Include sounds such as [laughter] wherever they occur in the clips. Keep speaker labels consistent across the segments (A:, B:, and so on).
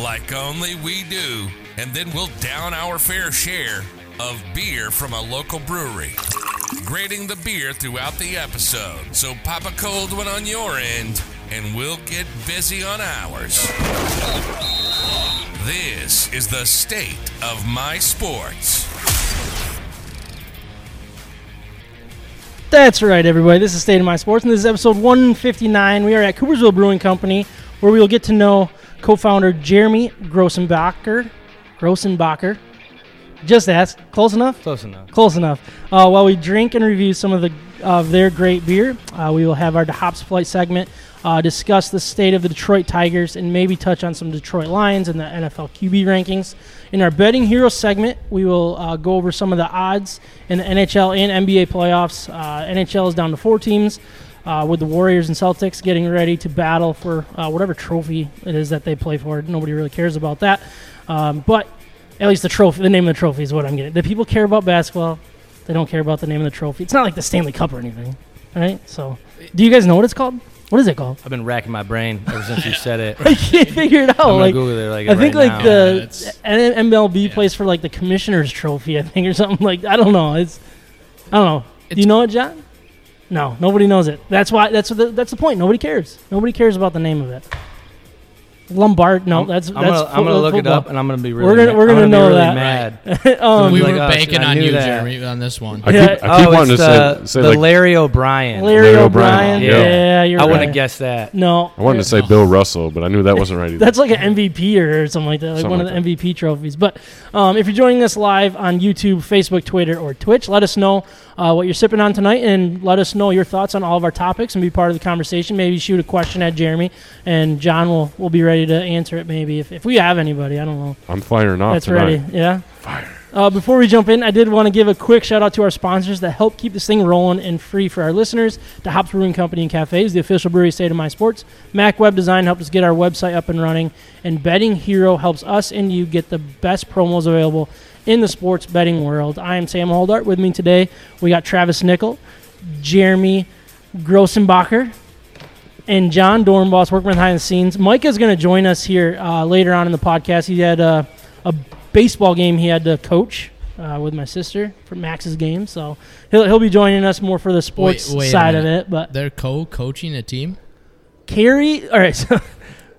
A: like only we do, and then we'll down our fair share of beer from a local brewery. Grading the beer throughout the episode. So pop a cold one on your end, and we'll get busy on ours. This is the state of my sports.
B: That's right, everybody. This is State of My Sports, and this is episode 159. We are at Coopersville Brewing Company, where we will get to know co-founder Jeremy Grossenbacher. Grossenbacher. Just ask. Close enough?
C: Close enough.
B: Close enough. Uh, while we drink and review some of the of their great beer, uh, we will have our Hops Flight segment, uh, discuss the state of the Detroit Tigers, and maybe touch on some Detroit Lions and the NFL QB rankings. In our Betting Hero segment, we will uh, go over some of the odds in the NHL and NBA playoffs. Uh, NHL is down to four teams. Uh, with the Warriors and Celtics getting ready to battle for uh, whatever trophy it is that they play for. Nobody really cares about that. Um, but at least the trophy, the name of the trophy is what I'm getting. The people care about basketball. They don't care about the name of the trophy. It's not like the Stanley Cup or anything, all right? So, do you guys know what it's called? What is it called? [laughs]
C: I've been racking my brain ever since you said it.
B: I can't figure it out.
C: gonna
B: like,
C: Google it, like,
B: I think
C: right
B: like
C: now.
D: Yeah,
B: the
D: it's-
B: N- MLB plays for like the Commissioner's Trophy, I think, or something like. I don't know. It's I don't know. Do you
D: It's-
B: know it, John? No, nobody knows it. That's why. That's the, that's the point. Nobody cares. Nobody cares about the name of it. Lombard. No, oh, that's
C: I'm
B: that's.
C: gonna, I'm gonna
B: fo-
C: look it
B: football.
C: up and I'm gonna be really.
B: We're gonna-
C: ma-
B: we're
C: I'm
B: gonna
C: be
B: know
C: really
B: that. [laughs]
C: mad.
B: um,
C: Be
D: we
C: like,
D: were
C: "Oh, shit,
D: banking
C: I
D: on
C: knew
D: you,
C: that."
D: Jeremy, on this one.
E: I
B: Yeah.
E: keep, I keep
C: oh,
E: wanting
C: it's
E: to
C: the,
E: say, say
C: the
E: like,
C: Larry O'Brien.
B: Larry
E: Larry
B: O'Brien.
E: O'Brien,
B: Yeah,
E: yeah.
B: you're
C: I
B: right.
C: wouldn't have guessed that.
B: No,
E: I wanted to say Bill Russell, but I knew that wasn't right either.
B: [laughs] That's like an MVP or something like that, like
E: Something
B: one
E: like
B: of the MVP trophies. But um, if you're joining us live on YouTube, Facebook, Twitter, or Twitch, let us know uh, what you're sipping on tonight and let us know your thoughts on all of our topics and be part of the conversation. Maybe shoot a question at Jeremy, and John will, will be ready to answer it maybe if, if we have anybody. I don't know.
E: I'm firing off
B: That's
E: tonight.
B: ready. Yeah. Uh, before we jump in, I did want to give a quick shout out to our sponsors that help keep this thing rolling and free for our listeners. The Hops Brewing Company and Cafes, the official brewery of state of my sports. Mac Web Design helped us get our website up and running, and Betting Hero helps us and you get the best promos available in the sports betting world. I am Sam Holdart. With me today, we got Travis Nickel, Jeremy Grossenbacher, and John Dornboss, working behind the scenes. Micah's going to join us here uh, later on in the podcast. He had uh, a baseball game he had to coach uh, with my sister for Max's game, so he'll, he'll be joining us more for the sports
D: wait a
B: side of
D: minute.
B: it. But
D: They're co-coaching a team.
B: Carrie, all right, [laughs] so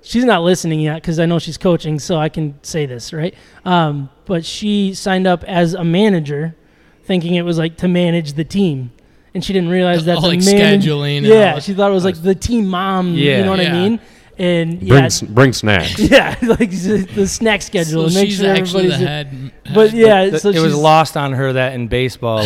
B: she's not listening yet because I know she's coaching, so I can say this, right? Um, but she signed up as a manager, thinking it was like to manage the team, and she didn't
D: [laughs]
B: realize that
D: Oh,
B: the
D: like
B: manag-
D: scheduling and all
B: Yeah,
D: that.
B: she thought it was like the team mom. you
C: Yeah.
B: know what I
D: Yeah.
B: mean. And
E: Bring,
B: yeah,
E: s- bring
B: [laughs]
E: snacks.
B: yeah, like the the snack schedule.
D: So
B: make
D: she's
B: sure
D: actually
B: everybody's.
D: the head.
B: but
D: head-
B: yeah,
C: Th-
B: so
C: it was
B: she's-
C: lost on her that in baseball,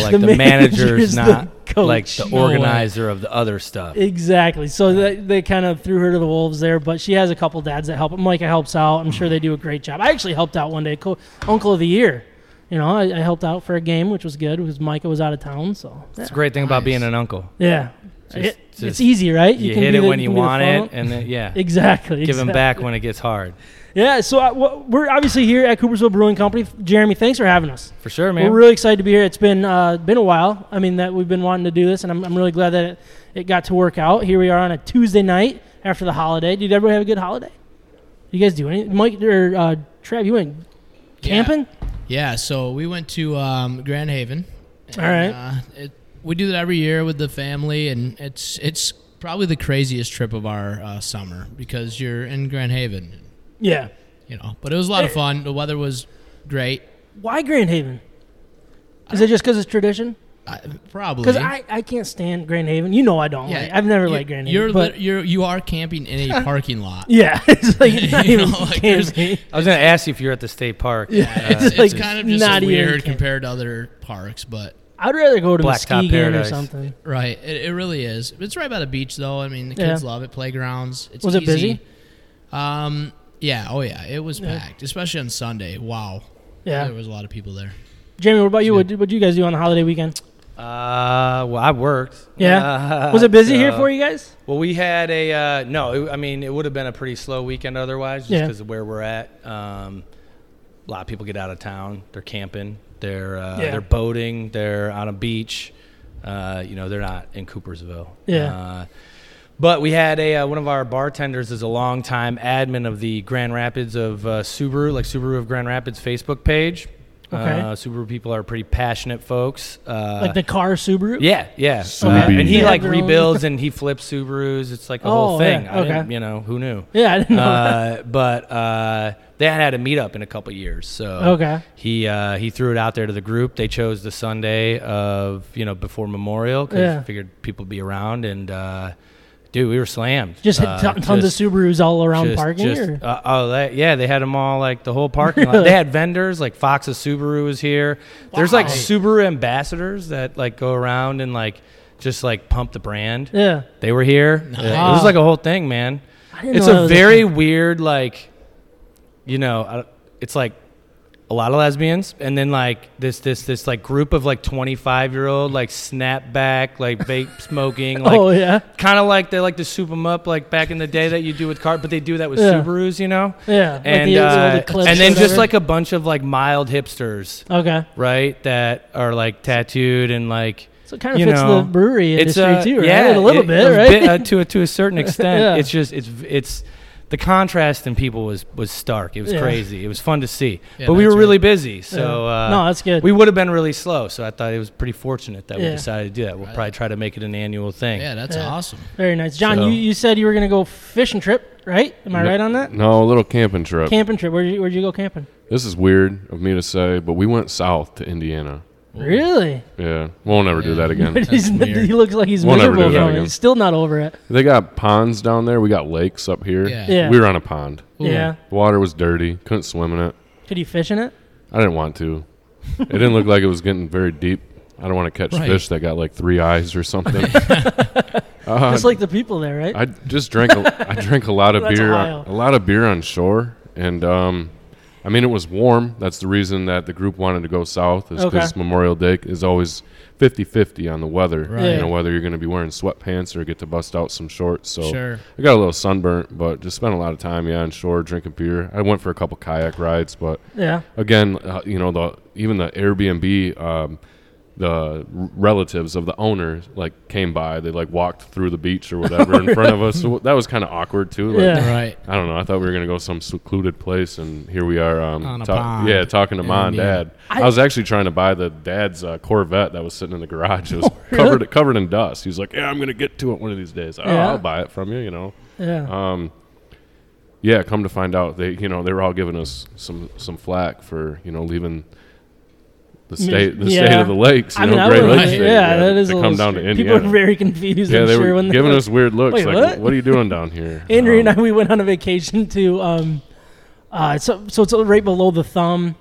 B: [laughs]
C: like
B: The
C: the,
B: manager's
C: manager's
B: the [laughs]
C: not
B: coach.
C: like the
B: No
D: way.
C: organizer of the other stuff.
B: Exactly. So they, they kind of threw her to the wolves there, but she has a couple dads that help. Micah helps out. I'm sure they do a great job. I actually helped out one day, co- Uncle of the Year. You know, I, I helped out for a game, which was good because Micah was out of town. So
C: It's a great thing about being
D: Nice.
C: an uncle.
B: yeah,
C: Just-
B: It- it's
C: just-
B: easy, right?
C: You,
B: can
C: hit
B: be
C: it
B: the-
C: when
B: you
C: you
B: can be the
C: want
B: funnel.
C: it, and
B: [laughs]
C: then yeah,
B: Exactly.
C: give 'em
B: exactly.
C: back when it gets hard.
B: Yeah. So I, wh- we're obviously here at Coopersville Brewing Company. Jeremy, thanks for having us.
C: For sure, man.
B: We're really excited to be here. It's been uh, been a while. I mean, that we've been wanting to do this, and I'm, I'm really glad that it, it got to work out. Here we are on a Tuesday night after the holiday. Did everybody have a good holiday? You guys do any? Mike or uh, Trav, you went
D: Yeah.
B: camping?
D: Yeah, so we went to um, Grand Haven. And,
B: All right.
D: Uh, it, we do that every year with the family, and it's it's probably the craziest trip of our uh, summer because you're in Grand Haven,
B: Yeah.
D: you know. But it was a lot of fun. The weather was great.
B: Why Grand Haven? Is it just because it's tradition?
D: I, probably
B: Because I, I can't stand Grand Haven. You know I don't. like, I've never
D: you-
B: liked Grand Haven.
D: You're
B: but-
D: lit- you're you are camping in a parking lot.
B: [laughs] yeah, [laughs] it's like not
D: [laughs] You
B: even
D: know, like, there's-
B: camping.
C: I was gonna ask you if you're at the state park. uh,
B: Yeah,
D: It's,
B: it's
D: it's
B: like
D: kind of just
B: not even
D: weird
B: camp.
D: compared to other parks, but
B: I'd rather go to
C: Blacktop
B: Muskegon or
C: Paradise.
B: something.
D: Right. It, it really is. It's right by the beach, though. I mean, the
B: Yeah.
D: kids love it. Playgrounds. It's
B: Was it
D: easy.
B: busy?
D: Um, Yeah, oh yeah, it was packed, especially on Sunday. Wow,
B: Yeah.
D: there was a lot of people there.
B: Jamie, what about you? What what you guys do on the holiday weekend?
C: Uh, well, I worked.
B: Yeah.
C: [laughs] Uh,
B: Was it busy here
C: so-
B: for you guys?
C: Well, we had a uh, no. It, I mean, it would have been a pretty slow weekend otherwise, just
B: Yeah.
C: because of where we're at. Um, a lot of people get out of town. They're camping. They're uh,
B: Yeah.
C: they're boating. They're on a beach. Uh, you know, they're not in Coopersville.
B: Yeah.
C: Uh, but we had a uh, one of our bartenders is a longtime admin of the Grand Rapids of uh, Subaru, like Subaru of Grand Rapids Facebook page.
B: Okay.
C: Uh, Subaru people are pretty passionate folks. Uh,
B: Like the car Subaru?
C: yeah, yeah.
E: So
C: Uh,
E: maybe-
C: and
E: They
C: he
E: have
C: like
B: their own-
C: rebuilds and he flips Subarus. It's like a
B: Oh,
C: whole thing.
B: yeah,
C: I didn't-
B: okay.
C: you know, who knew?
B: [laughs] Yeah, I didn't know that.
C: Uh, but uh, they hadn't had a meetup in a couple years, so
B: Okay.
C: he uh, he threw it out there to the group. They chose the Sunday of you know before Memorial because
B: Yeah.
C: figured people would be around, and uh, dude, we were slammed.
B: Just hit
C: Uh,
B: ton tons
C: just-
B: of Subarus all around
C: just-
B: parking?
C: just-
B: or?
C: uh, oh, that, yeah, they had them all like the whole parking lot. They had
B: [laughs]
C: vendors like Fox's Subaru was here. There's like
B: Wow.
C: Subaru ambassadors that like go around and like just like pump the brand.
B: Yeah.
C: They were here. Yeah, It was
B: Wow.
C: like a whole thing, man.
B: I didn't
C: It's
B: know that
C: a
B: was
C: very weird like, you know, I- it's like a lot of lesbians and then like this this this like group of like 25 year old like snapback like vape
B: [laughs]
C: smoking like
B: oh yeah,
C: kind of like they like to soup them up like back in the day that you do with car, but they do that with
B: Yeah.
C: Subarus, you know.
B: yeah.
C: And
B: the- the old
C: uh,
B: Eclipse
C: and
B: or
C: then just
B: whatever.
C: like a bunch of like mild hipsters,
B: okay,
C: right? That are like tattooed and like
B: so it kind of
C: you
B: fits the
C: know,
B: brewery
C: it's
B: industry
C: uh,
B: too, right?
C: yeah,
B: a little
C: it-
B: bit,
C: a
B: right?
C: uh, to a, to a certain extent,
B: Yeah.
C: it's just it's it's the contrast in people was was stark. It was
B: Yeah.
C: crazy. It was fun to see,
D: Yeah,
C: but we
D: that's
C: were really busy, so
B: Yeah.
C: uh,
B: No, that's good.
C: We would have been really slow, so I thought it was pretty fortunate that we
B: Yeah.
C: decided to do that. We'll probably try to make it an annual thing.
D: Yeah, that's
B: Yeah.
D: awesome.
B: [laughs] very nice, John.
C: So-
B: You, you said you were gonna go fishing trip, right? Am I
E: No.
B: right on that?
E: No, a little camping trip.
B: Camping trip. Where'd you, where'd you go camping?
E: this is weird of me to say, but we went south to Indiana.
C: Mm.
B: Really? [laughs]
E: Yeah, we'll never do that again.
B: He's- [laughs]
D: weird.
B: he looks like he's
E: We'll never
B: miserable
E: do that
B: from it.
E: again.
B: He's still not over it.
E: they got ponds down there. We got lakes up here.
D: Yeah.
B: Yeah.
E: We were on a pond.
B: [laughs]
D: Ooh.
B: Yeah.
E: The water was dirty. Couldn't swim in it.
B: Could you fish in it?
E: I didn't want to. It didn't look like it was getting very deep. I don't want to catch
D: Right.
E: fish that got like three eyes or something. uh,
B: Just like the people there, right?
E: I just
B: [laughs]
E: drank. A, I drank a lot of
B: That's
E: beer.
B: Ohio.
E: On, a lot of beer on shore, and um, I mean it was warm. That's the reason that the group wanted to go south is
B: Okay.
E: because Memorial Day is always 50-50 on the weather.
D: Right.
E: You know whether you're going to be wearing sweatpants or get to bust out some shorts. So
D: Sure.
E: I got a little sunburnt, but just spent a lot of time yeah on shore drinking beer. I went for a couple kayak rides, but
B: yeah.
E: again, uh, you know, the even the Airbnb, um, the r- relatives of the owner like came by. They like walked through the beach or whatever in front of
D: [laughs]
E: us. So that was kind of awkward too. Like,
B: Yeah.
D: Right.
E: I don't know. I thought we were gonna go some secluded place, and here we are. Um,
D: On a
E: ta-
D: pond.
E: Yeah, talking to mom and
D: Yeah.
E: dad. I, was actually trying to buy the dad's uh, Corvette that was sitting in the garage. It was covered covered in dust. He's like, "Yeah, I'm gonna get to it one of these days. Oh,
B: Yeah.
E: I'll buy it from you." You know.
B: Yeah.
E: Yeah, come to find out, they you know they were all giving us some some flack for you know leaving the state the state
B: yeah.
E: of the lakes. You
B: I mean,
E: know,
B: I
E: Great
B: would. [laughs]
E: Lakes.
B: yeah,
E: They,
B: that is
E: they
B: a
E: come
B: little.
E: down to
B: strange. People are
E: Indiana.
B: very confused.
E: Yeah,
B: I'm
E: they
B: sure
E: were
B: when
E: giving
B: they,
E: us weird looks.
B: Wait,
E: like,
B: what?
E: what? are you doing down here?
B: [laughs] Andrew and
E: Um,
B: I, we went on a vacation to, um, uh, so, so it's right below the thumb.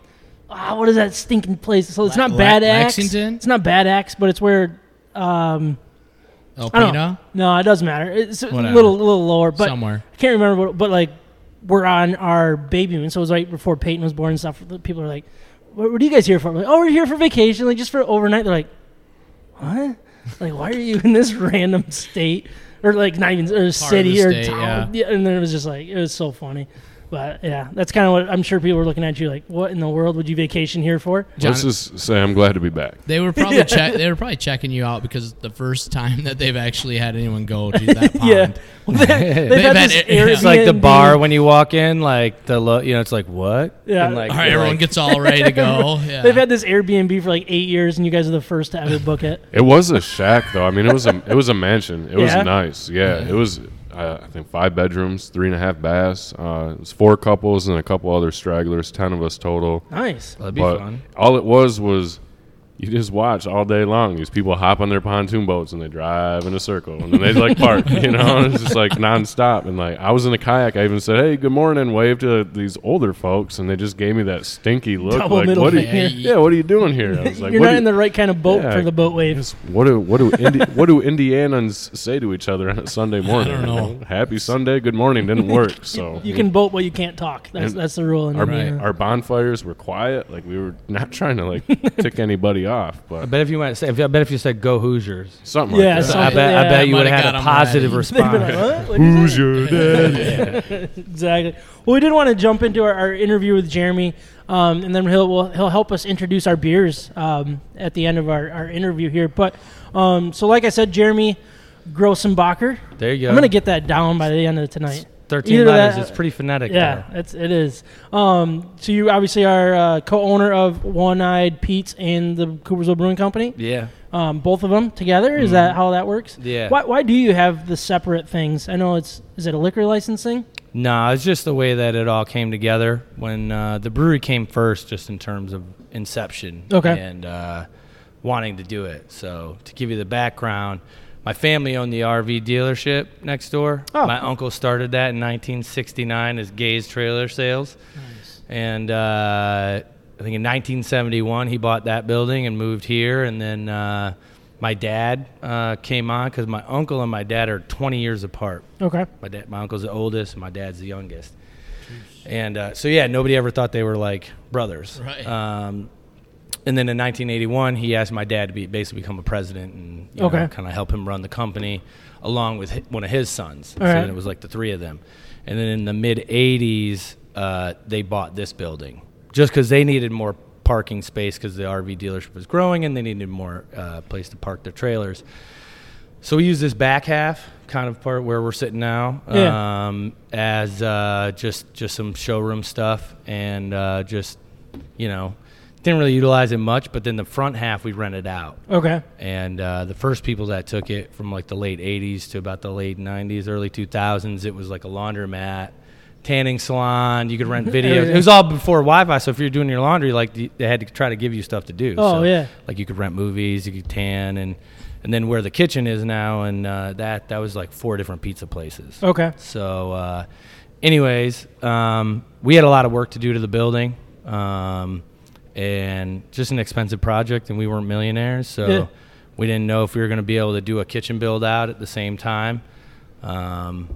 B: Ah, what is that stinking place? So it's not
D: Le-
B: Bad Axe.
D: Lexington?
B: It's not Bad Axe, but it's where, um,
D: El
B: I don't
D: Pino?
B: No, it doesn't matter. It's a
D: Whatever.
B: little, little lower, but
D: Somewhere.
B: I can't remember what, but like, we're on our baby moon. So it was right before Peyton was born and stuff. The People are like, what, what are you guys here for? I'm like, oh, we're here for vacation, like just for overnight. They're like, what? like, why are you in this [laughs] random state or like not even or city or
D: state,
B: town? Yeah. And then it was just like, it was so funny. But yeah, that's kind of what I'm sure people were looking at you like, what in the world would you vacation here for?
D: John-
E: Let's just say I'm glad to be back.
D: They
B: [laughs]
D: were probably check, they were probably checking you out because the first time that they've actually had anyone go to that
B: [laughs]
D: pond.
B: Yeah. Well, they, they've had
D: had
B: this
D: it- yeah.
C: It's like the
B: Airbnb.
C: bar when you walk in, like the lo- you know, it's like what?
B: Yeah.
C: And, like,
D: All right,
C: you're
D: everyone
C: like-
D: gets all ready
B: [laughs]
D: to go. Yeah.
B: They've had this Airbnb for like eight years, and you guys are the first to ever book it.
E: It was a shack though. I mean, it was a it was a mansion. It was
B: Yeah?
E: nice. Yeah, it was. Uh, I think five bedrooms, three and a half baths. Uh, it was four couples and a couple other stragglers. Ten of us total.
B: Nice.
C: That'd be
E: but
C: fun.
E: all it was was you just watch all day long. These people hop on their pontoon boats and they drive in a circle and then
B: [laughs]
E: they like park, you know, and it's just like nonstop. And like I was in a kayak, I even said, "Hey, good morning," waved to these older folks, and they just gave me that stinky look,
B: Double
E: like,
B: middle
E: "What are
B: finger.
E: you? [laughs] Yeah, what are you doing here?"
B: [laughs]
E: I was like,
B: You're
E: "What
B: not
E: do
B: in
E: you-
B: the right kind of boat
E: Yeah.
B: for the boat wave.
E: just what do what do Indi- [laughs] what do Indianans say to each other on a Sunday morning?
D: don't know.
E: Happy Sunday, good morning didn't work. So
B: [laughs] You can boat, but you can't talk. That's
E: And
B: that's the rule. In
E: our,
B: Indiana.
E: our bonfires were quiet. Like we were not trying
B: [laughs]
E: to like tick anybody off,
C: I
E: but
C: bet if you went, I bet if you said go Hoosiers,
E: something
B: Yeah,
E: like that.
B: so-
C: I bet I
B: Oh, yeah,
C: bet you
D: I
C: would
D: might've
C: have had a
D: got 'em right.
C: positive
B: [laughs] They'd be like,
C: response.
B: "What? What'd you say?"
E: your daddy?
B: [laughs] Exactly. Well, we did want to jump into our, our interview with Jeremy, um, and then he'll will he'll help us introduce our beers um, at the end of our, our interview here. But um, so, like I said, Jeremy Grossenbacher.
C: There you go.
B: I'm gonna get that down by the end of tonight.
C: thirteen
B: Either
C: letters.
B: that-
C: it's pretty phonetic.
B: Yeah, that's it is. Um, so you obviously are uh, co-owner of One Eyed Pete's and the Coopersville Brewing Company.
C: though. Yeah. Mm-hmm.
B: Um, both of them together. Is that how that works?
C: Yeah.
B: Why, why do you have the separate things? I know it's is it a liquor licensing?
C: Nah, it's just the way that it all came together when uh, the brewery came first, just in terms of inception.
B: Okay.
C: And uh, wanting to do it. So to give you the background, my family owned the RV dealership next door.
B: Oh.
C: My uncle started that in 1969 as Gay's Trailer Sales. Nice. And uh, I think in 1971 he bought that building and moved here, and then. Uh, my dad uh, came on because my uncle and my dad are 20 years apart.
B: Okay.
C: My dad, my uncle's the oldest, and my dad's the youngest. And uh, so yeah, nobody ever thought they were like brothers.
D: Right.
C: Um, and then in 1981, he asked my dad to be basically become a president and you
B: Okay.
C: know, kind of help him run the company, along with hi- one of his sons.
B: All
C: so
B: right.
C: then it was like the three of them. And then in the mid 80s, uh, they bought this building just because they needed more parking space because the RV dealership was growing and they needed more uh, place to park their trailers. So we use this back half, kind of part where we're sitting now,
B: Yeah.
C: um, as uh, just just some showroom stuff, and uh, just you know, didn't really utilize it much. But then the front half we rented out,
B: Okay.
C: and uh, the first people that took it from like the late '80s to about the late '90s, early 2000s, it was like a laundromat, tanning salon. You
B: [laughs]
C: could rent videos. It was all before Wi-Fi, so if you're doing your laundry, like the- they had to try to give you stuff to do.
B: Oh,
C: so,
B: yeah.
C: like you could rent movies, you could tan, and and then where the kitchen is now, and uh, that that was like four different pizza places.
B: Okay.
C: So, uh, anyways, um, we had a lot of work to do to the building, um, and just an expensive project, and we weren't millionaires, so
B: Yeah.
C: we didn't know if we were going to be able to do a kitchen build out at the same time. Um,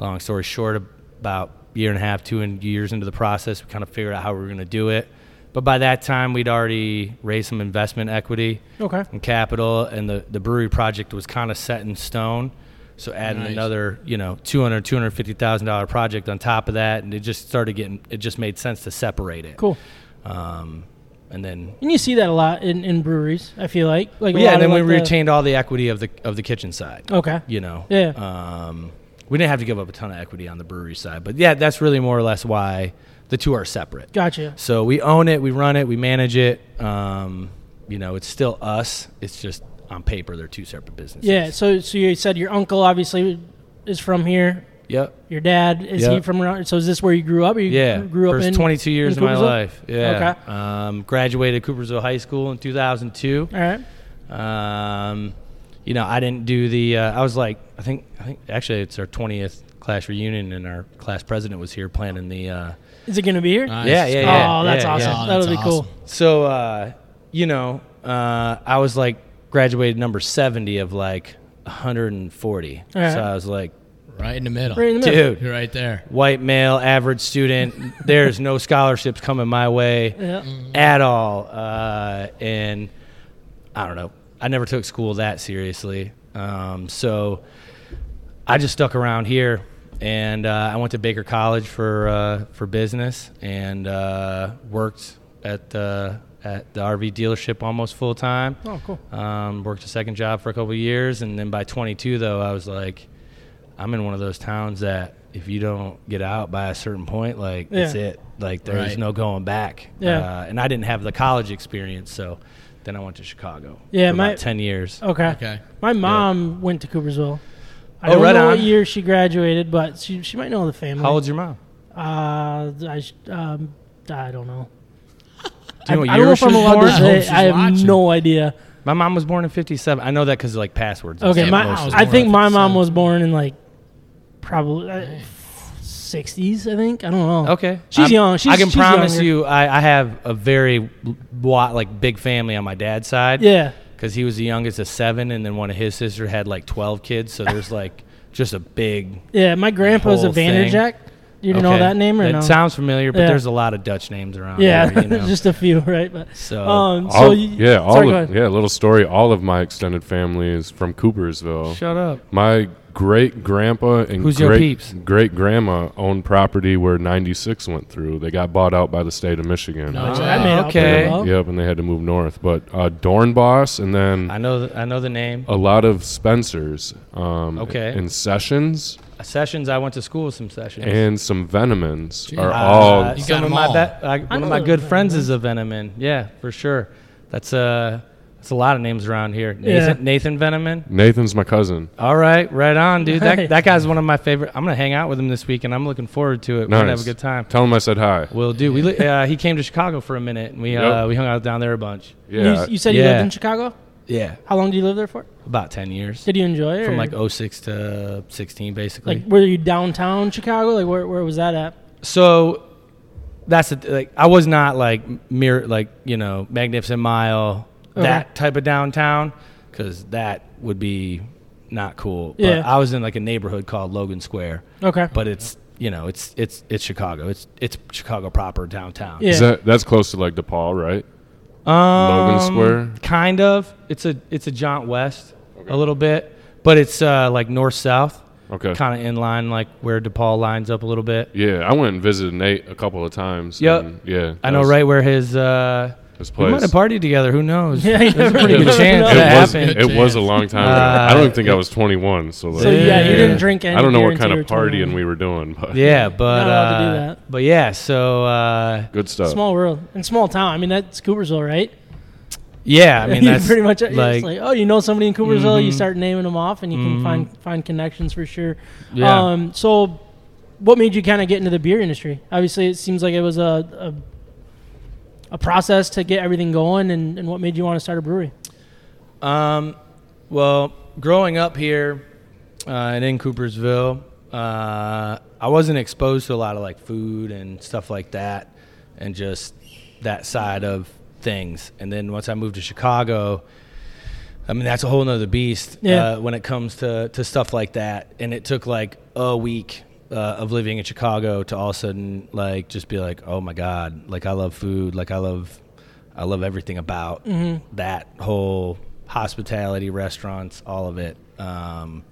C: long story short, about year and a half, two and years into the process, we kind of figured out how we were going to do it. But by that time, we'd already raised some investment equity
B: Okay.
C: and capital, and the, the brewery project was kind of set in stone. So adding
D: Nice.
C: another, you know, 200 250000 dollar project on top of that, and it just started getting, it just made sense to separate it.
B: Cool.
C: Um, and then
B: And you see that a lot in, in breweries. I feel like like a
C: yeah,
B: lot
C: and then
B: of,
C: we
B: like, uh, the-
C: retained all the equity of the of the kitchen side.
B: Okay.
C: You know.
B: Yeah.
C: Um, we didn't have to give up a ton of equity on the brewery side, but yeah, that's really more or less why the two are separate.
B: Gotcha.
C: So we own it, we run it, we manage it. Um, you know, it's still us. It's just on paper they're two separate businesses.
B: Yeah. So so you said your uncle obviously is from here.
C: Yep.
B: Your dad is he
C: Yeah.
B: from around? So is this where you grew up? Or you
C: Yeah.
B: Grew up
C: First
B: in
C: 22 years
B: in
C: of my
B: Coopersville?
C: life. Yeah.
B: Okay.
C: Um, graduated Coopersville High School in 2002.
B: All right.
C: Um, you know, I didn't do the. Uh, I was like, I think, I think actually, it's our twentieth class reunion, and our class president was here planning the. Uh,
B: Is it gonna be here?
D: Nice.
C: yeah, yeah, yeah.
B: oh, that's
C: yeah,
B: awesome.
C: yeah.
D: Oh,
B: That'll
D: that's
B: be cool.
D: awesome.
C: So, uh, you know, uh, I was like graduated number seventy of like one hundred and forty.
B: Alright.
C: So I was like,
D: Right in the middle.
B: Right in the middle.
C: dude,
D: You're right there.
C: white male, average student. There's no scholarships coming my way
B: Yeah.
C: at all. Uh, and I don't know. I never took school that seriously. Um, so I just stuck around here. And uh, I went to Baker College for uh, for business and uh, worked at the at the RV dealership almost full time.
B: Oh, cool.
C: Um, worked a second job for a couple of years, and then by 22, though, I was like, I'm in one of those towns that if you don't get out by a certain point, like that's
B: Yeah.
C: it. Like there's
D: Right.
C: no going back.
B: Yeah.
C: Uh, and I didn't have the college experience, so then I went to Chicago.
B: Yeah,
C: for
B: my- Oh,
C: about 10 years.
B: Okay.
D: Okay.
B: My mom went to Coopersville. I
C: Oh,
B: don't
C: right
B: know what
C: on.
B: year she graduated, but she, she might know the family.
C: How old's your mom?
B: Uh, I, sh- um, I don't know.
C: Do you
B: I, I
C: know what
B: don't know
C: year
B: if
C: she
B: I'm
C: was
B: allowed
C: born?
B: to
C: I hope
B: say.
C: she's
B: I have
C: watching.
B: no idea.
C: My mom was born in '57. I know that because like passwords. and
B: Okay,
C: stuff
B: my
C: mostly.
B: I think my mom
D: 57.
B: was born in like probably uh, 60s. I think I don't know.
C: Okay,
B: She's
C: I'm-
B: young. She's,
C: I can
B: she's
C: promise
B: younger.
C: you, I, I have a very wa- like big family on my dad's side.
B: Yeah.
C: because he was the youngest of seven, and then one of his sister had like twelve kids.
B: [laughs]
C: So there's like just a big.
B: Yeah, my grandpa's a
C: Whole thing.
B: Vanderjack. You
C: okay.
B: know that name or
C: That
B: no?
C: sounds familiar, but
B: Yeah.
C: there's a lot of Dutch names around.
B: yeah, [laughs]
C: here, you know?
B: just a few, right? But
C: so
B: um, so
E: All-
B: you,
E: yeah, all
B: sorry, go
E: of,
B: ahead.
E: yeah. Little story. All of my extended family is from Coopersville.
C: shut up.
E: My great grandpa and
C: Who's your peeps?
E: great great grandma owned property where 96 went through. They got bought out by the state of Michigan.
B: So
D: Ah,
B: that made up
C: okay.
B: pretty well.
E: Yep, and they had to move north. But uh, Dornbos and then
C: I know. The, I know the name.
E: a lot of Spencers. Um,
C: Okay.
E: And Sessions
C: Sessions. I went to school with some sessions.
E: and some Venomans are
C: Uh,
E: all.
C: some
D: got 'em
C: of my
D: all.
C: be- I- one
B: know
C: of my
B: those
C: good
B: Venom,
C: friends is a Venoman. Yeah, for sure. That's a that's a lot of names around here. Nathan, Nathan Venoman.
E: Nathan's my cousin.
C: All right, right on, dude.
B: Nice.
C: That that guy's one of my favorite. I'm gonna hang out with him this week, and I'm looking forward to it. We're gonna have a
E: Nice.
C: good time.
E: Tell him I said hi.
C: Will do. We li- uh, he came to Chicago for a minute, and we uh,
E: Yep.
C: we hung out down there a bunch.
E: Yeah.
B: You, you said you
C: Yeah.
B: lived in Chicago.
C: Yeah,
B: How long did you live there for?
C: about ten years,
B: Did you enjoy it?
C: from
B: or-
C: like 06 to 16, basically.
B: like were you downtown Chicago? Like where where was that at?
C: so that's the th- like I was not like mere like you know Magnificent Mile
B: Okay.
C: that type of downtown because that would be not cool. But
B: Yeah.
C: I was in like a neighborhood called Logan Square,
B: Okay.
C: but it's you know it's it's it's Chicago. It's it's Chicago proper downtown.
B: Yeah.
E: Is that that's close to like DePaul, right?
C: Um,
E: Square?
C: Kind of. It's a it's a jaunt west a little bit, but it's uh, like north south.
E: Okay.
C: Kind of in line like where DePaul lines up a little bit.
E: Yeah, I went and visited Nate a couple of times.
C: Yep.
E: and Yeah.
C: I
E: that
C: know
E: was-
C: right where his uh
E: His
C: We
E: place.
C: might have partied together. Who
B: [laughs]
C: knows?
B: Yeah, yeah,
C: There's a pretty
B: right.
C: good chance
B: It
C: that
E: It was,
C: happened.
E: it was a long time ago.
C: Uh,
E: I don't even think I was 21. So, like,
B: So yeah, you
C: Yeah.
B: didn't drink any.
E: I don't know
B: beer
E: what
B: until
E: kind
B: you
E: of
B: were 21.
E: partying we were doing, but
C: yeah, but
B: allowed to do
C: uh,
B: that.
C: but yeah, so uh,
E: good stuff.
B: Small world and small town. I mean that's Coopersville, right?
C: yeah, I
B: [laughs]
C: mean
B: You
C: that's
B: pretty much it's
C: like, Mm-hmm.
B: like oh you know somebody in Coopersville, you start naming them off, and you can find find connections for sure.
C: Yeah.
B: Um, so, what made you kind of get into the beer industry? Obviously, it seems like it was a a, a process to get everything going, and, and what made you want to start a brewery?
C: Um, well, growing up here uh, and in Coopersville, uh, I wasn't exposed to a lot of like food and stuff like that, and just that side of things. And then once I moved to Chicago, I mean that's a whole nother beast
B: Yeah.
C: uh, when it comes to to stuff like that. And it took like a week. Uh, of living in Chicago to all of a sudden like just be like oh my god like I love food like I love I love everything about that whole hospitality, restaurants, all of it. Um,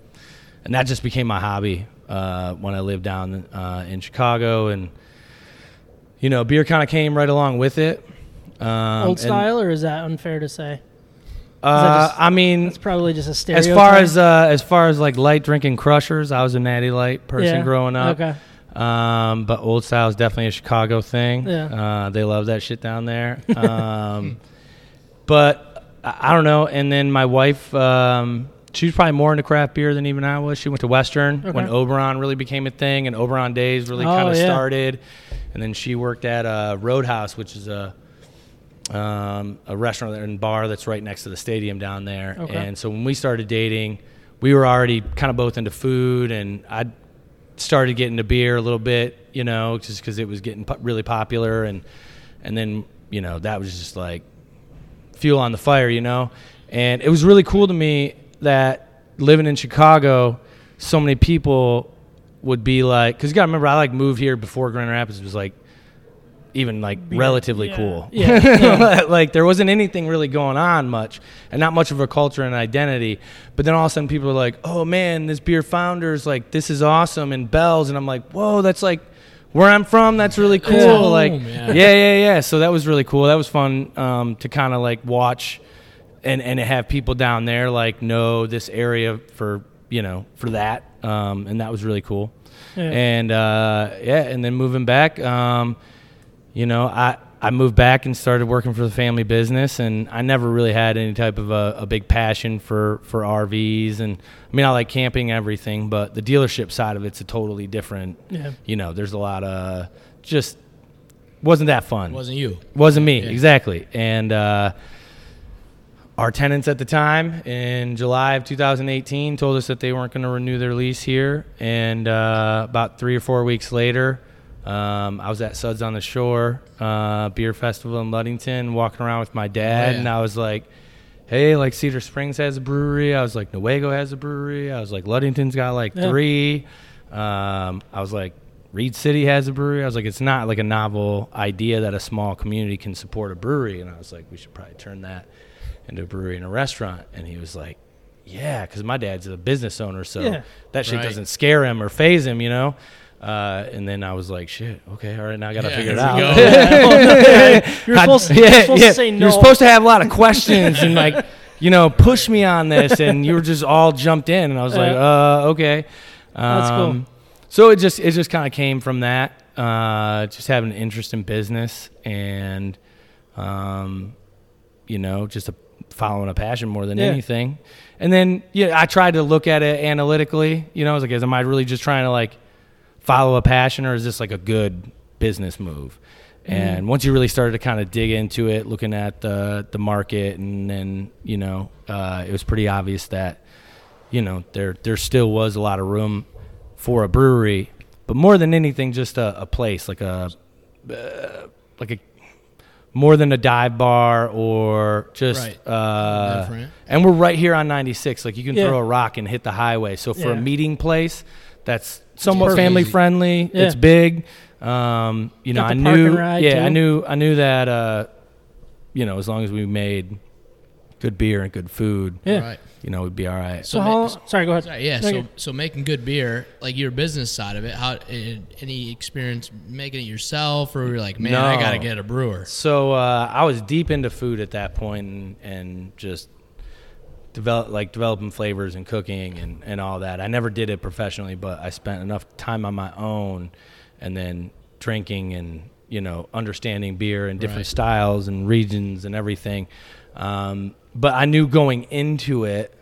C: and that just became my hobby uh, when I lived down uh, in Chicago. And, you know, beer kind of came right along with it. Um, and,
B: Old style, or is that unfair to say?
C: Uh,
B: just-
C: I mean,
B: It's probably just a
C: as
B: stereotype.
C: far as uh, as far as like light drinking crushers, I was a natty light person
B: Yeah,
C: growing up.
B: okay.
C: Um, but old style is definitely a Chicago thing.
B: Yeah.
C: Uh, they love that shit
B: [laughs]
C: down there. Um, but I, I don't know. And then my wife, um, she was probably more into craft beer than even I was. She went to Western when
B: Okay.
C: Oberon really became a thing, and Oberon Days really
B: Oh,
C: kind of
B: yeah.
C: started. And then she worked at uh, Roadhouse, which is a um, a restaurant and bar that's right next to the stadium down there.
B: Okay.
C: And so when we started dating, we were already kind of both into food, and I started getting to beer a little bit, you know, just because it was getting po- really popular, and and then you know that was just like fuel on the fire, you know. And it was really cool to me that living in Chicago, so many people would be like, because you got to remember, I like moved here before Grand Rapids was like even like relatively
B: yeah.
C: cool. [laughs]
B: Yeah,
C: like there wasn't anything really going on much and not much of a culture and identity. But then all of a sudden people are like, oh man, this beer founders, like this is awesome and bells. And I'm like, whoa, that's like where I'm from. That's really cool.
D: home,
C: like,
D: yeah.
C: yeah, yeah, yeah. So that was really cool. That was fun um, to kind of like watch and and have people down there like know this area for you know for that. Um, and that was really cool.
B: Yeah.
C: And uh, yeah, and then moving back, um, you know, I. I moved back and started working for the family business, and I never really had any type of a, a big passion for, for RVs. And I mean, I like camping, everything, but the dealership side of it's a totally different.
B: Yeah.
C: You know, there's a lot of just wasn't that fun.
D: wasn't you.
C: Wasn't me, exactly. And uh, our tenants at the time in July of 2018 told us that they weren't going to renew their lease here. And uh, about three or four weeks later, um, I was at Suds on the Shore uh, Beer Festival in Ludington, walking around with my dad,
D: Oh, yeah.
C: and I was like, "Hey, like Cedar Springs has a brewery." I was like, "Nuevo has a brewery." I was like, "Ludington's got like
B: Yeah.
C: three. Um, I was like, Reed City has a brewery. I was like, it's not like a novel idea that a small community can support a brewery. And I was like, we should probably turn that into a brewery and a restaurant. And he was like, yeah, because my dad's a business owner, so
B: Yeah.
C: that shit
D: Right.
C: doesn't scare him or phase him, you know. Uh, and then I was like, shit, okay, all right, now I gotta
D: Yeah,
C: figure it
D: here we
C: out. [laughs]
D: go.
B: You're supposed,
C: I-
B: you're
C: [laughs] yeah,
B: supposed
C: yeah.
B: to say no.
C: You're supposed to have a lot of questions and like, [laughs] you know, push me on this, and you were just all jumped in, and I was like, uh, okay. Um,
B: That's cool.
C: So it just it just kind of came from that, uh, just having an interest in business and, um, you know, just a, following a passion more than
B: Yeah.
C: anything. And then yeah, I tried to look at it analytically. You know, I was like, is am I really just trying to like follow a passion or is this like a good business move? And once you really started to kind of dig into it, looking at the the market, and then you know, uh, it was pretty obvious that you know there there still was a lot of room for a brewery, but more than anything, just a, a place like a uh, like a more than a dive bar or just
D: Right.
C: uh,
D: Different.
C: and we're right here on 96 like you can
B: Yeah.
C: throw a rock and hit the highway so for
B: Yeah.
C: a meeting place that's somewhat
D: perfect.
C: family friendly
B: Yeah.
C: it's big um, you know
B: Got
C: i
B: the park and
C: knew
B: ride,
C: yeah i
B: too.
C: knew i knew that uh, you know as long as we made good beer and good food
B: Yeah.
D: Right.
C: you know we'd be all right
B: So how? Sorry, go ahead.
D: Sorry, yeah.
B: No,
D: So,
B: you're-
D: so making good beer, like your business side of it, how eh, any experience making it yourself, or you're like, man, I
C: No.
D: gotta get a brewer.
C: So uh, I was deep into food at that point and, and just develop like developing flavors and cooking and, and all that. I never did it professionally, but I spent enough time on my own and then drinking and you know understanding beer and different
D: Right.
C: styles and regions and everything. Um, but I knew going into it.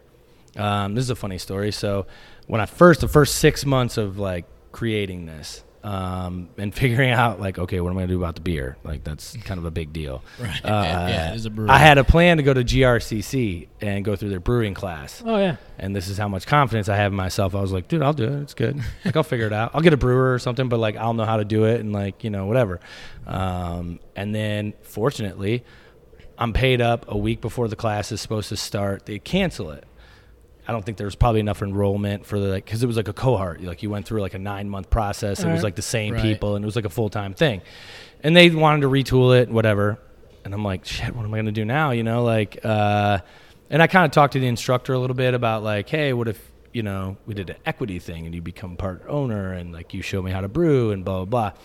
C: Um, this is a funny story. So when I first the first six months of like creating this um, and [laughs] figuring out like okay what am I gonna do about the beer like
D: [laughs]
C: that's kind of a big deal.
D: Right.
C: Uh,
D: yeah, as a brewer.
C: I had a plan to go to GRCC and go through their brewing class.
B: Oh yeah.
C: And this is how much confidence I have in myself. I was like, dude, I'll do it. It's good. [laughs] Like, I'll figure it out. I'll get a brewer or something, but like, I'll know how to do it and like, you know, whatever. Um, and then fortunately, I'm paid up a week before the class is supposed to start. They cancel it. I don't think there was probably enough enrollment for the like because it was like a cohort. Like you went through like a nine month process. It was
B: Alright.
C: like the same
D: Right.
C: people, and it was like a full time thing. And they wanted to retool it, whatever. And I'm like, shit, what am I gonna do now? You know, like, uh, and I kind of talked to the instructor a little bit about like, hey, what if you know we did an equity thing and you become part owner and like you show me how to brew and blah blah blah.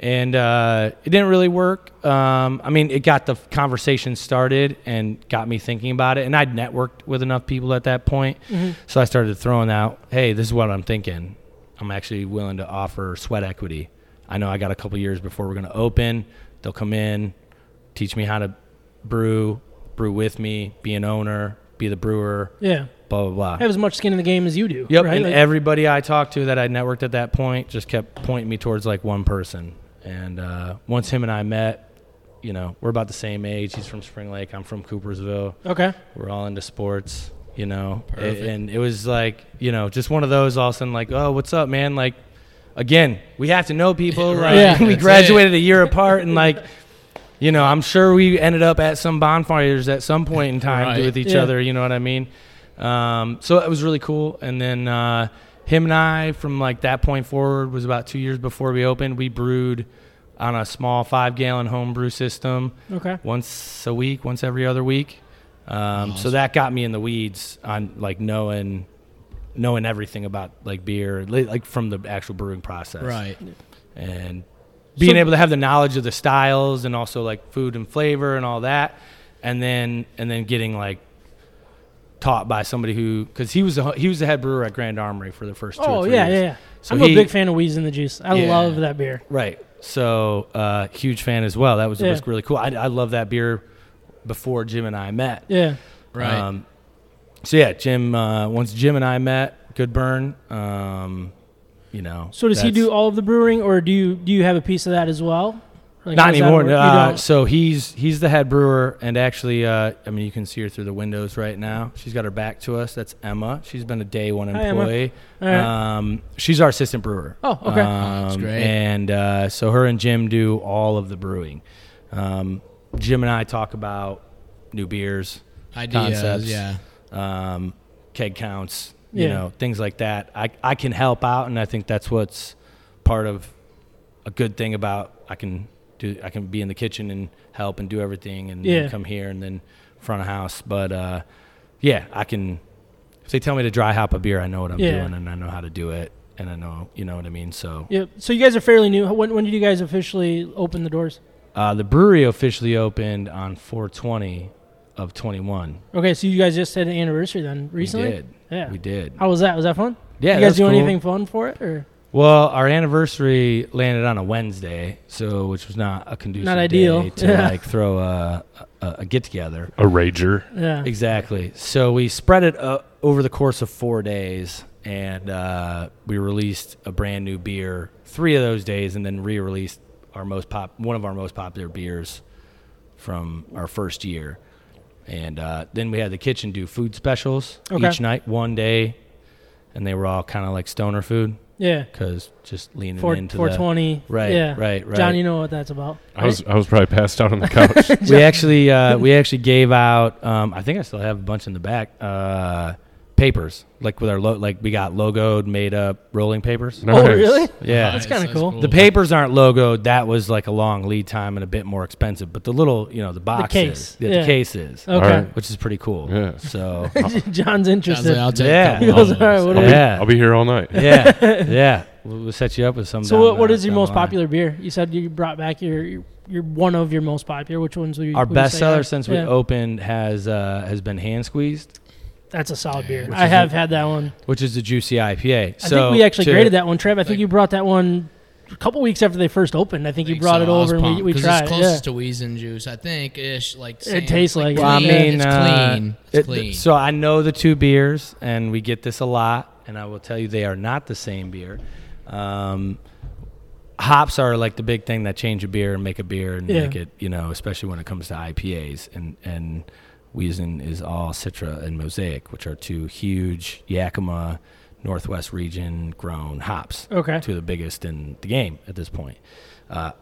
C: And uh, it didn't really work. Um, I mean, it got the conversation started and got me thinking about it. And I'd networked with enough people at that point. So I started throwing out, hey, this is what I'm thinking. I'm actually willing to offer sweat equity. I know I got a couple years before we're going to open. They'll come in, teach me how to brew, brew with me, be an owner, be the brewer,
B: Yeah.
C: blah, blah, blah.
B: Have as much skin in the game as you do.
C: Yep.
B: Right?
C: And
B: Like-
C: everybody I talked to that I networked at that point just kept pointing me towards like one person. And uh, once him and I met, you know, we're about the same age. He's from Spring Lake. I'm from Coopersville
B: okay.
C: we're all into sports, you know. A-
D: Perfect.
C: and it was like, you know, just one of those all of a sudden like, oh, what's up, man? Like again, we have to know
D: [laughs]
C: people.
D: Right.
C: Like,
B: Yeah.
C: we
D: That's it.
C: graduated a year apart and like you know, I'm sure we ended up at some bonfires at some point in time
D: Right.
C: with each
B: Yeah.
C: other, you know what I mean? Um, so it was really cool. And then uh, him and I from like that point forward was about two years before we opened, we brewed on a small five gallon homebrew system
B: Okay.
C: once a week, once every other week. Um, so that got me in the weeds on like knowing knowing everything about like beer, li- like from the actual brewing process,
D: Right.
B: Um,
C: And being
B: So-
C: able to have the knowledge of the styles and also like food and flavor and all that, and then and then getting like taught by somebody who because he was the, he was the head brewer at Grand Armory for the first two or
B: Oh
C: three
B: yeah,
C: years.
B: yeah, yeah.
C: So
B: I'm a
C: he-
B: big fan of Weeds in the Juice. I
D: Yeah.
B: love that beer.
C: Right. So uh, huge fan as well. That was,
B: Yeah.
C: was really cool. I, I love that beer before Jim and I met.
B: Yeah.
D: Right.
C: Um, so yeah, Jim. Uh, once Jim and I met, good burn. Um, you know.
B: So does he
C: that's-
B: do all of the brewing, or do you do you have a piece of that as well? Like,
C: Not
B: how's that
C: anymore.
B: work?
C: no,
B: You
C: Uh,
B: don't?
C: so he's he's the head brewer, and actually, uh, I mean, you can see her through the windows right now. She's got her back to us. That's Emma. She's been a day one
B: Hi, Emma.
C: employee.
B: All right.
C: um, she's our assistant brewer.
B: Oh, okay.
C: Um,
D: that's great.
C: And uh, so her and Jim do all of the brewing. Um, Jim and I talk about new beers,
D: Ideas,
C: concepts,
D: yeah.
C: um, keg counts, you
B: Yeah.
C: know, things like that. I I can help out, and I think that's what's part of a good thing about I can do I can be in the kitchen and help and do everything and then
B: Yeah.
C: come here and then front of house. But uh, yeah, I can if they tell me to dry hop a beer, I know what I'm
B: Yeah.
C: doing and I know how to do it and I know you know what I mean. So
B: Yep. So you guys are fairly new. When, when did you guys officially open the doors?
C: uh, the brewery officially opened on 420 of 21.
B: Okay, so you guys just had an anniversary then recently.
C: We did.
B: Yeah.
C: We did.
B: How was that? Was that fun?
C: Yeah,
B: You
C: that
B: guys
C: was
B: doing
C: cool.
B: anything fun for it or
C: Well, our anniversary landed on a Wednesday, so which was not a conducive
B: Not ideal.
C: day to
B: Yeah.
C: like throw a, a, a get together.
E: A rager.
B: yeah?
C: Exactly. So we spread it uh, over the course of four days, and uh, we released a brand new beer three of those days, and then re-released our most pop one of our most popular beers from our first year, and uh, then we had the kitchen do food specials
B: Okay.
C: each night, one day, and they were all kind of like stoner food
B: Yeah.
C: because just leaning
B: Four,
C: into the
B: 420.
C: Right,
B: Yeah.
C: right, right.
B: John, you know what that's about.
E: I was I was probably passed out on
C: [laughs]
E: the couch.
C: we
B: [laughs]
C: actually uh, we actually gave out. Um, I think I still have a bunch in the back. Uh, papers like with our lo- like we got logoed, made up rolling papers.
E: Nice.
B: Oh, really?
C: Yeah,
B: That's kinda cool.
C: the papers aren't logoed. That was like a long lead time and a bit more expensive. But the little you know the boxes,
B: case,
C: yeah,
B: yeah. Oh.
C: the cases,
B: Okay.
E: right.
C: which is pretty cool.
E: Yeah.
B: [laughs]
C: So
B: John's
D: Sounds
B: interested.
D: like I'll take
C: Yeah.
D: yeah.
B: He goes, [laughs] "All right, what do we-
C: yeah,
E: I'll be here all night.
C: yeah, yeah. We'll, we'll set you up with some.
B: so
C: down
B: what, what
C: the-
B: is your
C: down
B: most
C: the line.
B: popular beer? You said you brought back your your, your one of your most popular. Which ones were you,
C: Our
B: would you
C: best
B: say
C: seller
B: are-
C: since we
B: yeah.
C: opened has uh, has been hand squeezed,
B: That's a solid beer.
C: Which
B: I
C: is
B: have
C: it?
B: had that one.
C: which is the juicy
B: I
C: IPA. so
B: think we actually
C: to-
B: graded that one, Trev. I think
D: like-
B: you brought that one a couple weeks after they first opened. I think you brought it over and we, we tried.
D: It's
B: it,
D: closest
B: yeah.
D: to Wheezin juice, I think. Ish, like
B: It tastes like it.
D: clean.
C: Well, I mean,
D: it's
C: uh,
D: clean. It's
C: it-
D: clean.
C: So I know the two beers, and we get this a lot. And I will tell you, they are not the same beer. Um, hops are like the big thing that change a beer and make a beer and
B: Yeah.
C: make it, you know, especially when it comes to IPAs. And and Wiesen is all Citra and Mosaic, which are two huge Yakima, Northwest region grown hops.
B: Okay.
C: two of the biggest in the game at this point. Uh,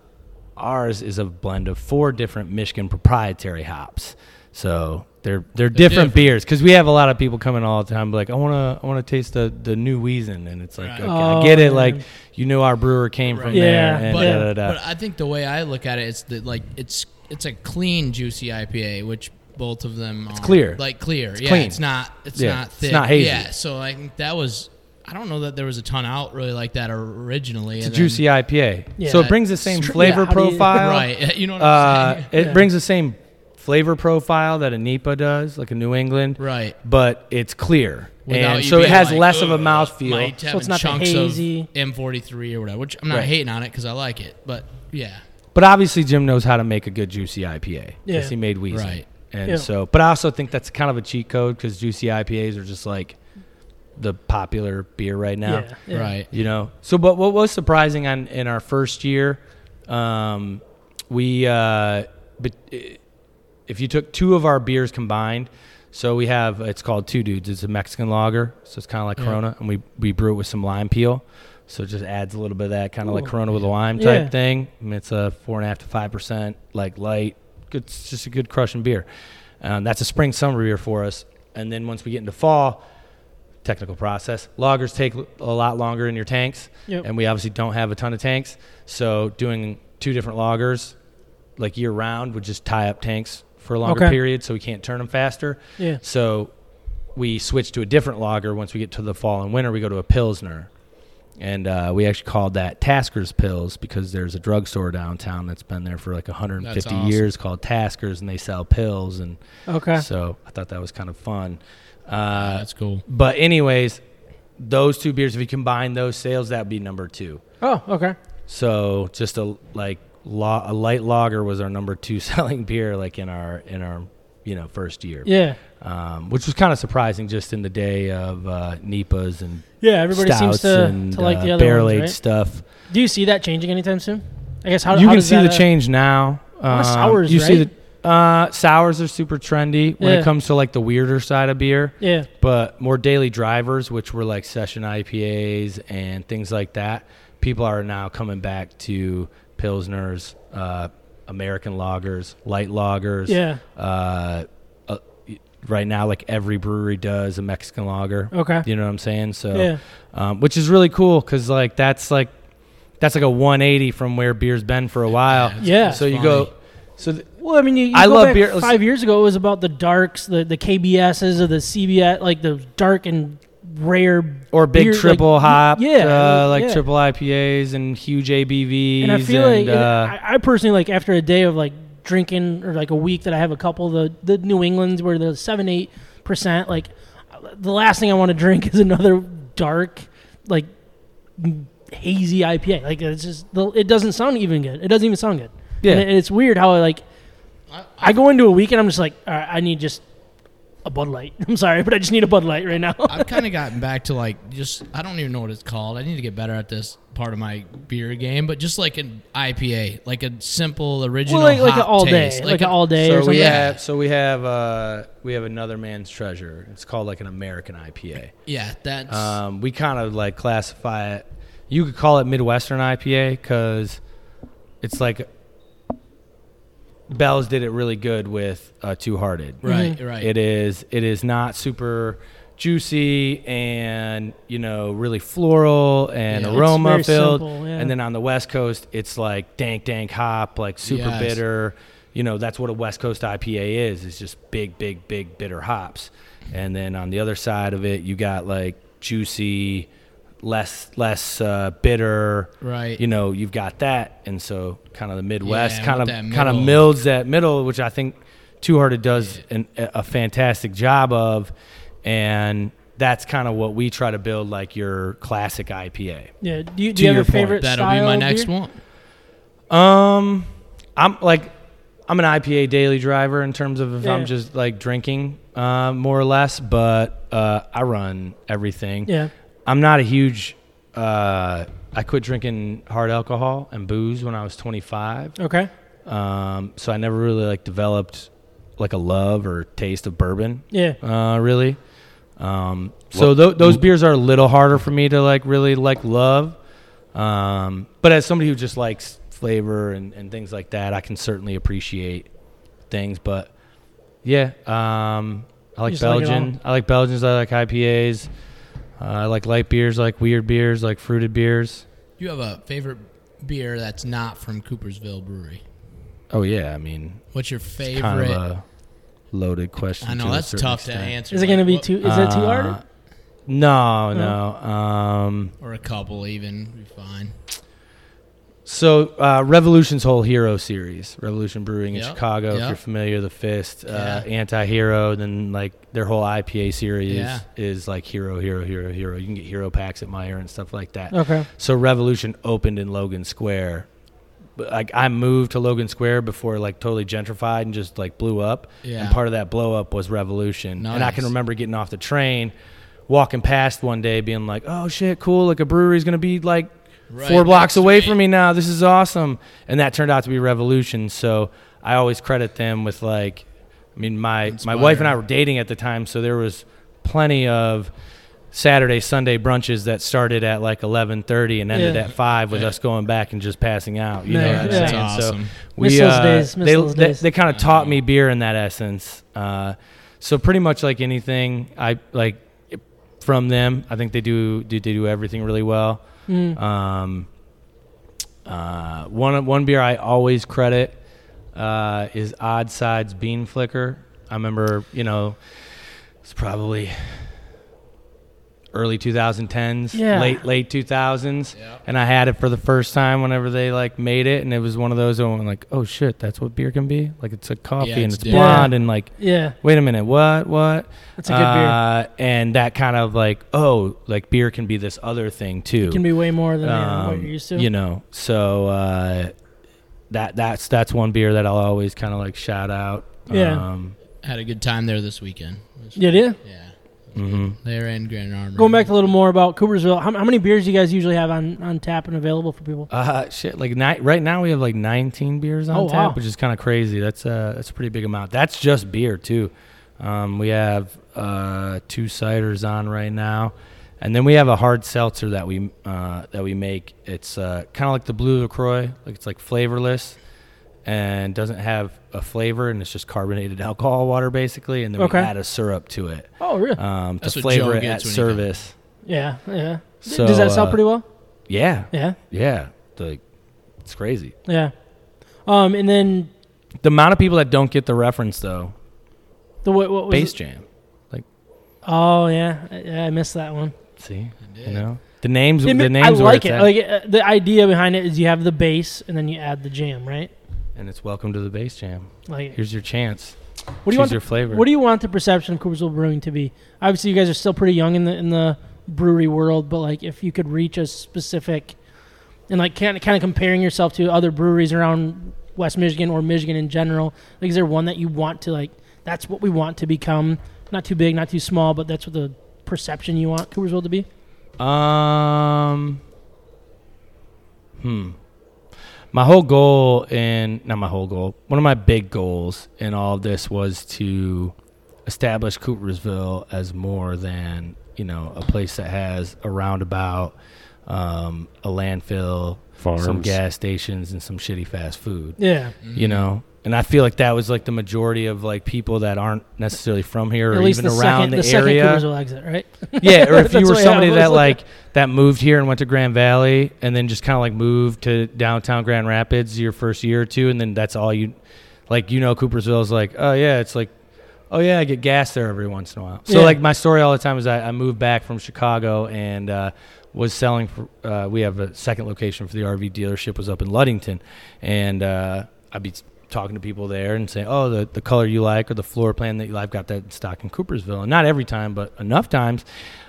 C: ours is a blend of four different Michigan proprietary hops. So they're they're, different,
D: different.
C: beers. 'Cause beers because we have a lot of people coming all the time like I want to I want to taste the the new Wiesen and it's like
D: Right.
C: okay,
B: Oh,
C: I get it like
B: man.
C: you know our brewer came from
D: Right.
B: Yeah,
C: there and
D: but,
C: da, da, da,
D: but I think the way I look at it is that like it's it's a clean juicy IPA, which both of them it's
C: clear.
D: like clear. yeah,
C: clean.
D: it's not it's
C: Yeah,
D: not
C: it's
D: thick.
C: not hazy.
D: Yeah, so I think that was I don't know that there was a ton out really like that originally.
C: it's a
D: and
C: juicy
D: then,
C: IPA
B: Yeah.
C: so it brings the same
B: Str-
C: flavor
B: yeah, how do you-
C: profile
D: [laughs] right? [laughs] You know what I'm
B: [laughs]
C: uh,
D: saying?
C: it
B: Yeah.
C: brings the same flavor profile that a NEPA does like a New England
D: Right.
C: but it's clear
D: Without
C: and
D: you
C: so it
D: being
C: has
D: like,
C: less of a
D: "Ugh, my
C: mouthfeel
D: having
B: it's not the
D: chunks of
B: hazy-
D: M43 or whatever, which I'm not
C: Right.
D: hating on it because I like it, but yeah,
C: But obviously, Jim knows how to make a good juicy IPA.
B: Yeah.
C: Yes, he made Weezy.
D: Right.
C: And
B: Yeah.
C: so, but I also think that's kind of a cheat code because juicy IPAs are just like the popular beer right now.
B: Yeah, yeah.
D: right.
C: You know. So, but what was surprising on in our first year, um, we uh, but eh, if you took two of our beers combined, so we have it's called Two Dudes. It's a Mexican lager, so it's kind of like
D: Yeah.
C: Corona, and we we brew it with some lime peel, so it just adds a little bit of that kind of like
B: Ooh.
C: Corona with a lime
B: Yeah.
C: type thing. And it's a four and a half to five percent like light. Good, it's just a good crushing beer. Um, that's a spring summer beer for us, and then once we get into fall, technical process. Loggers take l- a lot longer in your tanks,
B: Yep.
C: and we obviously don't have a ton of tanks. So doing two different loggers, like year round, would just tie up tanks for a longer
B: Okay.
C: period, so we can't turn them faster.
B: Yeah.
C: So we switch to a different logger once we get to the fall and winter. We go to a pilsner, and uh, we actually called that Tasker's Pills because there's a drugstore downtown that's been there for like 150
D: That's awesome.
C: years called Taskers, and they sell pills. And
B: Okay.
C: so I thought that was kind of fun. Uh,
D: That's cool.
C: but anyways, those two beers, if you combine those sales, that'd be number two.
B: Oh, okay.
C: So just a like lo- a light lager was our number two [laughs] selling beer, like in our in our you know first year.
B: Yeah.
C: Um, which was kind of surprising, just in the day of uh, Nipas and
B: Yeah, everybody
C: stouts
B: seems to,
C: and
B: to like
C: uh,
B: the other
C: barrel
B: ones,
C: aged
B: right?
C: stuff.
B: Do you see that changing anytime soon? I guess how
C: you
B: how
C: can
B: does
C: see
B: that,
C: the
B: uh,
C: change now.
B: lot of
C: Um,
B: sours,
C: you see
B: right?
C: the uh, sours are super trendy when
B: Yeah.
C: it comes to like the weirder side of beer,
B: Yeah,
C: but more daily drivers, which were like session IPAs and things like that. People are now coming back to pilsners, uh, American lagers, light lagers.
B: Yeah.
C: Uh, uh, right now, like every brewery does a Mexican lager.
B: Okay.
C: You know what I'm saying? So
B: Yeah.
C: um, which is really cool because like that's like that's like a 180 from where beer's been for a while.
B: Yeah.
C: So you go. So th-
B: Well, I mean, you, you
C: I
B: go
C: love
B: back
C: beer- let's-
B: Five years ago, it was about the darks, the the KBSs, or the CBS, like the dark and rare
C: or big
B: beer, like,
C: triple hop.
B: Yeah,
C: Uh, like
B: yeah.
C: triple IPAs and huge ABVs.
B: And I feel like
C: and,
B: and
C: uh,
B: I, I personally like after a day of like drinking or like a week that I have a couple the the New England's where the seven eight percent like the last thing I want to drink [laughs] is another dark like m- hazy IPA like it's just the, it doesn't sound even good it doesn't even sound good
C: Yeah.
B: and, it- it's weird how I like I go into a week and I'm just like all right, I need just a Bud Light [laughs] I'm sorry but I just need a Bud Light right now
D: I've kind of gotten back to like just I don't even know what it's called. I need to get better at this part of my beer game, but just like an IPA, like a simple
B: [laughs]
D: original,
B: well like like an
D: hop
B: all day
D: taste.
B: like, an all day or
C: so
B: something.
C: we
D: Yeah.
C: have so we have uh, we have another man's treasure. It's called like an American IPA.
D: Yeah, that's
C: Um, we kind of like classify it. You could call it Midwestern IPA because it's like Bell's did it really good with uh, Two Hearted.
D: right,
B: Mm-hmm.
D: right.
C: It is. It is not super juicy and you know really floral and
D: Yeah. It's
C: aroma
B: very
C: filled.
B: simple, yeah.
C: And then on the West Coast, it's like dank, dank hop, like super
D: Yes.
C: bitter. You know that's what a West Coast IPA is. It's just big, big, big bitter hops. And then on the other side of it, you got like juicy, less less uh, bitter.
D: Right.
C: You know you've got that, and so kind of the Midwest
D: Yeah,
C: kind of
D: with that
C: kind of
D: middle.
C: mill builds that middle, which I think Two Hearted does an, a fantastic job of, and that's kind of what we try to build, like your classic IPA.
B: yeah do you, do
C: To
B: you have
C: your
B: a
C: point,
B: favorite
D: That'll be
B: style
D: my
B: of
D: next
B: beer?
D: one.
C: Um, I'm like, I'm an IPA daily driver in terms of if
B: Yeah.
C: I'm just like drinking, uh, more or less. But uh, I run everything.
B: Yeah.
C: I'm not a huge. Uh, I quit drinking hard alcohol and booze when I was 25.
B: okay
C: Um, so I never really like developed like a love or taste of bourbon.
B: yeah
C: Uh, really. Um, so tho- those beers are a little harder for me to like really like love. Um, but as somebody who just likes flavor and, and things like that, I can certainly appreciate things. But yeah, um, I like
B: just like it
C: Belgian. I like Belgians. I like IPAs. Uh, I like light beers, I like weird beers, I like fruited beers.
D: You have a favorite beer that's not from Coopersville Brewery?
C: Oh yeah, I mean,
D: What's your
C: it's
D: favorite?
C: kind of a loaded question.
D: I know
C: to a
D: that's
C: certain
D: tough to
C: extent.
D: answer.
B: Is it
D: like,
B: going to be
D: what-
B: too? Is that too
C: uh,
B: hard?
C: No, no. Um,
D: or a couple even? Be fine.
C: so uh, Revolution's whole hero series, Revolution Brewing in
D: Yep,
C: Chicago.
D: yep.
C: If you're familiar, the Fist, uh,
D: Yeah.
C: anti-hero, then like their whole IPA series
D: Yeah.
C: is like hero, hero, hero, hero. You can get hero packs at Meyer and stuff like that.
B: Okay.
C: So Revolution opened in Logan Square. But, Like I moved to Logan Square before it, like totally gentrified and just like blew up.
D: Yeah.
C: And part of that blow up was Revolution. And I can
D: Nice.
C: remember getting off the train, walking past one day, being like, "Oh shit, cool! Like a brewery's gonna be like
D: Right
C: four blocks
D: next to
C: away
D: me."
C: from me now. This is awesome!" And that turned out to be Revolution. So I always credit them with like, I mean, my my wife and I
D: Inspiring.
C: were dating at the time, so there was plenty of Saturday Sunday brunches that started at like 11:30 and ended
B: Yeah.
C: at five with
D: Yeah.
C: us going back and just passing out. You know
B: Nice.
C: what I'm
B: Yeah.
C: saying?
D: That's awesome.
C: So we
B: Miss those
C: uh,
B: days, miss
C: they
B: those
C: they,
B: days.
C: kind of taught me beer in that essence. Uh, so pretty much like anything I like from them, I think they do do they do everything really well.
B: Mm.
C: Um, uh, one one beer I always credit uh, is Odd Sides Bean Flicker. I remember, you know, it's probably early 2010s,
B: Yeah.
C: late late 2000s,
D: Yeah.
C: and I had it for the first time whenever they like made it, and it was one of those where I'm like, oh shit, that's what beer can be. Like it's a coffee
D: Yeah,
C: and
D: it's
C: it's
D: different.
C: blonde and like
B: Yeah.
C: wait a minute, what, what?
B: That's a good beer.
C: Uh, and that kind of like, oh, like beer can be this other thing too.
B: It can be way more than uh, what
C: Um,
B: you're used to.
C: You know, so uh, that that's that's one beer that I'll always kind of like shout out.
B: Yeah.
C: Um,
D: Had a good time there this weekend. It was-
B: Yeah, yeah.
D: Yeah.
C: Mm-hmm.
D: They're in Grand Armory.
B: Going back to a little more about Coopersville, how, how many beers do you guys usually have on, on tap and available for people?
C: Uh, shit. Like ni- right now, we have like 19 beers on
B: Oh,
C: tap,
B: wow.
C: which is kind of crazy. That's uh, that's a pretty big amount. That's just beer too. Um, we have uh, two ciders on right now, and then we have a hard seltzer that we uh, that we make. It's uh, kind of like the Blue Lacroix. Like it's like flavorless and doesn't have a flavor, and it's just carbonated [laughs] alcohol water basically. And then
B: Okay.
C: we add a syrup to it
B: Oh, really?
C: um, to
D: That's what
C: flavor
D: Joe
C: it at
D: gets when he comes.
C: service.
B: yeah, yeah. D-
C: So,
B: Does that sell
C: uh,
B: pretty well?
C: Yeah,
B: Yeah,
C: yeah. Like it's crazy.
B: yeah. Um, and then
C: The amount of people that don't get the reference though,
B: the what, what was
C: Bass
B: it?
C: Jam.
B: Oh yeah, I- yeah. I missed that one.
C: See, you know the names.
B: I
C: The
B: mean,
C: names.
B: I
C: where
B: like
C: it's
B: it.
C: at.
B: Like uh, the idea behind it is you have the bass and then you add the jam, right?
C: and it's welcome to the Bass Jam.
B: Like
C: Here's your chance.
B: what do
C: Choose
B: you want?
C: your
B: the,
C: flavor.
B: what do you want the perception of Coopersville Brewing to be? Obviously, you guys are still pretty young in the in the brewery world, but like if you could reach a specific and like kind of, kind of comparing yourself to other breweries around West Michigan or Michigan in general, like is there one that you want to like? That's what we want to become. Not too big, not too small, but that's what the perception you want Coopersville to be.
C: Um. Hmm. My whole goal in not my whole goal. One of my big goals in all of this was to establish Coopersville as more than you know a place that has a roundabout, um, a landfill, some
E: Farms.
C: gas stations, and some shitty fast food
B: Yeah,
C: you know and i feel like that was like the majority of like people that aren't necessarily from here or
B: at least
C: even
B: the
C: around
B: second the,
C: the,
B: second
C: area
B: Coopersville exit,
C: [laughs]
B: right?
C: yeah or if you
B: That's
C: were
B: what
C: somebody
B: happens.
C: that like that moved here and went to grand valley and then just kind of like moved to downtown grand rapids your first year or two and then that's all you like you know coopersville is like oh yeah it's like oh yeah i get gas there every once in a while so
B: Yeah.
C: like my story all the time is i, I moved back from chicago and uh, was selling for uh, we have a second location for the rv dealership was up in ludington and uh, i'd be talking to people there and saying oh the, the color you like or the floor plan that you like got that in stock in coopersville and not every time but enough times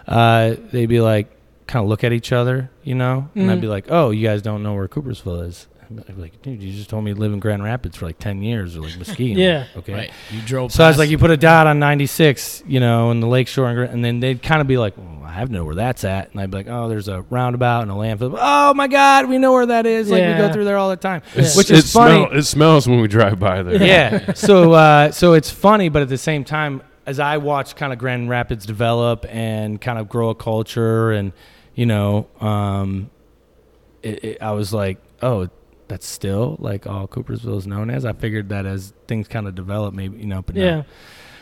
C: uh, they'd be like kind of look at each other you know and
B: Mhm.
C: i'd be like oh you guys don't know where coopersville is I'd be like dude you just told me you live in grand rapids for like 10 years or like mesquite
B: Yeah.
C: okay
D: Right. You drove.
C: so I was
D: past-
C: like, you put a dot on 96, you know, in the lakeshore, and, and then they'd kind of be like, well, I have to know where that's at. And I'd be like, oh, there's a roundabout and a landfill. Oh, my God, we know where that is. Like, we
B: Yeah.
C: go through there all the time,
E: It's-
C: which
E: it
C: is funny.
E: smell- it smells when we drive by
C: [laughs]
E: there.
C: yeah. So, uh, so it's funny, but at the same time, as I watch kind of Grand Rapids develop and kind of grow a culture and, you know, um, it, it, I was like, oh, that's still like all Coopersville is known as. I figured that as things kind of develop, maybe, you know, but no.
B: Yeah,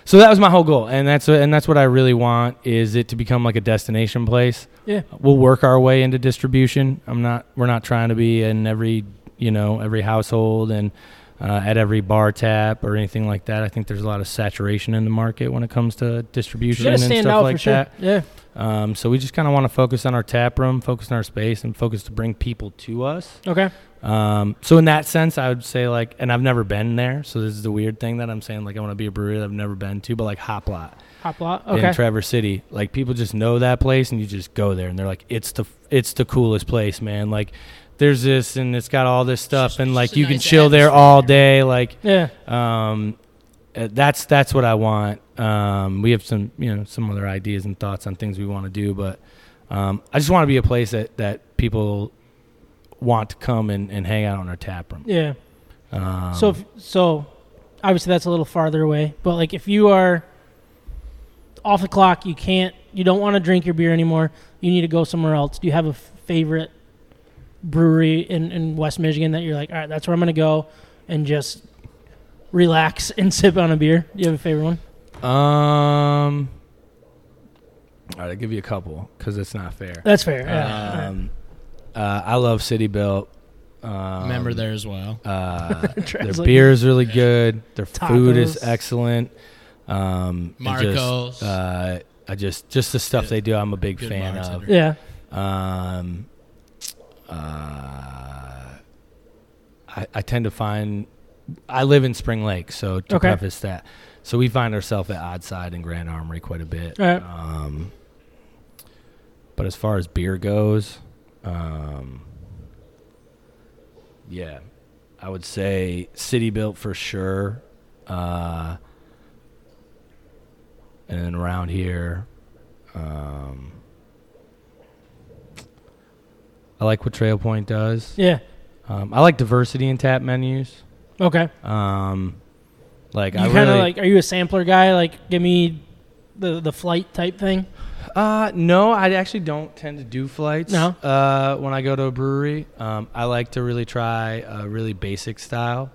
C: So that was my whole goal, and that's and that's what I really want is it to become like a destination place.
B: yeah,
C: We'll work our way into distribution. I'm not we're not trying to be in every you know every household and uh, at every bar tap or anything like that. I think there's a lot of saturation in the market when it comes to distribution
B: gotta
C: and
B: stand
C: stuff
B: out
C: like
B: for sure.
C: that.
B: Yeah,
C: Um, so we just kind of want to focus on our tap room, focus on our space, and focus to bring people to us.
B: okay,
C: Um, so in that sense, I would say like, and I've never been there, so this is the weird thing that I'm saying. Like, I want to be a brewery that I've never been to, but like Hop Lot
B: hop lot. Okay,
C: in Traverse City, like people just know that place, and you just go there, and they're like, it's the it's the coolest place, man. Like, there's this, and it's got all this stuff,
D: just-
C: and
D: it's
C: like
D: just a
C: you can
D: nice
C: chill there all day, like
B: yeah,
C: um, uh, that's that's what I want. Um, we have some you know some other ideas and thoughts on things we want to do, but um, I just want to be a place that that people want to come and, and hang out on our tap room.
B: yeah.
C: Um,
B: so, if, so obviously that's a little farther away, but like if you are off the clock, you can't, you don't want to drink your beer anymore. You need to go somewhere else. Do you have a favorite brewery in in West Michigan that you're like, all right, that's where I'm gonna go and just relax [laughs] and sip on a beer? Do you have a favorite one?
C: um, all right, I'll give you a couple because it's not fair.
B: That's fair. yeah. [laughs]
C: Um, uh, I love City Built. Um,
D: member there as well.
C: Uh, their
B: Translate.
C: beer is really good. Their food is
B: Tacos.
C: excellent. Um, and
D: Marcos.
C: Just, uh, I just just the stuff they do. I'm a big
D: Good
C: fan of.
D: bartender.
B: Yeah.
C: Um, uh, I, I tend to find I live in Spring Lake, so to
B: Okay.
C: preface that, so we find ourselves at Oddside and Grand Armory quite a bit.
B: All right.
C: Um, but as far as beer goes, um, yeah, I would say City Built for sure. Uh, and then around here, Um, I like what Trail Point does.
B: Yeah.
C: Um, I like diversity in tap menus.
B: Okay.
C: Um, like
B: You
C: I
B: kind of
C: really,
B: like, are you a sampler guy? Like, give me the the flight type thing.
C: Uh, no, I actually don't tend to do flights.
B: No?
C: Uh, when I go to a brewery, um, I like to really try a really basic style.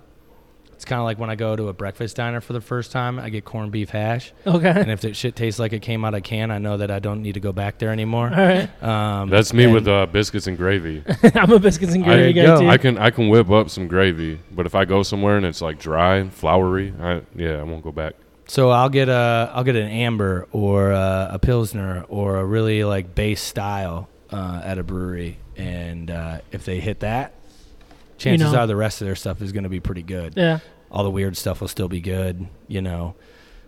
C: It's kind of like when I go to a breakfast diner for the first time, I get corned beef
B: [laughs]
C: hash, and
B: Okay.
C: if that shit tastes like it came out of a can, I know that I don't need to go back there
B: All
C: anymore.
B: right.
C: Um,
E: That's me
C: and-
E: with uh, biscuits and gravy.
B: [laughs] I'm a biscuits and
C: There
B: gravy
C: you
B: guy
C: go.
B: too.
E: I can I can whip up some gravy, but if I go somewhere and it's like dry, and floury, I yeah, I won't go back.
C: So I'll get a I'll get an amber or a, a pilsner or a really like base style uh, at a brewery, and uh, if they hit that, chances
B: know.
C: are the rest of their stuff is going to be pretty good.
B: yeah.
C: All the weird stuff will still be good, you know.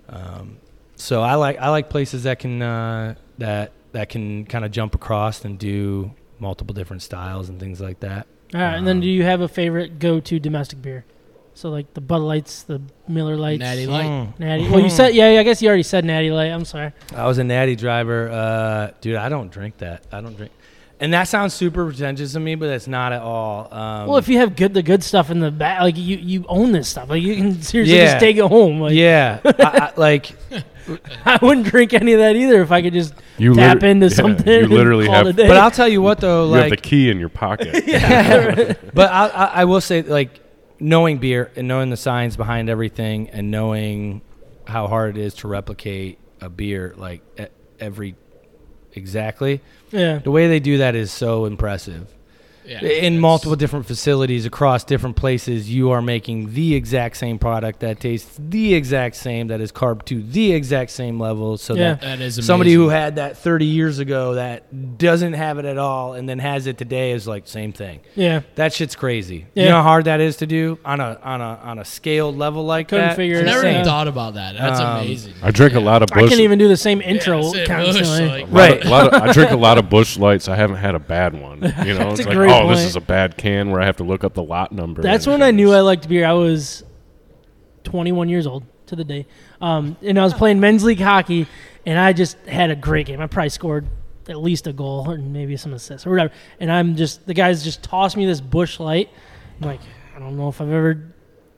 C: Um, so I like I like places that can uh, that that can kind of jump across and do multiple different styles and things like that.
B: All right. and then,
C: Um,
B: do you have a favorite go-to domestic beer? So like the Bud Lights, the Miller Lights,
D: Natty Light.
B: oh.
C: Mm.
B: Natty. Well, you said yeah, yeah. I guess you already said Natty Light. I'm sorry.
C: I was a natty driver. Uh, dude, I don't drink that. I don't drink. And that sounds super pretentious to me, but that's not at all. Um,
B: well, if you have good the good stuff in the back, like you you own this stuff. Like you can [laughs] seriously just
C: Yeah.
B: take it home. Like
C: yeah, I, I, like
B: [laughs] I wouldn't drink any of that either if I could just
E: You
B: tap
E: liter-
B: into
E: yeah,
B: something.
E: You
B: and
E: literally
B: call
E: have
B: it a
D: [laughs]
E: you
B: day.
C: but I'll tell you what
E: [laughs]
C: though,
E: have the
C: like,
E: key in
B: [laughs]
E: your pocket.
C: but I, I, I will say like knowing beer and knowing the science behind everything and knowing how hard it is to replicate a beer like e- every exactly
B: yeah.
C: the way they do that is so impressive.
D: Yeah,
C: in
D: that's-
C: multiple different facilities across different places you are making the exact same product that tastes the exact same that is carb to the exact same level so
B: Yeah.
C: that
D: That is amazing.
C: somebody who had that 30 years ago that doesn't have it at all and then has it today is like same thing
B: Yeah.
C: that shit's crazy
B: Yeah.
C: you know how hard that is to do on a on a on a scaled level like
B: Couldn't
C: that
B: figure it
D: I
C: It's
D: never
B: out.
D: even
C: insane.
D: thought about that. That's
C: Um,
D: amazing.
E: I drink a lot of
B: I
E: bush.
B: can't even do the same
D: Yeah,
B: intro
D: that's it,
B: constantly.
D: Bush, like-
C: Right.
E: A lot of, I drink a
B: [laughs]
E: lot of bush lights. I haven't had a bad one. You know,
B: That's
E: it's
B: a
E: like, oh,
B: great
E: this
B: point.
E: is a bad can where I have to look up the lot number.
B: That's
E: and
B: when I
E: shit.
B: knew I liked beer. I was 21 years old to the day, um, and I was playing men's league hockey, and I just had a great game. I probably scored at least a goal or maybe some assists or whatever. And I'm just the guys just tossed me this bush light. I'm like, I don't know if I've ever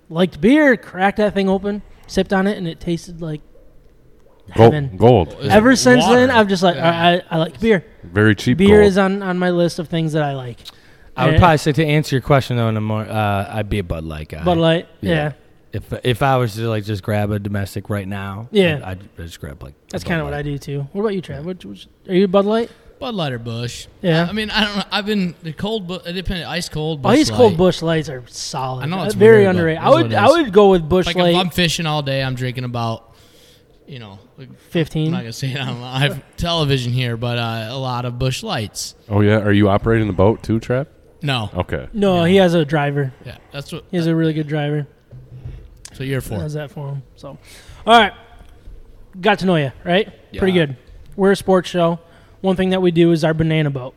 B: liked beer. Cracked that thing open, sipped on it, and it tasted like heaven.
E: Gold, gold.
D: Is
B: Ever
D: it
B: since
D: water?
B: then, I've just like
D: Yeah.
B: I, I, I like beer.
E: Very cheap.
B: Beer
E: gold.
B: is on, on my list of things that I like. Eh,
C: i would
B: Yeah.
C: probably say to answer your question though in a more uh, i'd be a bud light guy
B: Bud Light, yeah.
C: If if I was to like just grab a domestic right now,
B: Yeah.
C: I'd, I'd just grab like.
B: That's kind of what I do too. What about you, Trav? Which, which, are you a Bud Light?
D: Bud Light or Bush.
B: Yeah.
D: I mean, I don't know. I've been the cold, bu- it depended, ice cold. Bush
B: Ice cold
D: Light.
B: Bush Lights are solid.
D: I know, it's
B: Uh, very
D: weird, but
B: underrated.
D: it
B: I
D: is
B: would
D: what it
B: I
D: is.
B: would go with Bush
D: Like
B: Light
D: if I'm fishing all day, I'm drinking about, you know, like, I'm not
B: 15.
D: gonna say it on live television here, but uh, a lot of Bush Lights.
E: Oh yeah, are you operating the boat too, Trap?
D: No,
C: Oh.
E: Okay.
B: No, he has a driver.
D: yeah, that's what
B: He has a really good driver.
D: that's what you're for.
B: How's that for him? So, all right. Got to know you, right? Pretty
C: Yeah.
B: good. We're a sports show. One thing that we do is our banana boat.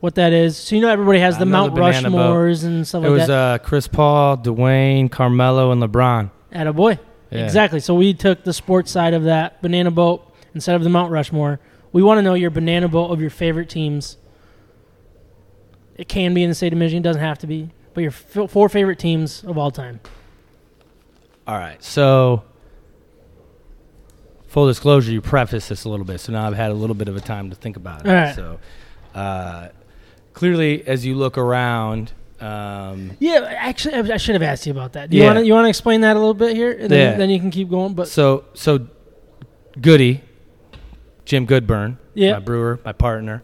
B: What that is, so you know everybody has
C: I
B: the
C: know
B: Mount
C: the banana boat.
B: Rushmores and stuff
C: It
B: like
C: was
B: that.
C: uh, Chris Paul, Dwayne, Carmelo, and LeBron.
B: At a boy.
C: Yeah.
B: Exactly. So we took the sports side of that banana boat instead of the Mount Rushmore. We want to know your banana boat of your favorite teams. It can be in the state of Michigan, doesn't have to be, but your f- four favorite teams of all time.
C: All right, so full disclosure, you preface this a little bit, so now I've had a little bit of a time to think about it.
B: All right.
C: So uh, clearly, as you look around, um,
B: Yeah, actually, I, I should have asked you about that. Do you
C: Yeah.
B: want to you want to explain that a little bit here, and then,
C: Yeah.
B: then you can keep going. But
C: so so Goody, Jim Goodburn,
B: Yeah.
C: my brewer, my partner.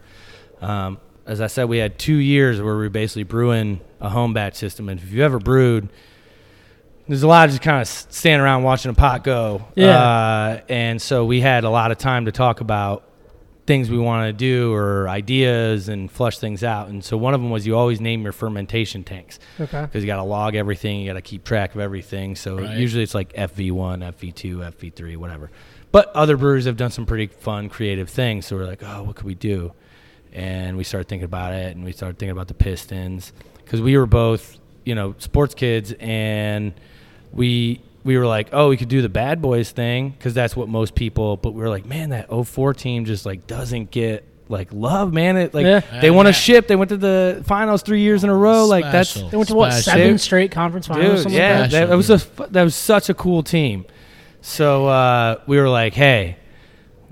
C: Um, as I said, we had two years where we were basically brewing a home batch system, and if you ever brewed, there's a lot of just kind of standing around watching a pot go.
B: Yeah.
C: Uh, and so we had a lot of time to talk about things we want to do or ideas and flush things out. And so one of them was you always name your fermentation tanks
B: okay,
C: because you got to log everything, you got to keep track of everything. So
D: Right.
C: usually it's like FV1, FV2, FV3, whatever. But other brewers have done some pretty fun, creative things. So we're like, oh, what could we do? And we started thinking about it, and we started thinking about the Pistons because we were both, you know, sports kids, and we we were like, oh, we could do the bad boys thing because that's what most people. But we were like, man, that 04 team just like doesn't get like love, man. It like
B: Yeah.
C: they won
D: Yeah.
C: a ship. They went to the finals three years in a row. Like that's
D: Special.
B: They went to what
D: Special.
B: seven straight conference finals? or
C: dude,
B: something
C: yeah,
B: like that?
C: that,
D: Special,
C: that was a fu- that was such a cool team. So uh, we were like, hey,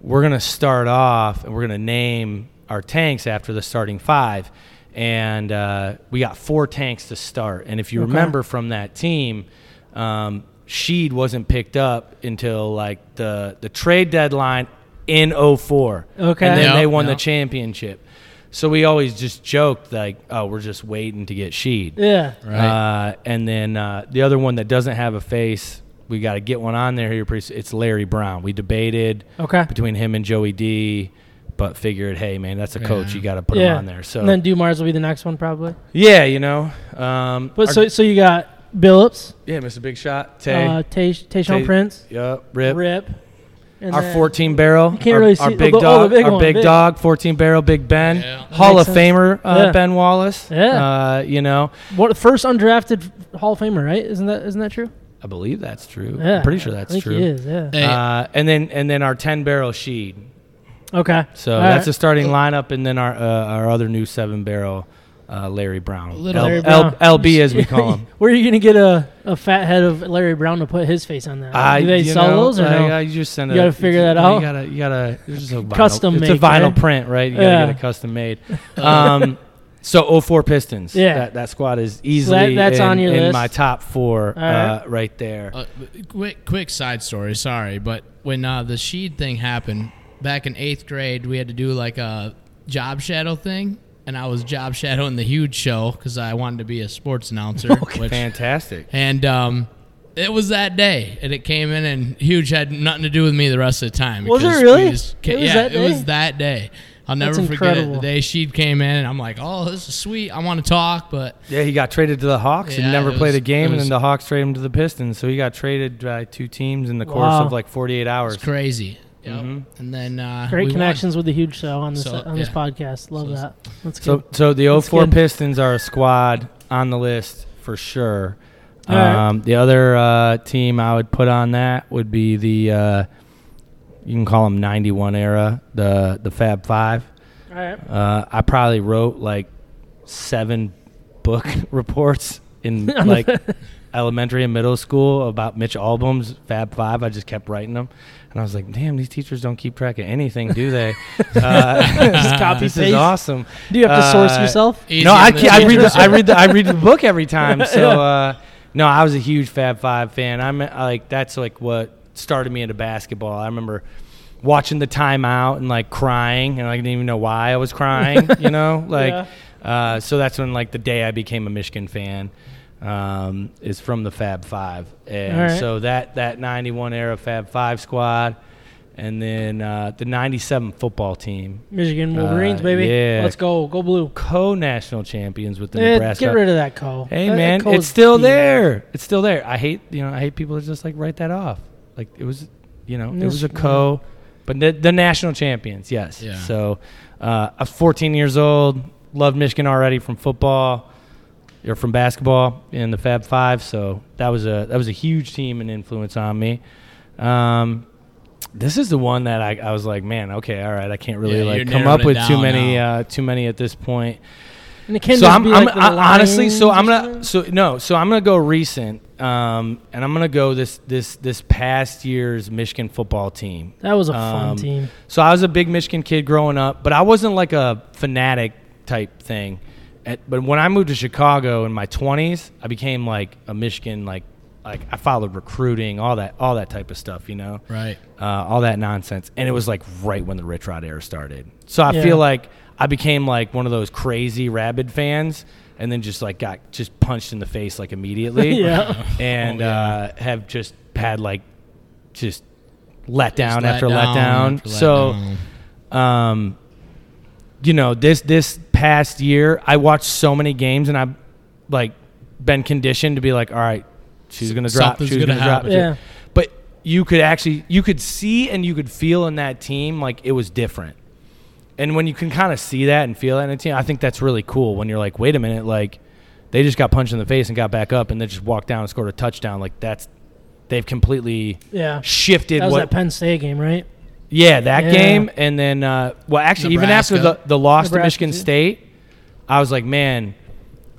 C: we're gonna start off and we're gonna name our tanks after the starting five, and uh, we got four tanks to start. And if you remember from that team. Um, Sheed wasn't picked up until like the the trade deadline in 04.
B: Okay.
C: And then
D: Yeah,
C: they won
D: yeah.
C: the championship. So we always just joked like, oh, we're just waiting to get Sheed.
B: Yeah.
C: Uh, and then uh, the other one that doesn't have a face, we got to get one on there here. Pretty, s- it's Larry Brown. We debated
B: Okay.
C: between him and Joey D, but figured, hey man, that's a coach.
D: Yeah.
C: You got to put
B: yeah.
C: him on there. So
B: and then Dumars will be the next one probably.
C: yeah, you know. Um,
B: But
C: our-
B: so so you got Billups,
C: yeah, Mr. Big Shot, Tay,
B: uh, Tay- Tayshaun
C: Tay-
B: Prince,
C: yup, Rip.
B: Rip, and
C: Our
B: then-
C: 14 barrel,
B: can't
C: our,
B: really
C: our
B: see-
C: big
B: oh, the- oh, the
C: dog,
B: big
C: our
B: one,
C: big,
B: big.
C: dog, 14 barrel, Big Ben,
D: Yeah.
C: Hall of
B: Makes sense.
C: Famer uh,
B: Yeah.
C: Ben Wallace.
B: Yeah.
C: uh, you know,
B: What the first undrafted Hall of Famer, right? Isn't that isn't that true?
C: I believe that's true.
B: Yeah,
C: I'm pretty sure that's
B: I think
C: true.
B: He is, yeah.
D: Hey,
C: Uh, and then and then our ten barrel sheed.
B: Okay.
C: So
B: All
C: that's the
B: right.
C: starting lineup, and then our uh, our other new seven barrel, uh, Larry Brown,
D: Little
C: L-
D: Larry
C: L-
B: Brown.
C: LB as we call
B: [laughs]
C: him.
B: Where are you gonna get a, a fat head of Larry Brown to put his face on that?
C: I-
B: Do they
C: you
B: sell
C: know,
B: those or
C: I-
B: no?
C: I- you just send
B: You
C: a-
B: gotta figure that
C: you
B: out.
C: gotta you gotta it's just a vinyl,
B: Custom
C: It's
B: make,
C: a vinyl
B: right?
C: print, right? You
B: Yeah.
C: gotta get it
B: [laughs]
C: custom made. Um, so 04 Pistons.
B: Yeah.
C: that, that squad is easily
B: that's
C: in,
B: on your
C: in
B: list.
C: my top four
B: All right.
C: uh, right there.
D: Uh, quick, quick side story. Sorry, but when uh, the Sheed thing happened back in eighth grade, we had to do like a job shadow thing, and I was job shadowing the huge show because I wanted to be a
B: [laughs]
D: sports announcer. which-
C: Fantastic.
D: and um, it was that day, and it came in, and huge had nothing to do with me the rest of the time.
B: Was it
D: because
B: really?
D: we just ca-
B: It was
D: yeah,
B: that
D: it
B: day?
D: was that day. I'll never
B: That's
D: forget it.
B: incredible.
D: The day Sheed came in, and I'm like, "Oh, this is sweet. I want to talk, but
C: Yeah, he got traded to the Hawks
D: Yeah,
C: and never
D: it
C: played
D: was-
C: a game,
D: it
C: and then
D: was-
C: the Hawks traded him to the Pistons. So he got traded by two teams in the course
B: Wow.
C: of like 48 hours.
D: it's crazy." Yep.
C: Mm-hmm.
D: And then uh, we
B: Great
D: won.
B: connections with the huge show on this
D: So,
B: on this
D: yeah.
B: podcast. Love
D: So-
B: that. That's good.
C: So, so the 04
B: good.
C: Pistons are a squad on the list for sure.
B: All right.
C: Um, The other uh, team I would put on that would be the uh, you can call them 91 era, the the Fab Five.
B: All
C: [laughs]
B: right.
C: Uh, I probably wrote like seven [laughs] book reports in
B: [laughs] On the
C: like elementary and middle school about Mitch Albom's Fab Five. I just kept writing them, and I was like, "Damn, these teachers don't keep track of anything,
B: [laughs]
C: do they?" uh, [laughs]
B: Just copy
C: this
B: paste.
C: is awesome.
B: Do you have to source
C: Uh,
B: yourself?
D: Easy
C: no,
D: on
C: I,
D: the
C: can't, I read the,
B: teachers.
C: I read the I read the
B: [laughs]
C: book every time. So uh, no, I was a huge Fab Five fan. I'm uh, like that's like what started me into basketball. I remember watching the timeout and like crying, and I didn't even know why I was crying.
B: [laughs]
C: you know, like uh, so that's when like the day I became a Michigan fan um, is from the Fab Five, and
B: All right.
C: so that that '91 era Fab Five squad. And then uh, the '97 football team,
B: Michigan Wolverines,
C: Uh,
B: baby.
C: yeah.
B: Let's go. Go blue.
C: co-national champions with the
B: Eh,
C: Nebraska.
B: get rid of that call.
C: Hey
B: That- that
C: man,
B: call
C: it's
B: is
C: still
B: BS.
C: there. It's still there. I hate you know I hate people that just like write that off. Like it was, you know, it was a
B: Yes,
C: co, but the, the national champions, yes.
D: Yeah.
C: So uh, I was 14 years old. Loved Michigan already from football or from basketball in the Fab Five. So that was a that was a huge team and influence on me. Um, this is the one that I, I was like, man, okay, all right, I can't really
D: Yeah,
C: like
D: you're
C: come
D: narrowing
C: up
D: it
C: with too
D: down
C: many
D: now.
C: uh, too many at this point
B: And it can
C: so
B: just
C: I'm,
B: be
C: I'm
B: like the
C: I- honestly, so
B: Lions
C: I'm
B: or
C: gonna, so no, so I'm gonna go recent, um, and I'm gonna go this this this past year's Michigan football team.
B: That was a fun
C: Um,
B: team.
C: So I was a big Michigan kid growing up, but I wasn't like a fanatic type thing. At, but when I moved to Chicago in my 20s, I became like a Michigan like like I followed recruiting, all that all that type of stuff, you know
D: Right.
C: uh, all that nonsense. And it was like right when the Rich Rod era started. So I
B: Yeah.
C: feel like I became like one of those crazy rabid fans and then just like got just punched in the face like immediately.
B: [laughs] Yeah.
C: And uh, have just had like just let down
D: Just let
C: after
D: down
C: let down.
D: after let
C: so
D: down.
C: um, you know, this this past year, I watched so many games, and I've like been conditioned to be like, all right, she's gonna drop,
D: Something's
C: she's
D: gonna
C: gonna, drop,
D: happen.
B: Yeah.
C: But you could actually, you could see and you could feel in that team like it was different. And when you can kind of see that and feel that in a team, I think that's really cool. When you're like, wait a minute, like they just got punched in the face and got back up, and then just walked down and scored a touchdown. Like that's they've completely
B: Yeah.
C: shifted
B: That was
C: what
B: that Penn State game, right?
C: yeah, that
B: Yeah.
C: game, and then uh, well, actually,
D: Nebraska.
C: even after the the loss
B: Nebraska,
C: to Michigan
B: too.
C: State, I was like, man,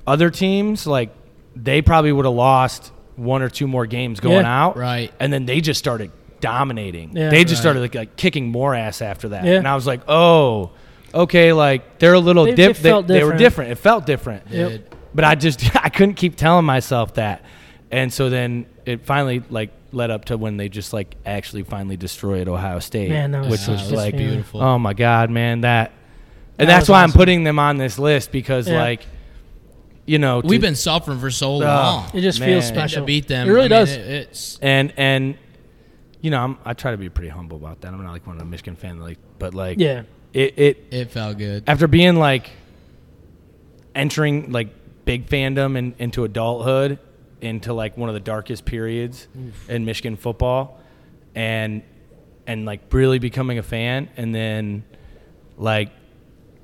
C: other teams like they probably would have lost one or two more games going
B: Yeah.
C: out,
D: Right.
C: And then they just started dominating.
B: Yeah.
C: they just
B: Right.
C: started like, like, kicking more ass after that,
B: Yeah.
C: and I was like, oh, okay, like they're a little
B: They-
C: different.
B: they
C: dip. They,
B: felt
C: they were
B: different.
C: different. It felt different.
B: Yep.
D: It-
C: But I just [laughs] I couldn't keep telling myself that, and so then it finally like led up to when they just like actually finally destroyed Ohio State,
B: Man, that was
C: which
B: so
C: was
B: disappointing.
C: like
D: Beautiful.
C: Oh my God, man, that
B: That
C: and that's
B: was
C: why
B: awesome.
C: I'm putting them on this list because
B: Yeah.
C: like you know to-
D: We've been suffering for so long.
B: It just
C: Man.
B: feels
C: And to
B: special.
D: to beat them.
B: It really
D: I mean,
B: does.
D: it- it's
C: and and you know I'm, I try to be pretty humble about that. I'm not like one of the Michigan fan like, but like
B: yeah.
C: it, it
D: it felt good.
C: after being like entering like big fandom and into adulthood into like one of the darkest periods in Michigan football and and like really becoming a fan and then like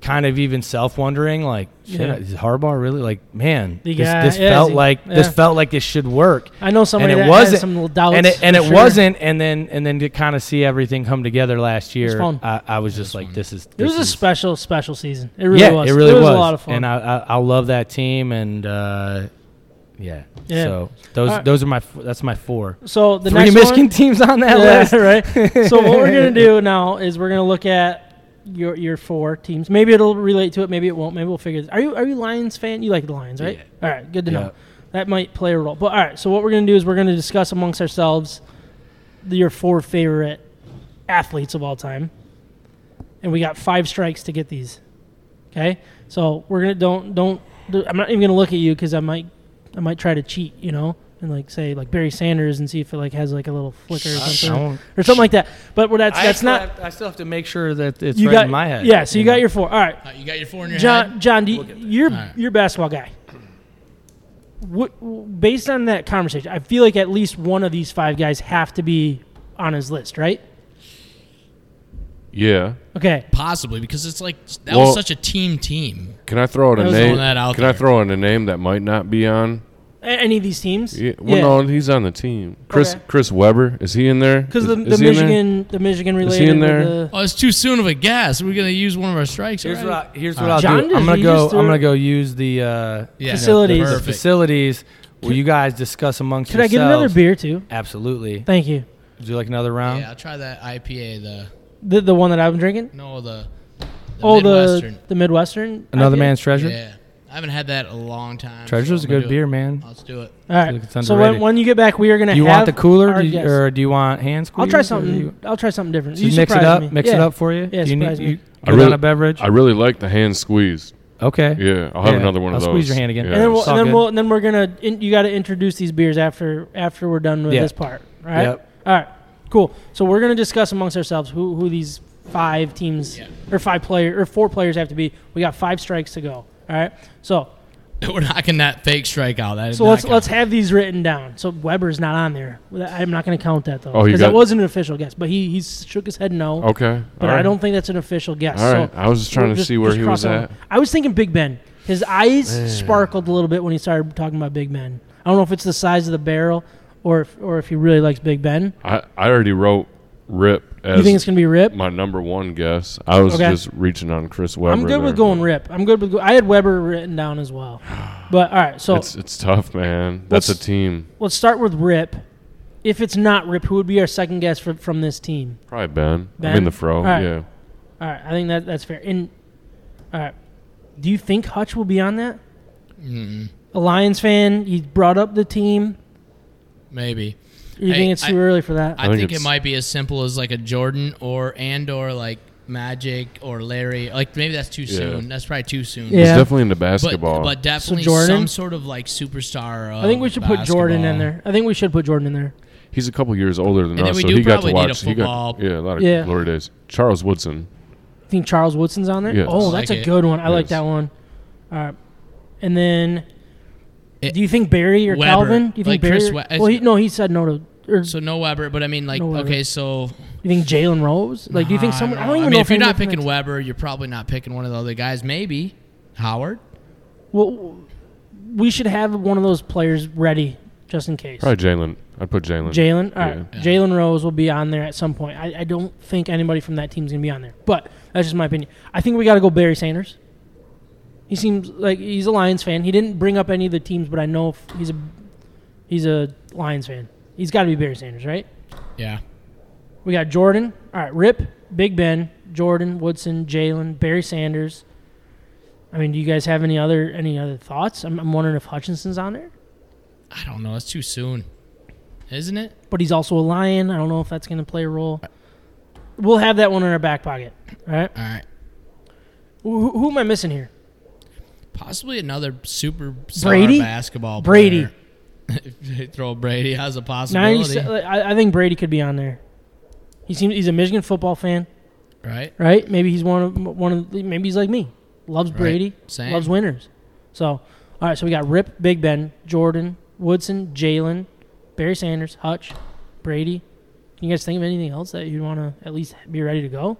C: kind of even self wondering like shit,
B: Yeah.
C: is Harbaugh really like man
B: The
C: this,
B: guy-
C: this
B: yeah, is
C: felt
B: he-
C: like this
B: yeah.
C: felt like this should work
B: I know somebody
C: and it
B: that
C: wasn't
B: has some little doubts.
C: and it, and
B: for
C: it
B: sure.
C: wasn't and then and then to kind of see everything come together last year
B: fun.
C: I, I was just like this is
B: It was
C: this
B: a
C: is-
B: special, special season. It really
C: yeah,
B: was.
C: it really was.
B: a lot of fun.
C: And I, I, I love that team, and uh, yeah.
B: Yeah.
C: So those
B: All right.
C: those are my f- that's my four.
B: so the
C: Three
B: next
C: Michigan [laughs]
B: one,
C: teams on that
B: Yeah,
C: list.
B: [laughs] right? So what we're gonna
C: [laughs]
B: do now is we're gonna look at your your four teams. Maybe it'll relate to it. Maybe it won't. Maybe we'll figure. This. Are you are you Lions fan? You like the Lions, right?
C: Yeah.
B: All right, good to
C: Yeah.
B: know. That might play a role. But all right, so what we're gonna do is we're gonna discuss amongst ourselves the- your four favorite athletes of all time, and we got five strikes to get these. Okay, so we're gonna don't don't. do- I'm not even gonna look at you because I might I might try to cheat, you know, and like say like Barry Sanders and see if it like has like a little flicker or
C: I
B: something
C: don't-
B: or something like that. But what that's that's not
C: I still have to make sure that it's
B: you
C: right
B: got
C: in my head.
B: Yeah, so you got your four. All right,
D: Uh, you got your four in your
B: John.
D: head.
B: John, do you, you're
D: All right.
B: you're a basketball guy. What based on that conversation, I feel like at least one of these five guys have to be on his list, right?
E: Yeah.
B: Okay,
D: Possibly because it's like that
E: Well-
D: was such a team team.
E: Can I throw out
B: I
E: a
B: was
E: name?
D: throwing that out
E: Can I
D: there.
E: throw in a name that might not be on?
B: A- any of these teams?
E: Yeah, well, no, he's on the team. Chris
B: Okay.
E: Chris Webber is he in there?
B: Because
E: Is-
B: the,
E: is
B: the
E: he in there?
B: Michigan, the Michigan related.
E: in
B: with
E: there?
B: the-
D: Oh, it's too soon of a guess. We're gonna use one of our strikes.
C: Here's
D: already?
C: what I, here's what I'll
D: All right.
C: do.
B: Uh, John,
C: I'm
B: did
C: gonna
B: you
C: go.
B: use the-
C: I'm gonna go use the uh,
D: yeah,
B: Facilities.
C: the
D: Perfect.
C: facilities. Will you guys discuss amongst
B: Could I get another
C: yourselves?
B: beer too?
C: Absolutely.
B: Thank you.
C: Would you like another round?
D: Yeah, I'll try that IPA. The
B: The the one that I've been drinking.
D: no, the, the
B: oh,
D: Midwestern.
B: the the Midwestern.
C: Another
B: IPA?
C: man's treasure.
D: Yeah, I haven't had that in a long time.
C: Treasure's
D: so
C: a
D: I'm gonna
C: good
D: do
C: beer,
D: it.
C: man.
D: Let's do it. [laughs]
B: All
C: Look, it's
B: right. So when,
C: underrated.
B: when you get back, we are gonna
C: Do you
B: have
C: want the cooler,
B: our
C: do you-
B: guests.
C: or do you want hand squeeze?
B: I'll try
C: or do you-
B: something. I'll try something different.
C: So
B: you
C: you mix it
B: surprised
C: up,
B: me.
C: mix it
B: Yeah.
C: up for you.
B: Yeah,
C: Do you
B: surprise me.
C: you
E: I
C: put
E: really-
C: on a beverage.
E: I really like the hand squeeze.
C: okay.
E: Yeah, I'll have
C: Yeah,
E: another one of
C: I'll
E: those.
C: squeeze your hand again.
E: Yeah.
B: And then we'll,
C: It's all
B: and then
C: good.
B: we'll and then we're gonna in, you got to introduce these beers after after we're done with
C: Yeah.
B: this part. All right.
C: Yep.
B: All right. Cool. So we're gonna discuss amongst ourselves who who these five teams
D: Yeah.
B: or five player or four players have to be. We got five strikes to go. All right. So
D: We're knocking that fake strike out. That did
B: so
D: not
B: let's
D: count.
B: let's have these written down. So Weber's not on there. Well, I'm not gonna count that though
E: Oh, you
B: because
E: got-
B: that wasn't an official guess. But he he shook his head no.
E: Okay.
B: But
E: all
B: I
E: right.
B: don't think that's an official guess.
E: All
B: so
E: right. I was just trying to
B: just-
E: see where
B: just
E: he
B: cross
E: was
B: it
E: at.
B: off. I was thinking Big Ben. His eyes sparkled a little bit when he started talking about Big Ben. I don't know if it's the size of the barrel or if, or if he really likes Big Ben.
E: I, I already wrote Rip as
B: You think it's gonna be Rip?
E: my number one guess. I was
B: Okay.
E: just reaching on Chris Webber.
B: I'm good
E: there.
B: with going Rip. I'm good with. Go- I had Weber written down as
E: [sighs]
B: well. But all right, so
E: It's it's tough, man. That's a
B: Let's-
E: team.
B: let's start with Rip. If it's not Rip, who would be our second guess for, from this team?
E: Probably Ben. I
B: Ben?
E: mean the fro.
B: All right.
E: Yeah.
B: All right, I think that that's fair. And all right, do you think Hutch will be on that? A Lions fan. He brought up the team.
D: maybe.
B: You
D: Hey,
B: think it's too
D: I-
B: early for that?
D: I,
E: think
D: think, it
E: it's-
D: might be as simple as like a Jordan or and or like Magic or Larry. Like maybe that's too soon. That's probably too soon.
B: Yeah.
E: He's definitely into
D: But,
E: basketball.
D: but definitely
B: Jordan?
D: some sort of like superstar. Of
B: I think we should put Jordan in
D: basketball.
B: there. I think we should put Jordan in there.
E: He's a couple years older than
D: And then
E: us,
D: we
E: so
D: do
E: he got
D: probably
E: to
D: need a
E: watch. He got
D: football-
E: yeah, a lot of
B: Yeah.
E: glory days. Charles Woodson.
B: You think Charles Woodson's on there?
E: Yes.
B: Oh,
D: I
B: that's
D: like
B: a
D: it.
B: good one. I like
E: Yes.
B: that one. All right. And then,
D: It-
B: do you think Barry or
D: Weber.
B: Calvin? Do you think
D: Like
B: Barry?
D: Chris
B: or-
D: We-
B: well, he, no, he said no to. Or
D: So no Weber, but I mean like
B: No Weber.
D: okay, so
B: you think Jalen Rose? Like, do you think
D: I
B: someone? I
D: know.
B: don't, even
D: I mean,
B: know
D: if you're
B: any
D: not
B: of them
D: picking
B: are-
D: Weber, you're probably not picking one of the other guys. Maybe Howard.
B: Well, we should have one of those players ready just in case.
E: Probably Jalen. I'd put Jalen.
B: Jalen, all right.
E: Yeah.
B: Jalen Rose will be on there at some point. I, I don't think anybody from that team's gonna be on there, but that's just my opinion. I think we got to go Barry Sanders. He seems like he's a Lions fan. He didn't bring up any of the teams, but I know f- he's a he's a Lions fan. He's got to be Barry Sanders, right?
D: Yeah.
B: We got Jordan. All right, Rip, Big Ben, Jordan, Woodson, Jalen, Barry Sanders. I mean, do you guys have any other any other thoughts? I'm, I'm wondering if Hutchinson's on there,
D: I don't know. It's too soon, isn't it?
B: but he's also a Lion. I don't know if that's going to play a role. We'll have that one in our back pocket. All right.
D: All right.
B: Who, who am I missing here?
D: Possibly another super star
B: Brady?
D: basketball
B: Brady.
D: player. [laughs] if they throw Brady, how's a possibility?
B: 97, I, I think Brady could be on there. He seems he's a Michigan football fan,
D: right?
B: right? Maybe he's one of one of the- maybe he's like me, loves
D: Right.
B: Brady,
D: Same.
B: loves winners. So, all right. So we got Rip, Big Ben, Jordan, Woodson, Jalen, Barry Sanders, Hutch, Brady. Can you guys think of anything else that you'd want to at least be ready to go?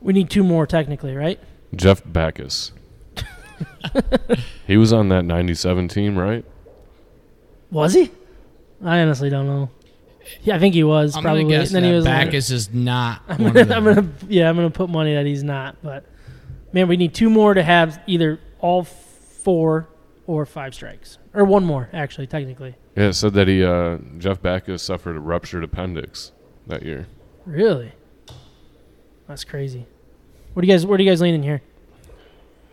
B: We need two more technically, right?
E: Jeff Backus. he was on that 97 team, right?
B: Was he? I honestly don't know. Yeah, I think he was
D: I'm
B: probably.
D: gonna guess
B: And then
D: that
B: he was like-
D: Backus is not. One of
B: [laughs]
D: them.
B: I'm gonna yeah, I'm gonna put money that he's not. But man, we need two more to have either all four or five strikes, or one more actually, technically.
E: Yeah, it said that he uh, Jeff Backus suffered a ruptured appendix that year.
B: Really, that's crazy. What do you guys? Where do you guys lean in here?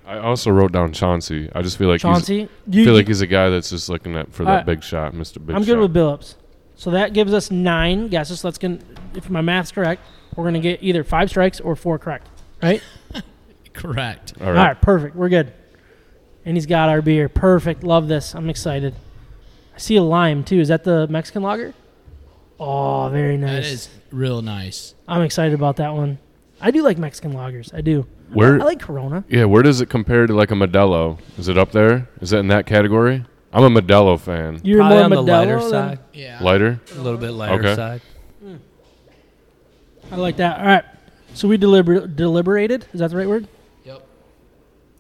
E: I also wrote down Chauncey. I just feel like
B: Chauncey,
E: he's,
B: you,
E: feel like he's a guy that's just looking at for that
B: Alright.
E: big shot, Mr. Big
B: I'm
E: Shot.
B: good with Billups. So that gives us nine guesses. Let's get if my math's correct, we're gonna get either five strikes or four correct. Right?
D: Correct.
E: All
B: All
E: right.
B: right, perfect. We're good. And he's got our beer. Perfect. Love this. I'm excited. I see a lime too. Is that the Mexican lager? Oh, very nice.
D: That is real nice.
B: I'm excited about that one. I do like Mexican lagers. I do.
E: Where
B: I like Corona.
E: Yeah, where does it compare to like a Modelo? Is it up there? Is it in that category? I'm a Modelo fan.
B: You're
C: Probably
B: more
C: on the
B: Modelo
C: lighter
B: than-
C: side,
D: Yeah.
E: Lighter?
C: a little bit lighter
E: Okay.
C: side.
B: I like that. All right. So we deliber- deliberated. Is that the right word?
D: Yep.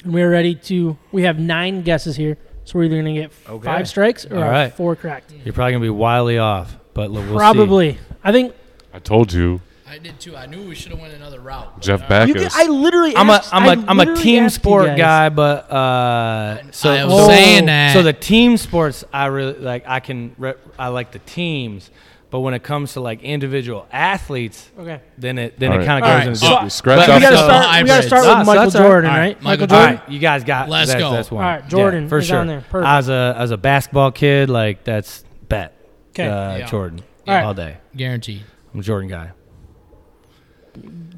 B: And we're ready to. We have nine guesses here. So we're either going to get
C: Okay.
B: five strikes or
C: All right.
B: four correct.
C: You're probably gonna be wildly off, but we'll see.
B: Probably. I think
E: I told you,
D: I did too. I knew we should have went another route.
E: Jeff
B: you
E: Backus.
B: could, I literally.
C: I'm a
B: asked-
C: I'm
B: I
C: a I'm a
B: literally
C: team
B: asked you
C: sport
B: guys.
C: guy, but uh, so
D: I was
C: so-
D: saying that.
C: So the team sports, I really like. I can re- I like the teams, but when it comes to like individual athletes,
B: Okay.
C: then it then
E: All
C: it
E: right.
C: kind of
D: All
C: goes
D: right,
C: into.
D: so-
E: We scratch
C: But
B: We
E: off
C: got
B: gotta
C: So-
B: start. We gotta
D: hybrids.
B: start
C: No,
B: with
C: so
B: Michael
C: that's all right.
B: Jordan,
D: All
B: right?
D: right, Michael
C: all
D: Jordan.
C: right, you guys got
D: Let's
C: that's,
D: go.
C: That's one.
B: All right, Jordan
C: for
B: is
C: sure.
B: on there. Perfect.
C: As a as a basketball kid, like that's bet.
B: 'Kay.
C: uh,
D: Yeah.
C: Jordan
B: All right.
C: all day.
D: Guaranteed.
C: I'm a Jordan guy.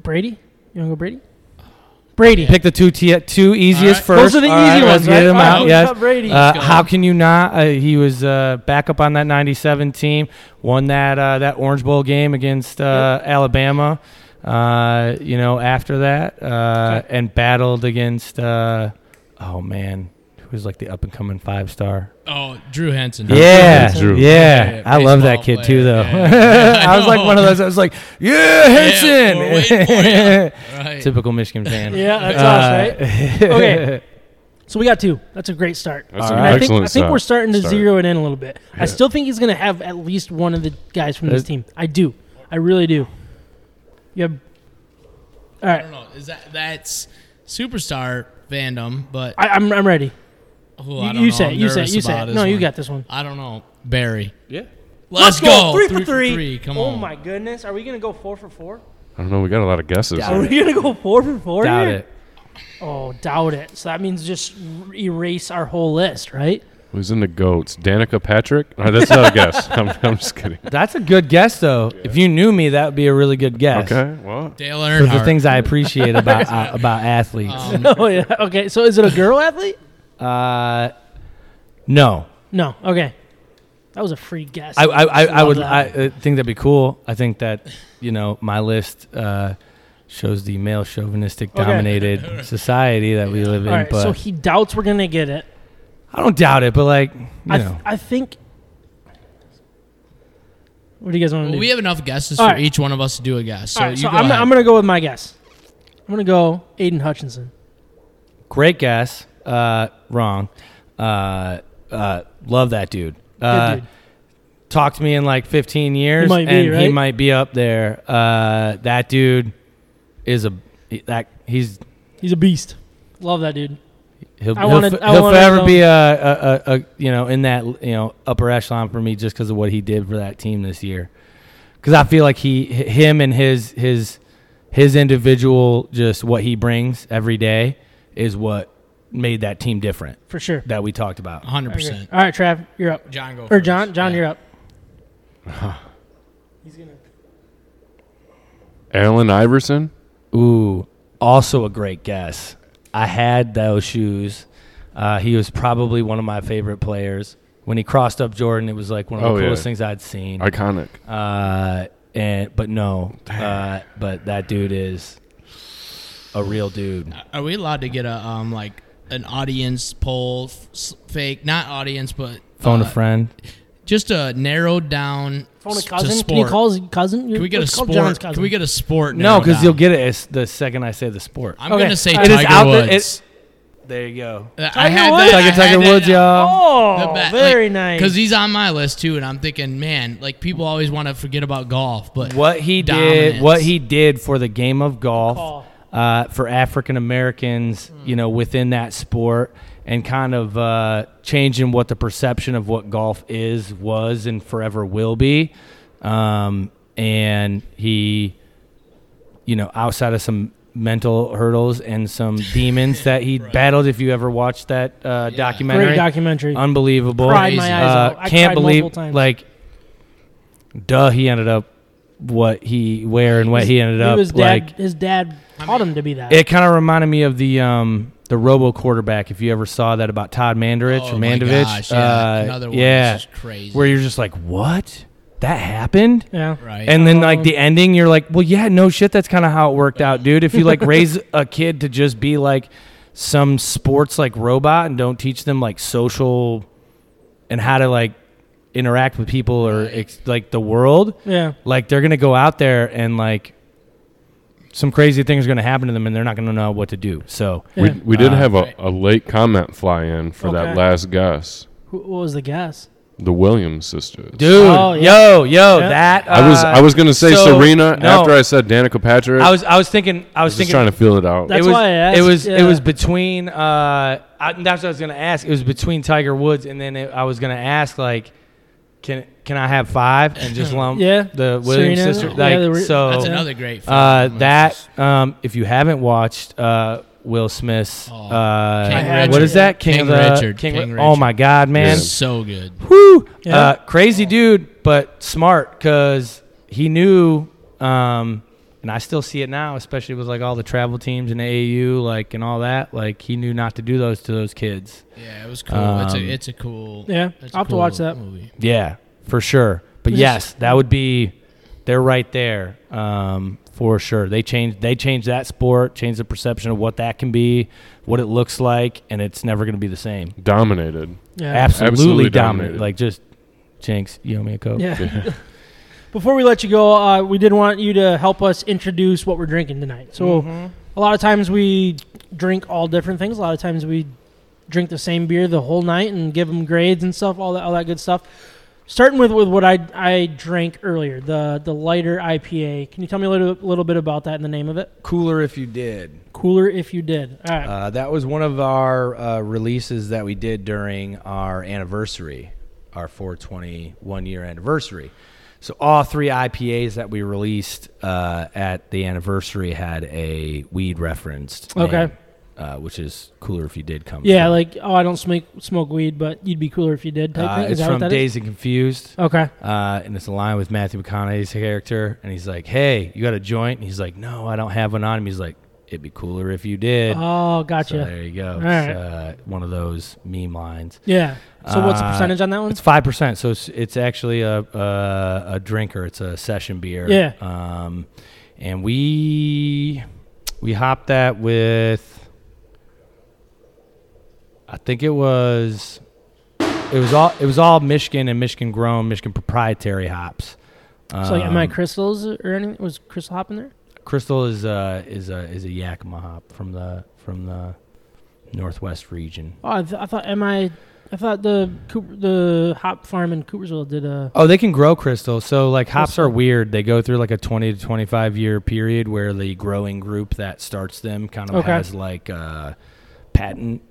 B: Brady. You want to go Brady? Brady.
C: Pick the two t- two easiest
D: All
B: right.
C: first.
B: Those are the
C: All
B: easy
C: let's
B: ones,
C: Get
B: right?
C: them
B: All right,
C: out.
B: let's
C: Yes.
B: go Brady.
C: Uh,
D: go.
C: how can you not? Uh, he was uh, back up on that '97 team. Won that uh, that Orange Bowl game against uh, Alabama. Uh, you know, after that, uh, and battled against. Uh, oh man, who was like the up and coming five star?
D: Oh, Drew Henson.
C: Yeah,
E: Drew.
C: yeah.
D: Yeah,
C: I love that
D: baseball
C: kid too,
D: player.
C: though.
D: Yeah.
C: [laughs] I was like one of those. I was like, yeah, Henson.
D: we're waiting for
C: [laughs]
D: Right.
C: Typical Michigan fan. Uh,
B: Yeah, that's us, right?
C: [laughs] right?
B: Okay. So we got two. That's a great start.
E: That's
C: All right.
E: an
B: And I think,
E: excellent
B: I think
E: start.
B: we're starting to
E: Start.
B: zero it in a little bit. I still think he's going to have at least one of the guys from this
C: Uh,
B: team. I do. I really do. You have, all
D: I
B: right.
D: don't know. Is that that's superstar fandom? But
B: I, I'm, I'm ready.
D: who I
B: You,
D: don't
B: you
D: know.
B: say it.
D: I'm
B: You say it.
D: nervous
B: You say
D: about
B: it.
D: this
B: No, you
D: one.
B: got this one.
D: I don't know. Barry.
C: Yeah.
D: Let's, go.
B: Three, for three.
D: Come
B: oh
D: on.
B: my goodness. Are we going to go four for four?
E: I don't know. We got a lot of guesses.
C: Yeah.
B: Are we going to go four for four?
C: Doubt
B: here?
C: it.
B: Oh, doubt it. So that means just r- erase our whole list, right?
E: Who's in the goats? Danica Patrick? Uh, that's not a guess. [laughs] I'm, I'm just kidding.
C: That's a good guess, though. If you knew me, that would be a really good guess.
E: Okay. Well,
D: Dale
C: For
D: Earnhardt.
C: the things I appreciate about
B: [laughs]
C: uh, about athletes.
B: Oh yeah. Okay. So is it a girl athlete?
C: Uh, no,
B: No. Okay. That was a free guess.
C: I I, I, I
B: Love
C: would
B: that.
C: I, uh think that'd be cool. I think that you know my list uh, shows the male chauvinistic
B: Okay. [laughs]
C: dominated society that we live in.
B: All right.
C: but
B: So he doubts we're gonna get it.
C: I don't doubt it. But like you
B: I, th-
C: know,
B: I think. What do you guys want to
D: Well,
B: do?
D: we have enough guesses
B: All
D: for
B: right.
D: each one of us to do a guess. So
B: All right.
D: you
B: So
D: go
B: I'm,
D: ahead.
B: I'm gonna go with my guess. I'm gonna go Aiden Hutchinson.
C: great guess. Uh, wrong. Uh, Uh, love that dude. Uh,
B: dude.
C: Talked to me in like 15 years,
B: might be,
C: and he
B: right?
C: might be up there. Uh, that dude is a that he's
B: He's a beast. Love that dude.
C: he'll
B: I
C: he'll,
B: wanted-
C: f-
B: I
C: he'll
B: wanted,
C: forever
B: um,
C: be a, a, a, a you know in that you know upper echelon for me just because of what he did for that team this year. Because I feel like he h- him and his his his individual just what he brings every day is what made that team different
B: For sure.
C: that we talked about.
D: 100%.
B: All right, Trav, you're up.
D: John, go
B: Or
D: first.
B: John, John,
D: Yeah.
B: you're up. He's gonna.
E: Allen Iverson.
C: Ooh, also a great guess. I had those shoes. Uh, he was probably one of my favorite players. When he crossed up Jordan, it was like one of the
E: Oh, yeah.
C: coolest things I'd seen.
E: Iconic.
C: Uh, and but no, uh, but that dude is a real dude.
D: Are we allowed to get a um like an audience poll f- s- fake not audience but
C: Phone
D: uh,
C: a friend.
D: just a narrowed down
B: Phone
D: s-
B: a
D: to
B: cousin. Can you
D: sport.
B: call his cousin?
D: Can we get a
B: Let's call
D: sport?
B: John's cousin.
D: Can we get a sport?
C: No,
D: narrowed
C: because you'll
D: down?
C: get it as- the second I say the sport.
D: I'm
B: Okay.
D: gonna say
B: It
C: It is
D: Tiger
C: out there. it-
D: Woods.
C: there you go.
D: I
B: Tiger
D: had
B: Woods?
D: that- I
C: Tiger,
D: had
C: Tiger
D: that
C: Woods,
D: um,
C: y'all.
B: Oh, very nice.
D: Because he's on my list too, and I'm thinking, man, like people always want to forget about golf, but
C: What he
D: dominance.
C: did, what he did for the game of golf,
B: Oh.
C: uh, for African Americans, you know, within that sport, and kind of uh, changing what the perception of what golf is, was, and forever will be. Um, and he you know, outside of some mental hurdles and some demons that he battled. If you ever watched that uh, documentary,
B: Great documentary.
C: unbelievable. Uh,
B: Cried my eyes out. I
C: can't
B: cried
C: believe,
B: multiple times.
C: like, duh, he ended up what he, where and what he ended up.
B: His dad,
C: like,
B: his dad taught him to be that.
C: it kind of reminded me of the um the Robo quarterback. If you ever saw that about Todd Mandevich
D: Oh
C: or
D: my
C: Mandevich,
D: gosh, yeah,
C: uh,
D: another one
C: yeah,
D: that's just crazy.
C: where you're just like, what? That happened?
B: yeah.
D: right?
C: And then
B: Oh.
C: like the ending, you're like, well, yeah, no shit. That's kind of how it worked out, dude. If you
B: [laughs]
C: like raise a kid to just be like some sports like robot and don't teach them like social and how to like interact with people or ex- like the world,
B: Yeah.
C: like they're gonna go out there and like some crazy things are gonna happen to them and they're not gonna know what to do. So
B: Yeah.
E: We, we did
C: Uh,
E: have a, a late comment fly in for
B: Okay.
E: that last guess.
B: Who, what was the guess?
E: The Williams sisters.
C: dude,
B: Oh, yeah.
C: yo, yo,
B: Yeah.
C: that
E: I was
C: uh,
E: I was gonna say
C: so-
E: Serena
C: no.
E: after I said Danica Patrick.
C: I was I was thinking I was
E: just
C: thinking
E: trying to feel it out.
B: That's
C: it was,
B: why I asked,
C: It was
B: yeah.
C: it was between. Uh, I, that's what I was gonna ask. It was between Tiger Woods and then it, I was gonna ask like, can can I have five and
D: [laughs]
C: just lump
B: Yeah.
C: the Williams
B: Serena,
C: sister
B: yeah,
C: like
B: the re-
C: so
D: that's another great.
C: uh,
D: film.
C: that um, if you haven't watched uh, Will Smith's
D: Oh,
C: uh,
D: King
C: what
D: Richard.
C: is that King,
D: King
C: of the,
D: Richard, King
C: Oh my God, man!
D: It's so good.
C: Whew.
B: Yeah.
C: Uh, crazy dude, but smart because he knew, um, and I still see it now, especially with like all the travel teams and AAU, like and all that. Like he knew not to do those to those kids.
D: Yeah, it was cool. it's a
C: Um,
D: it's a cool.
B: Yeah,
D: it's a
B: I'll have to
D: cool
B: watch that.
D: movie.
C: Yeah, for sure. But
B: Yes.
C: yes, that would be. They're right there um, for sure. They changed. They changed that sport, changed the perception of what that can be, what it looks like, and it's never going to be the same.
E: Dominated.
B: Yeah.
C: Absolutely,
E: Absolutely
C: dominant.
E: dominated.
C: Like just, Jinx, you owe me a coke. [laughs]
B: Yeah. [laughs] Before we let you go, uh, we did want you to help us introduce what we're drinking tonight. So, a lot of times we drink all different things. A lot of times we drink the same beer the whole night and give them grades and stuff, all that, all that good stuff. Starting with, with what I, I drank earlier, the the lighter IPA. Can you tell me a little, little bit about that and the name of it?
C: Cooler if you did.
B: Cooler if you did. All right.
C: Uh, that was one of our uh, releases that we did during our anniversary, our 420 one year anniversary. So all three IPAs that we released uh, at the anniversary had a weed referenced. name,
B: Okay.
C: uh, which is cooler if you did come.
B: yeah,
C: from.
B: like oh, I don't smoke smoke weed, but you'd be cooler if you did. Type
C: uh,
B: thing. Is
C: it's
B: that
C: from
B: what that is?
C: Dazed and Confused.
B: Okay.
C: uh, and it's a line with Matthew McConaughey's character, and he's like, "Hey, you got a joint?" And he's like, "No, I don't have one on him." He's like, "It'd be cooler if you did."
B: Oh, gotcha.
C: So there you go.
B: All
C: It's,
B: right.
C: uh, one of those meme lines.
B: Yeah. So what's the
C: Uh,
B: percentage on that one?
C: It's five percent, so it's, it's actually a, a a drinker. It's a session beer.
B: Yeah.
C: Um, and we we hopped that with, I think it was, it was all it was all Michigan and Michigan grown, Michigan proprietary hops.
B: So like, am I
C: Um,
B: crystals or anything? Was crystal hop in there?
C: Crystal is uh is a is a Yakima hop from the from the northwest region.
B: Oh, I, th- I thought am I I thought the Cooper, the hop farm in Coopersville did a.
C: Oh, they can grow crystal. So like hops are weird. They go through like a 20 to 25 year period where the growing group that starts them kind of
B: Okay.
C: has like uh, patent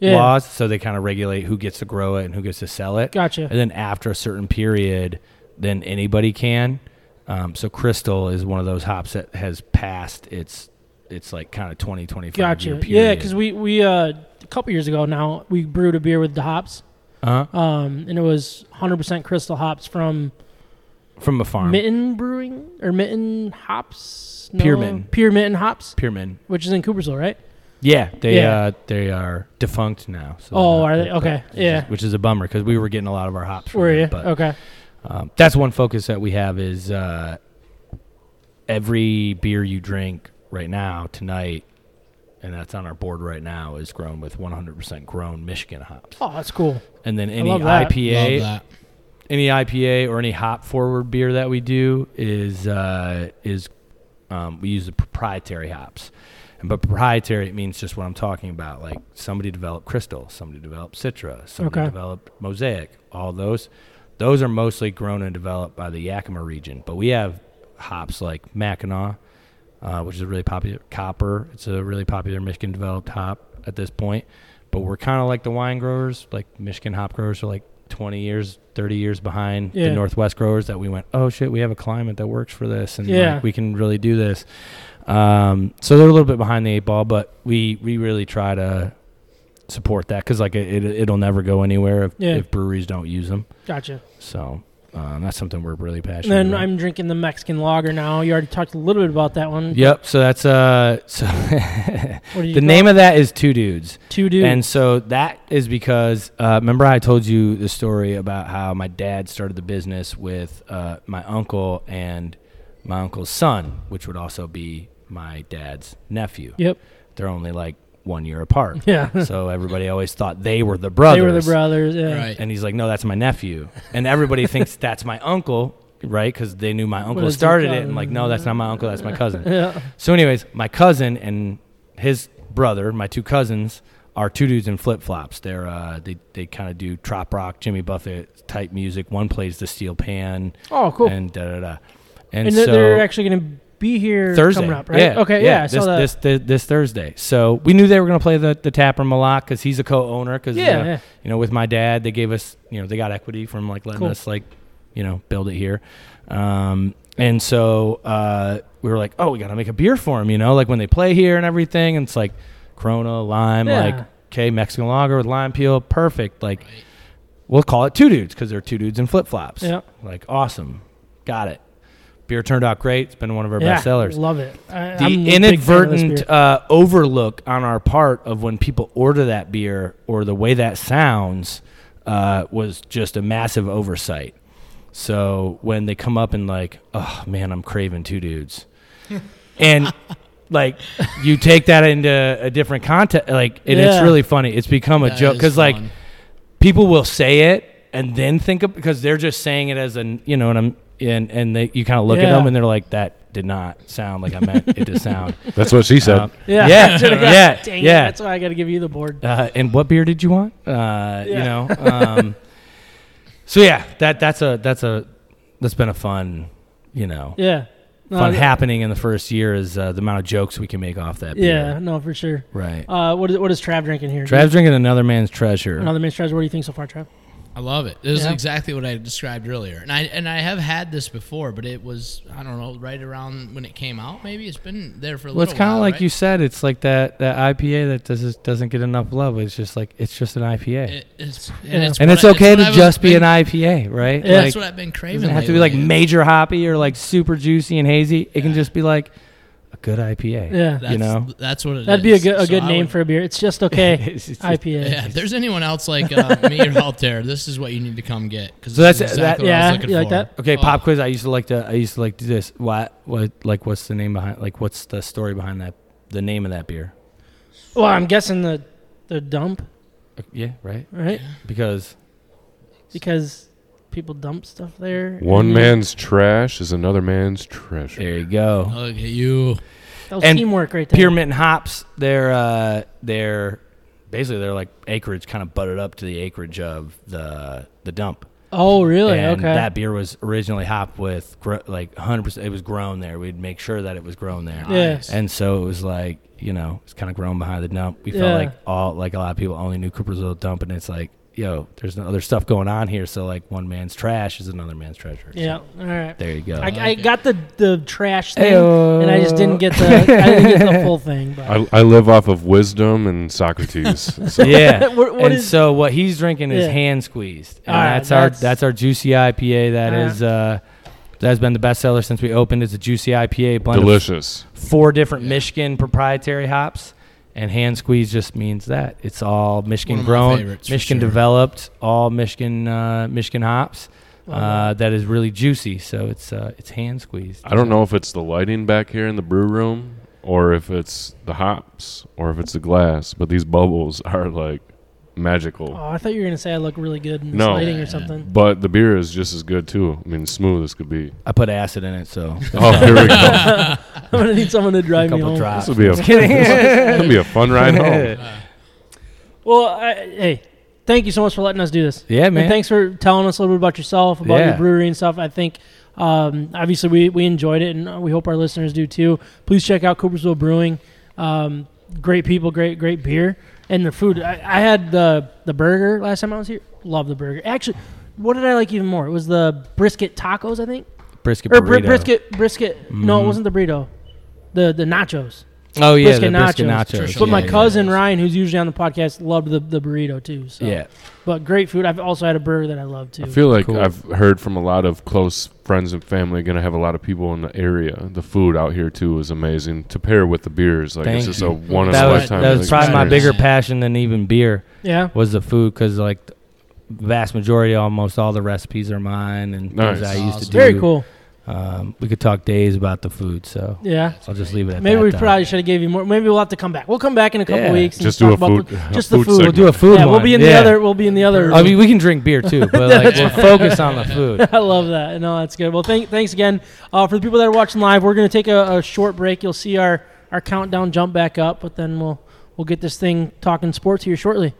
B: Yeah.
C: laws. So they kind of regulate who gets to grow it and who gets to sell it.
B: Gotcha.
C: And then after a certain period, then anybody can. Um, so crystal is one of those hops that has passed its its like kind of 20 25 year
B: Gotcha.
C: period.
B: Yeah, because we we uh, a couple years ago now we brewed a beer with the hops,
C: uh
B: um, and it was 100% crystal hops from
C: from a farm.
B: Mitten Brewing or Mitten Hops. No,
C: Pure Mitten.
B: Pure Mitten Hops,
C: Pyramid.
B: which is in Coopersville, right?
C: Yeah, they
B: Yeah.
C: uh, they are defunct now. So
B: Oh,
C: they're
B: are
C: not-
B: they? Okay,
C: which is-
B: yeah.
C: which is a bummer because we were getting a lot of our hops. From
B: Were
C: them,
B: you?
C: But
B: Okay.
C: um, that's one focus that we have is uh, every beer you drink right now tonight, and that's on our board right now, is grown with 100% grown Michigan hops,
B: Oh, that's cool.
C: and then any
B: love that.
C: IPA,
D: Love that.
C: any IPA or any hop forward beer that we do is uh, is um, we use the proprietary hops. And but proprietary it means just what I'm talking about. Like somebody developed Crystal, somebody developed Citra, somebody
B: Okay.
C: developed Mosaic. All those, those are mostly grown and developed by the Yakima region. But we have hops like Mackinac, uh, which is a really popular copper. It's a really popular Michigan developed hop at this point. But we're kind of like the wine growers, like Michigan hop growers are like 20 years, 30 years behind
B: Yeah.
C: the Northwest growers that we went, oh shit, we have a climate that works for this and like,
B: Yeah.
C: we can really do this. Um, so they're a little bit behind the eight ball, but we, we really try to support that because like it, it, it'll never go anywhere if,
B: Yeah.
C: if breweries don't use them.
B: Gotcha.
C: So um, that's something we're really
B: And
C: passionate
B: then
C: about.
B: I'm drinking the Mexican lager now. You already talked a little bit about that one.
C: Yep. So that's uh. [laughs] So
B: Mm-hmm. What do you
C: the
B: call
C: name
B: it?
C: of that is Two Dudes,
B: two dudes.
C: and so that is because uh, remember I told you the story about how my dad started the business with uh, my uncle and my uncle's son, which would also be my dad's nephew.
B: yep.
C: They're only like one year apart.
B: [laughs] Yeah.
C: so everybody always thought they were the
B: They
C: brothers.
B: were the brothers. Yeah.
D: Right.
C: And he's like, no, that's my nephew. And everybody thinks that's my uncle, right? Because they knew my uncle
B: it's your
C: started it. And
B: cousin.
C: like, no, that's not my uncle, that's
B: [laughs]
C: my cousin.
B: Yeah.
C: So, anyways, my cousin and his brother, my two cousins, are two dudes in flip flops. They're uh, they they kind of do trap rock, Jimmy Buffett type music. One plays the steel pan.
B: Oh, cool.
C: And da da da. And,
B: And
C: so
B: they're- they're actually going to be here
C: Thursday,
B: coming up, right?
C: Yeah,
B: okay. Yeah. I
C: this,
B: saw that.
C: This, this this Thursday. So we knew they were going to play the the Tapper Malak because he's a co-owner. Because
B: Yeah,
C: you, know,
B: yeah.
C: you know, with my dad, they gave us you know they got equity from like letting
B: Cool.
C: us like you know build it here. Um, and so uh, we were like, oh, we got to make a beer for him. You know, like when they play here and everything. And it's like Corona, lime,
B: Yeah.
C: like okay, Mexican lager with lime peel, perfect. Like we'll call it two dudes because they're two dudes in flip flops.
B: Yeah.
C: Like awesome, got it. Beer turned out great. It's been one of our
B: yeah,
C: best sellers
B: Love it. I, I'm a
C: the
B: big fan of this beer. [laughs]
C: inadvertent uh, overlook on our part of when people order that beer or the way that sounds uh, was just a massive oversight. So when they come up and like, oh man, I'm craving two dudes,
B: [laughs]
C: and like you take that into a different context, like and
B: Yeah.
C: it's really funny. It's become a
D: That
C: joke
D: is
C: because like
D: fun.
C: people will say it and then think of because they're just saying it as an you know and I'm and and they, you kind of look at
B: Yeah.
C: them and they're like that did not sound like I meant it to sound.
B: [laughs]
E: That's what she said.
C: Um,
B: Yeah.
C: yeah, yeah,
B: Dang it.
C: yeah.
B: That's why I got to give you the board.
C: Uh, and what beer did you want? Uh, You
B: Yeah. [laughs]
C: know. Um, so yeah, that that's a that's a that's been a fun you know
B: Yeah. No,
C: fun
B: I-
C: happening in the first year is uh, the amount of jokes we can make off that.
B: Yeah.
C: beer.
B: No, for sure.
C: right.
B: Uh, what is what is Trav drinking here?
C: Trav's drinking another man's treasure.
B: Another man's Trav. What do you think so far, Trav?
D: I love it. This
B: Yeah.
D: is exactly what I described earlier, and I and I have had this before, but it was I don't know right around when it came out. Maybe it's been there for a
C: well, it's
D: little.
C: kind of
D: while,
C: like
D: right?
C: you said. It's like that, that IPA that doesn't doesn't get enough love. It's just like it's just an IPA,
D: It, it's,
B: Yeah.
D: and it's
C: and
D: what
C: it's
D: I-
C: okay
D: what
C: to
D: I've
C: just be an
D: been-
C: IPA, right?
B: Yeah.
C: Like-
D: That's what I've been craving.
C: doesn't have to be like
D: lately.
C: major hoppy or like super juicy and hazy. It can just be like a good IPA.
B: Yeah.
D: That's,
C: you know?
D: that's what it
B: That'd be a
D: is.
B: good a
D: So
B: good
D: I
B: name
D: would-
B: for a beer. It's just okay.
C: [laughs] It's just-
B: IPA.
D: Yeah, if there's anyone else like uh, me or out there, this is what you need to come get. Cause
C: So
D: this
C: that's-
D: is
C: that-
D: exactly what I
B: yeah,
D: was looking
B: you like
D: for.
B: that?
C: Okay,
D: Oh,
C: pop quiz. I used to like to. I used to like to do this. What? What? Like, what's the name behind? Like, what's the story behind that? The name of that beer?
B: Well, I'm guessing the the dump,
C: Uh, Yeah, right.
B: right?
C: Because
B: Because people dump stuff there.
E: One
B: and
E: man's trash is another man's treasure.
C: there you
D: Oh,
C: go.
D: Look at you.
B: That was
C: and
B: teamwork right there.
C: Pyramid and hops. They're uh, they're basically they're like acreage kind of butted up to the acreage of the the dump.
B: Oh, really?
C: And
B: okay.
C: that beer was originally hopped with gr- like 100%. It was grown there. We'd make sure that it was grown there.
B: yeah.
C: And so it was like, you know, it's kind of grown behind the dump. We
B: Yeah.
C: felt like all, like a lot of people only knew Coopersville dump. And it's like, yo, there's no other stuff going on here. So like one man's trash is another man's treasure. So
B: yeah. All right.
C: there you go.
B: I, I got the, the trash thing,
C: Ayo.
B: and I just didn't get the I didn't
C: [laughs]
B: get the full thing. But.
E: I, I live off of wisdom and
C: [laughs]
E: Socrates. So
B: [laughs]
C: yeah.
B: What- what
C: and
B: is-
C: so what he's drinking is
B: Yeah.
C: hand squeezed. And
B: All right,
C: that's,
B: that's-
C: our that's our juicy IPA. That
B: All right.
C: is uh, that has been the bestseller since we opened. It's a juicy IPA blend of
E: delicious.
C: four different Michigan proprietary hops, and hand squeeze just means that it's all Michigan
D: One of my
C: grown,
D: favorites, for
C: Michigan
D: sure.
C: developed, all Michigan uh, Michigan hops.
B: Wow.
C: Uh, that is really juicy, so it's uh, it's hand squeezed.
E: I don't know if it's the lighting back here in the brew room, or if it's the hops, or if it's the glass. But these bubbles [laughs] are like magical.
B: Oh, I thought you were gonna say I look really good in this
E: No.
B: lighting or something. [laughs]
E: But the beer is just as good too. I mean, smooth as could be. [laughs]
C: I put acid in it, so
E: Oh, here we go.
B: I'm gonna need someone to
C: a
B: drive me
C: couple
B: home.
C: drops.
E: This will be a
C: Just
E: [laughs]
C: kidding.
E: this will be a fun
C: [laughs]
E: ride home.
B: Well, I, hey, thank you so much for letting us do this.
C: Yeah, man.
B: And thanks for telling us a little bit about yourself, about your
C: Yeah.
B: brewery and stuff. I think um, obviously we, we enjoyed it, and we hope our listeners do too. Please check out Coopersville Brewing. Um, great people, great great beer, and the food. I, I had the the burger last time I was here. Love the burger. Actually, what did I like even more? It was the brisket tacos, I think,
C: brisket
B: or
C: burrito.
B: br- brisket brisket. No, it wasn't the burrito. The the nachos.
C: Oh yeah,
B: brisket
C: the brisket
B: nachos.
C: nachos.
D: Sure.
B: But
D: Yeah,
B: my
D: yeah,
B: cousin
D: yeah.
B: Ryan, who's usually on the podcast, loved the, the burrito too. So.
C: yeah,
B: But great food. I've also had a burger that I love too.
E: I feel like
C: Cool.
E: I've heard from a lot of close friends and family. Going to have a lot of people in the area. The food out here too is amazing to pair with the beers. Like
C: Thank
E: it's just
C: you.
E: a one in
C: that
E: a
C: was
E: lifetime.
C: that was probably my
E: experience.
C: bigger passion than even beer.
B: yeah.
C: was the food because like the vast majority, almost all the recipes are mine and
E: Nice.
C: things I used to
D: Awesome.
C: do.
B: Very cool.
C: Um, we could talk days about the food, so
B: Yeah.
C: I'll just leave it at
B: Maybe
C: that.
B: we
C: though.
B: probably should have gave you more. Maybe we'll have to come back. We'll come back in a couple
C: Yeah.
B: weeks. and
E: Just do a
B: talk about
E: food.
B: the-
E: a
B: just the
E: food
B: food.
C: we'll do a
E: segment.
C: food.
B: yeah, we'll be in the
C: yeah.
B: other. We'll be in the other.
C: I mean, we can drink beer too, but like we'll focus on
B: [laughs]
C: the food.
B: I love that. No, that's good. Well, thank, thanks again uh, for the people that are watching live. We're going to take a, a short break. You'll see our, our countdown jump back up, but then we'll we'll get this thing talking sports here shortly.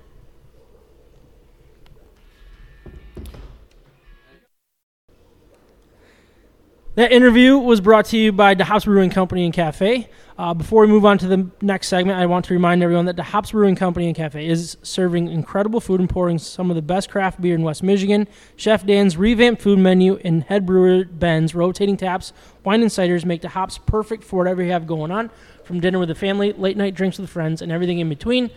B: That interview was brought to you by the Hops Brewing Company and Cafe. Uh, before we move on to the next segment, I want to remind everyone that the Hops Brewing Company and Cafe is serving incredible food and pouring some of the best craft beer in West Michigan. Chef Dan's revamped food menu and head brewer Ben's rotating taps, wine and ciders make the hops perfect for whatever you have going on, from dinner with the family, late night drinks with friends, and everything in between.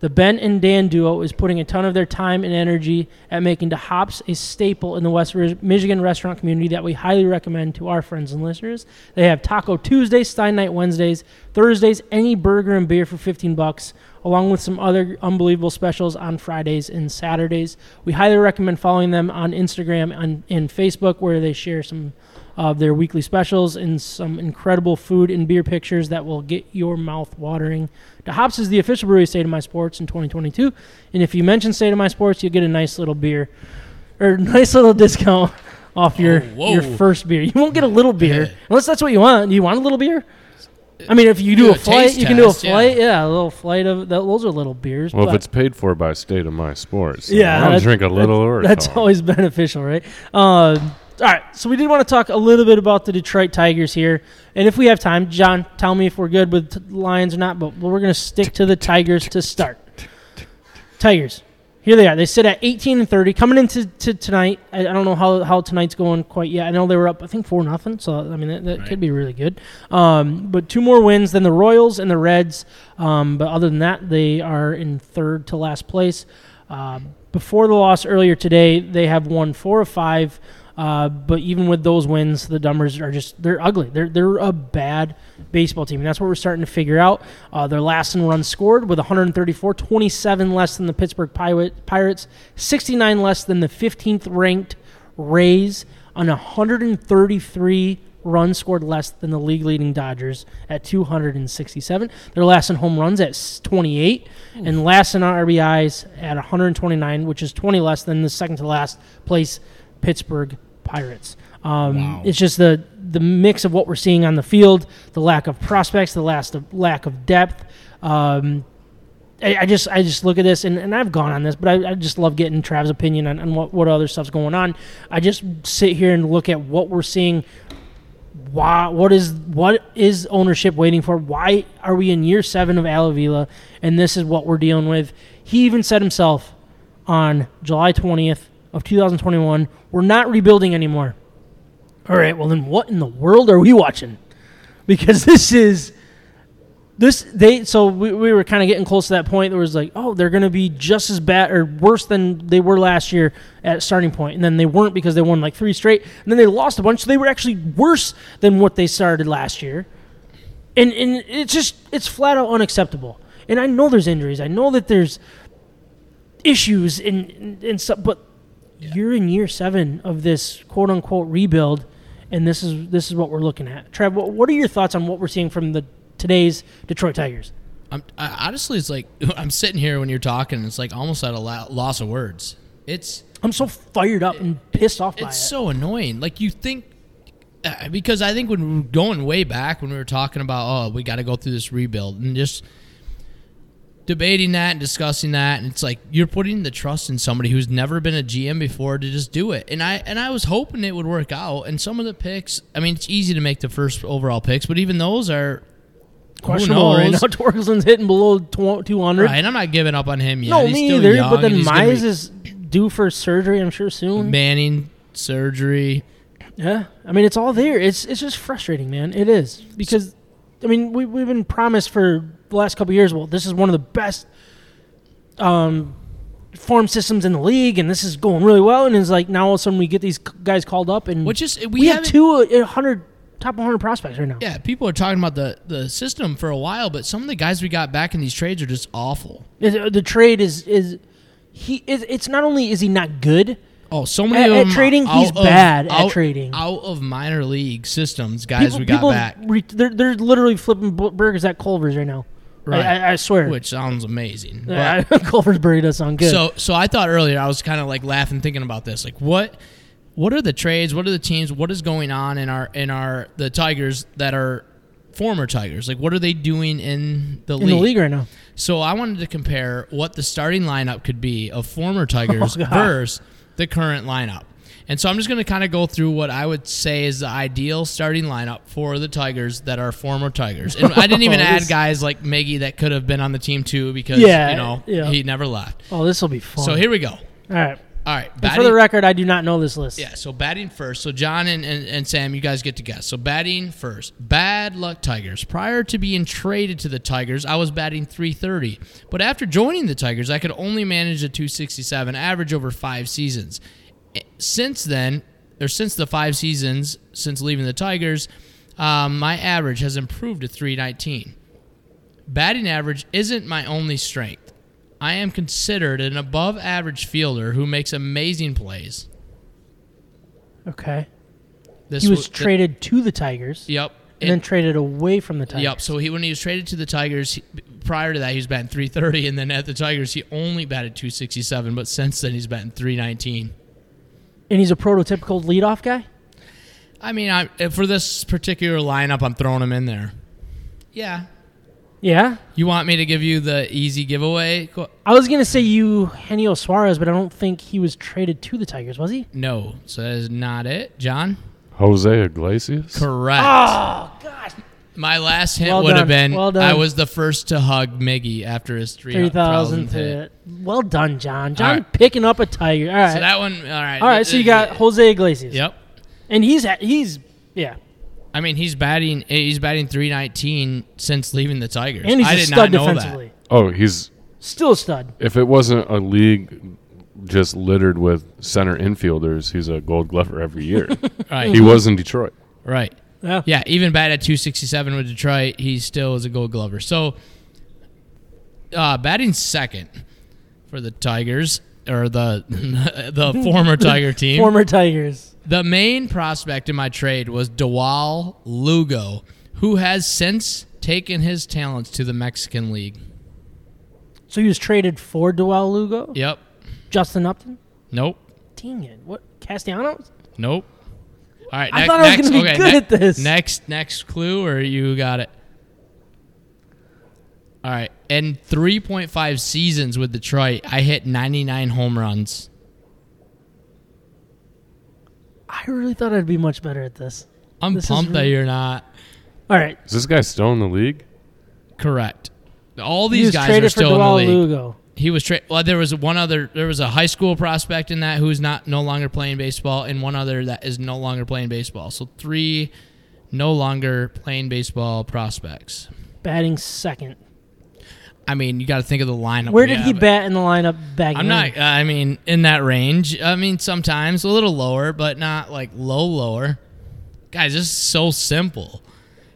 B: The Ben and Dan duo is putting a ton of their time and energy at making the hops a staple in the West Ri- Michigan restaurant community that we highly recommend to our friends and listeners. They have Taco Tuesdays, Stein Night Wednesdays, Thursdays, any burger and beer for 15 bucks, along with some other unbelievable specials on Fridays and Saturdays. We highly recommend following them on Instagram and, and Facebook where they share some of their weekly specials and some incredible food and beer pictures that will get your mouth watering. The Hops is the official brewery of State of My Sports in 2022, and if you mention State of My Sports, you'll get a nice little beer or [laughs] nice little discount off your
D: Oh, whoa.
B: your first beer. You won't get a little beer unless that's what you want. Do you want a little beer? I mean, if you do,
D: Do
B: a,
D: a
B: flight,
D: taste
B: you can do a
D: test, yeah.
B: flight. Yeah. a little flight of those are little beers.
E: Well, if
B: but-
E: it's paid for by state of my sports, then
B: Yeah,
E: I'll
B: that's-
E: drink a little or
B: That's always [laughs] beneficial, right? Uh, all right, so we did want to talk a little bit about the Detroit Tigers here, and if we have time, John, tell me if we're good with t- Lions or not. But we're going to stick to the Tigers to start. Tigers, here they are. They sit at 18 and 30 coming into to tonight. I, I don't know how, how tonight's going quite yet. I know they were up, I think four nothing. So I mean that, that could be really good. Um, but two more wins than the Royals and the Reds. Um, but other than that, they are in third to last place. Uh, before the loss earlier today, they have won four of five. Uh, but even with those wins, the Dumbers are just they're ugly. They're they're a bad baseball team, and that's what we're starting to figure out. Uh, their last in runs scored with 134, 27 less than the Pittsburgh Pirate, Pirates, 69 less than the 15th ranked Rays, and 133 runs scored less than the league leading Dodgers at 267. They're last in home runs at s- 28 and last in RBIs at 129, which is 20 less than the second to last place Pittsburgh Pirates. Um, It's just the the mix of what we're seeing on the field, the lack of prospects, the last of, lack of depth. Um, I, I just I just look at this and, and I've gone on this, but I, I just love getting Trav's opinion on, on what, what other stuff's going on. I just sit here and look at what we're seeing. Why what is what is ownership waiting for? Why are we in year seven of Alavila and this is what we're dealing with? He even said himself on July twentieth of two thousand twenty one, we're not rebuilding anymore. All right, well then what in the world are we watching? Because [laughs] this is this they so we, we were kind of getting close to that point. There was like, oh, they're going to be just as bad or worse than they were last year at starting point, and then they weren't because they won like three straight, and then they lost a bunch. So they were actually worse than what they started last year, and and it's just it's flat out unacceptable. And I know there's injuries. I know that there's issues and and, and stuff, but you're in year seven of this quote unquote rebuild, and this is this is what we're looking at. Trav, what, what are your thoughts on what we're seeing from the today's Detroit Tigers?
D: I'm, I, honestly, it's like [laughs] I'm sitting here when you're talking. and It's like almost at a lo- loss of words. It's
B: I'm so fired up and pissed off by
D: it's
B: it.
D: so annoying. Like you think uh, because I think when we were going way back when we were talking about oh we got to go through this rebuild and just debating that and discussing that and it's like you're putting the trust in somebody who's never been a GM before to just do it. And I and I was hoping it would work out and some of the picks, I mean it's easy to make the first overall picks, but even those are
B: questionable right now. [laughs]
D: knows?
B: Torkelson's hitting below tw- 200.
D: right. I'm not giving up on him yet.
B: No,
D: He's
B: me
D: still
B: either.
D: young,
B: but
D: and
B: then
D: he's gonna
B: Mize
D: be
B: is due for surgery, I'm sure soon.
D: Manning surgery.
B: Yeah, I mean it's all there. It's it's just frustrating, man. It is because, I mean, we we've been promised for the last couple of years. Well, this is one of the best, um, farm systems in the league, and this is going really well. And it's like now all of a sudden we get these c- guys called up, and
D: Which is we,
B: we, have
D: haven't-
B: two uh, hundred top one hundred prospects right now.
D: Yeah, people are talking about the the system for a while, but some of the guys we got back in these trades are just awful.
B: Is- uh, the trade is is he is it's not only is he not good
D: Oh, so many
B: At-
D: of
B: at
D: them
B: trading,
D: out
B: he's
D: of-
B: bad at
D: out-
B: trading.
D: Out of minor league systems, guys we got back,
B: re- they're, they're literally flipping bu- burgers at Culver's right now
D: Right.
B: I, I, I swear
D: which sounds amazing. But-
B: Yeah, [laughs] Culver's burger does sound good
D: So so I thought earlier I was kind of like laughing thinking about this. Like what what are the trades? What are the teams? What is going on in our in our the Tigers that are former Tigers? Like what are they doing in the
B: in
D: league?
B: the league right now
D: So I wanted to compare what the starting lineup could be
B: [laughs]
D: of former Tigers
B: Oh, God.
D: versus the current lineup. And so I'm just going to kind of go through what I would say is the ideal starting lineup for the Tigers that are former Tigers. And I
B: [laughs]
D: didn't even add
B: Oh, This-
D: guys like Miggy that could have been on the team too because
B: Yeah,
D: you know
B: yeah.
D: he never left.
B: oh this will be fun
D: So here we go.
B: all right
D: All right,
B: And for the record I do not know this list
D: yeah, so batting first. So John and, and, and Sam, you guys get to guess. So batting first. Bad luck Tigers. Prior to being traded to the Tigers, I was batting 330. But after joining the Tigers, I could only manage a 267 average over five seasons. Eh, Since then, or since the five seasons since leaving the Tigers, um, my average has improved to 319. Batting average isn't my only strength. I am considered an above average fielder who makes amazing plays.
B: okay
D: This
B: he was
D: wa-
B: traded to the Tigers
D: Yep.
B: and then traded away from the Tigers
D: yep. So he when he was traded to the Tigers, he, prior to that he was batting 330, and then at the Tigers he only batted 267. But since then he's batting 319.
B: and he's a prototypical leadoff guy
D: I mean, I, for this particular lineup, I'm throwing him in there. Yeah.
B: yeah
D: You want me to give you the easy giveaway? Qu-
B: I was gonna say Eugenio Suarez but I don't think he was traded to the Tigers was he
D: No. So that is not it, John.
E: Jose Iglesias.
D: Correct.
B: oh gosh
D: My last hint
B: Well
D: would have
B: done.
D: been
B: Well done.
D: I was the first to hug Miggy after his 3,000
B: 3,000
D: hit.
B: to Well done, John. John
D: right.
B: picking up a tiger. All right.
D: So that one, all right. Uh,
B: All right. So you got Jose Iglesias.
D: Yep.
B: And he's, at, he's, yeah.
D: I mean, he's batting he's batting 319 since leaving the Tigers.
B: And he's
D: I
B: a
D: did
B: stud
D: not know
B: defensively.
E: Oh, he's
B: Still a stud.
E: if it wasn't a league just littered with center infielders, he's a Gold Glover
B: [laughs]
E: every year.
D: that. Right.
E: he was in Detroit.
D: right.
B: Yeah.
D: Yeah, even bad at 267 with Detroit, he still is a gold glover. So uh, batting second for the Tigers or the [laughs] the
B: [laughs]
D: former Tiger team.
B: Former Tigers.
D: The main prospect in my trade was Dewal Lugo, who has since taken his talents to the Mexican League.
B: So he was traded for Dual Lugo?
D: Yep.
B: Justin Upton?
D: Nope.
B: Dang it. What? Castellanos?
D: Nope. All right.
B: I
D: next-
B: thought I was
D: next-
B: gonna be
D: okay,
B: good
D: ne-
B: at this.
D: Next, next clue, or you got it? All right. In 3.5 seasons with Detroit, I hit 99 home runs.
B: I really thought I'd be much better at this.
D: I'm
B: This is
D: pumped that
B: really-
D: you're not
B: All right.
E: Is this guy still in the league?
D: correct. All
B: he
D: these
B: was
D: guys
B: traded
D: are still
B: for
D: in the
B: Duval
D: league.
B: Lugo.
D: He was tra- well. There was one other. There was a high school prospect in that who's not no longer playing baseball, and one other that is no longer playing baseball. So three, no longer playing baseball prospects.
B: batting second.
D: I mean, you got to think of the lineup.
B: Where
D: we
B: did he
D: have.
B: bat in the lineup back
D: I'm
B: then?
D: not. Uh, I mean, in that range. I mean, sometimes a little lower, but not like low lower. Guys, this is so simple.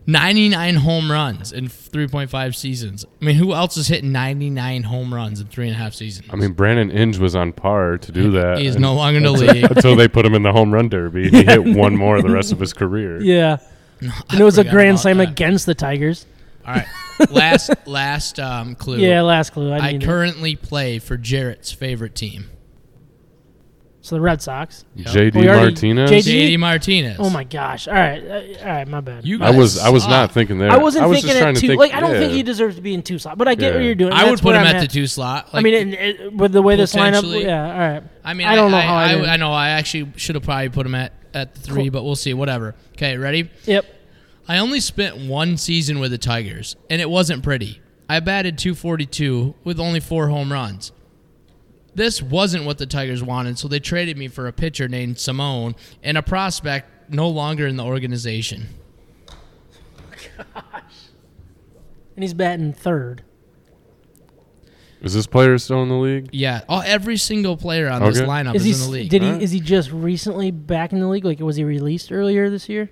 D: 99 home runs in 3.5 seasons. I mean, who else is hitting 99 home runs in three and a half seasons?
E: I mean, Brandon Inge was on par to do that.
D: he's
E: and-
D: no longer in the league.
E: [laughs] until they put him in the home run derby. He hit one more the rest of his career.
B: Yeah. and it was a
D: forgot
B: grand
D: about
B: slam
D: that.
B: against the Tigers.
D: All right,
B: [laughs]
D: last last um, clue.
B: Yeah, last clue. I,
D: I
B: need it.
D: currently play for Jarrett's favorite team,
B: So the Red Sox.
E: JD
B: We already-
E: Martinez.
B: JD
D: JD Martinez.
B: Oh my gosh! All right, uh, all right, my bad.
D: You
E: I
D: guys
E: was I was not
D: suck.
E: thinking there.
B: I wasn't
E: was just
B: thinking
E: trying
B: it
E: to
B: too.
E: think,
B: like I don't think
E: yeah.
B: he deserves to be in two slot, but I get
E: Yeah.
B: what you're doing.
D: I would
B: That's
D: put
B: where
D: him
B: I'm
D: at the two slot.
B: I
D: Like,
B: mean, and, it- with the way this lineup,
D: Potentially.
B: yeah. All right.
D: I mean,
B: I don't know how I
D: I,
B: did.
D: I, know I actually should have probably put him at at the three, but we'll see. Whatever. Okay, ready?
B: Yep.
D: I only spent one season with the Tigers, and it wasn't pretty. I batted 242 with only four home runs. This wasn't what the Tigers wanted, so they traded me for a pitcher named Simone and a prospect no longer in the organization.
B: And he's batting third.
E: Is this player still in the league?
D: Yeah, all, every single player on this
E: Okay.
D: lineup
B: Is
D: is,
B: he?
D: in the league.
B: Did he?
E: All right.
B: Is he just recently back in the league? Like, was he released earlier this year?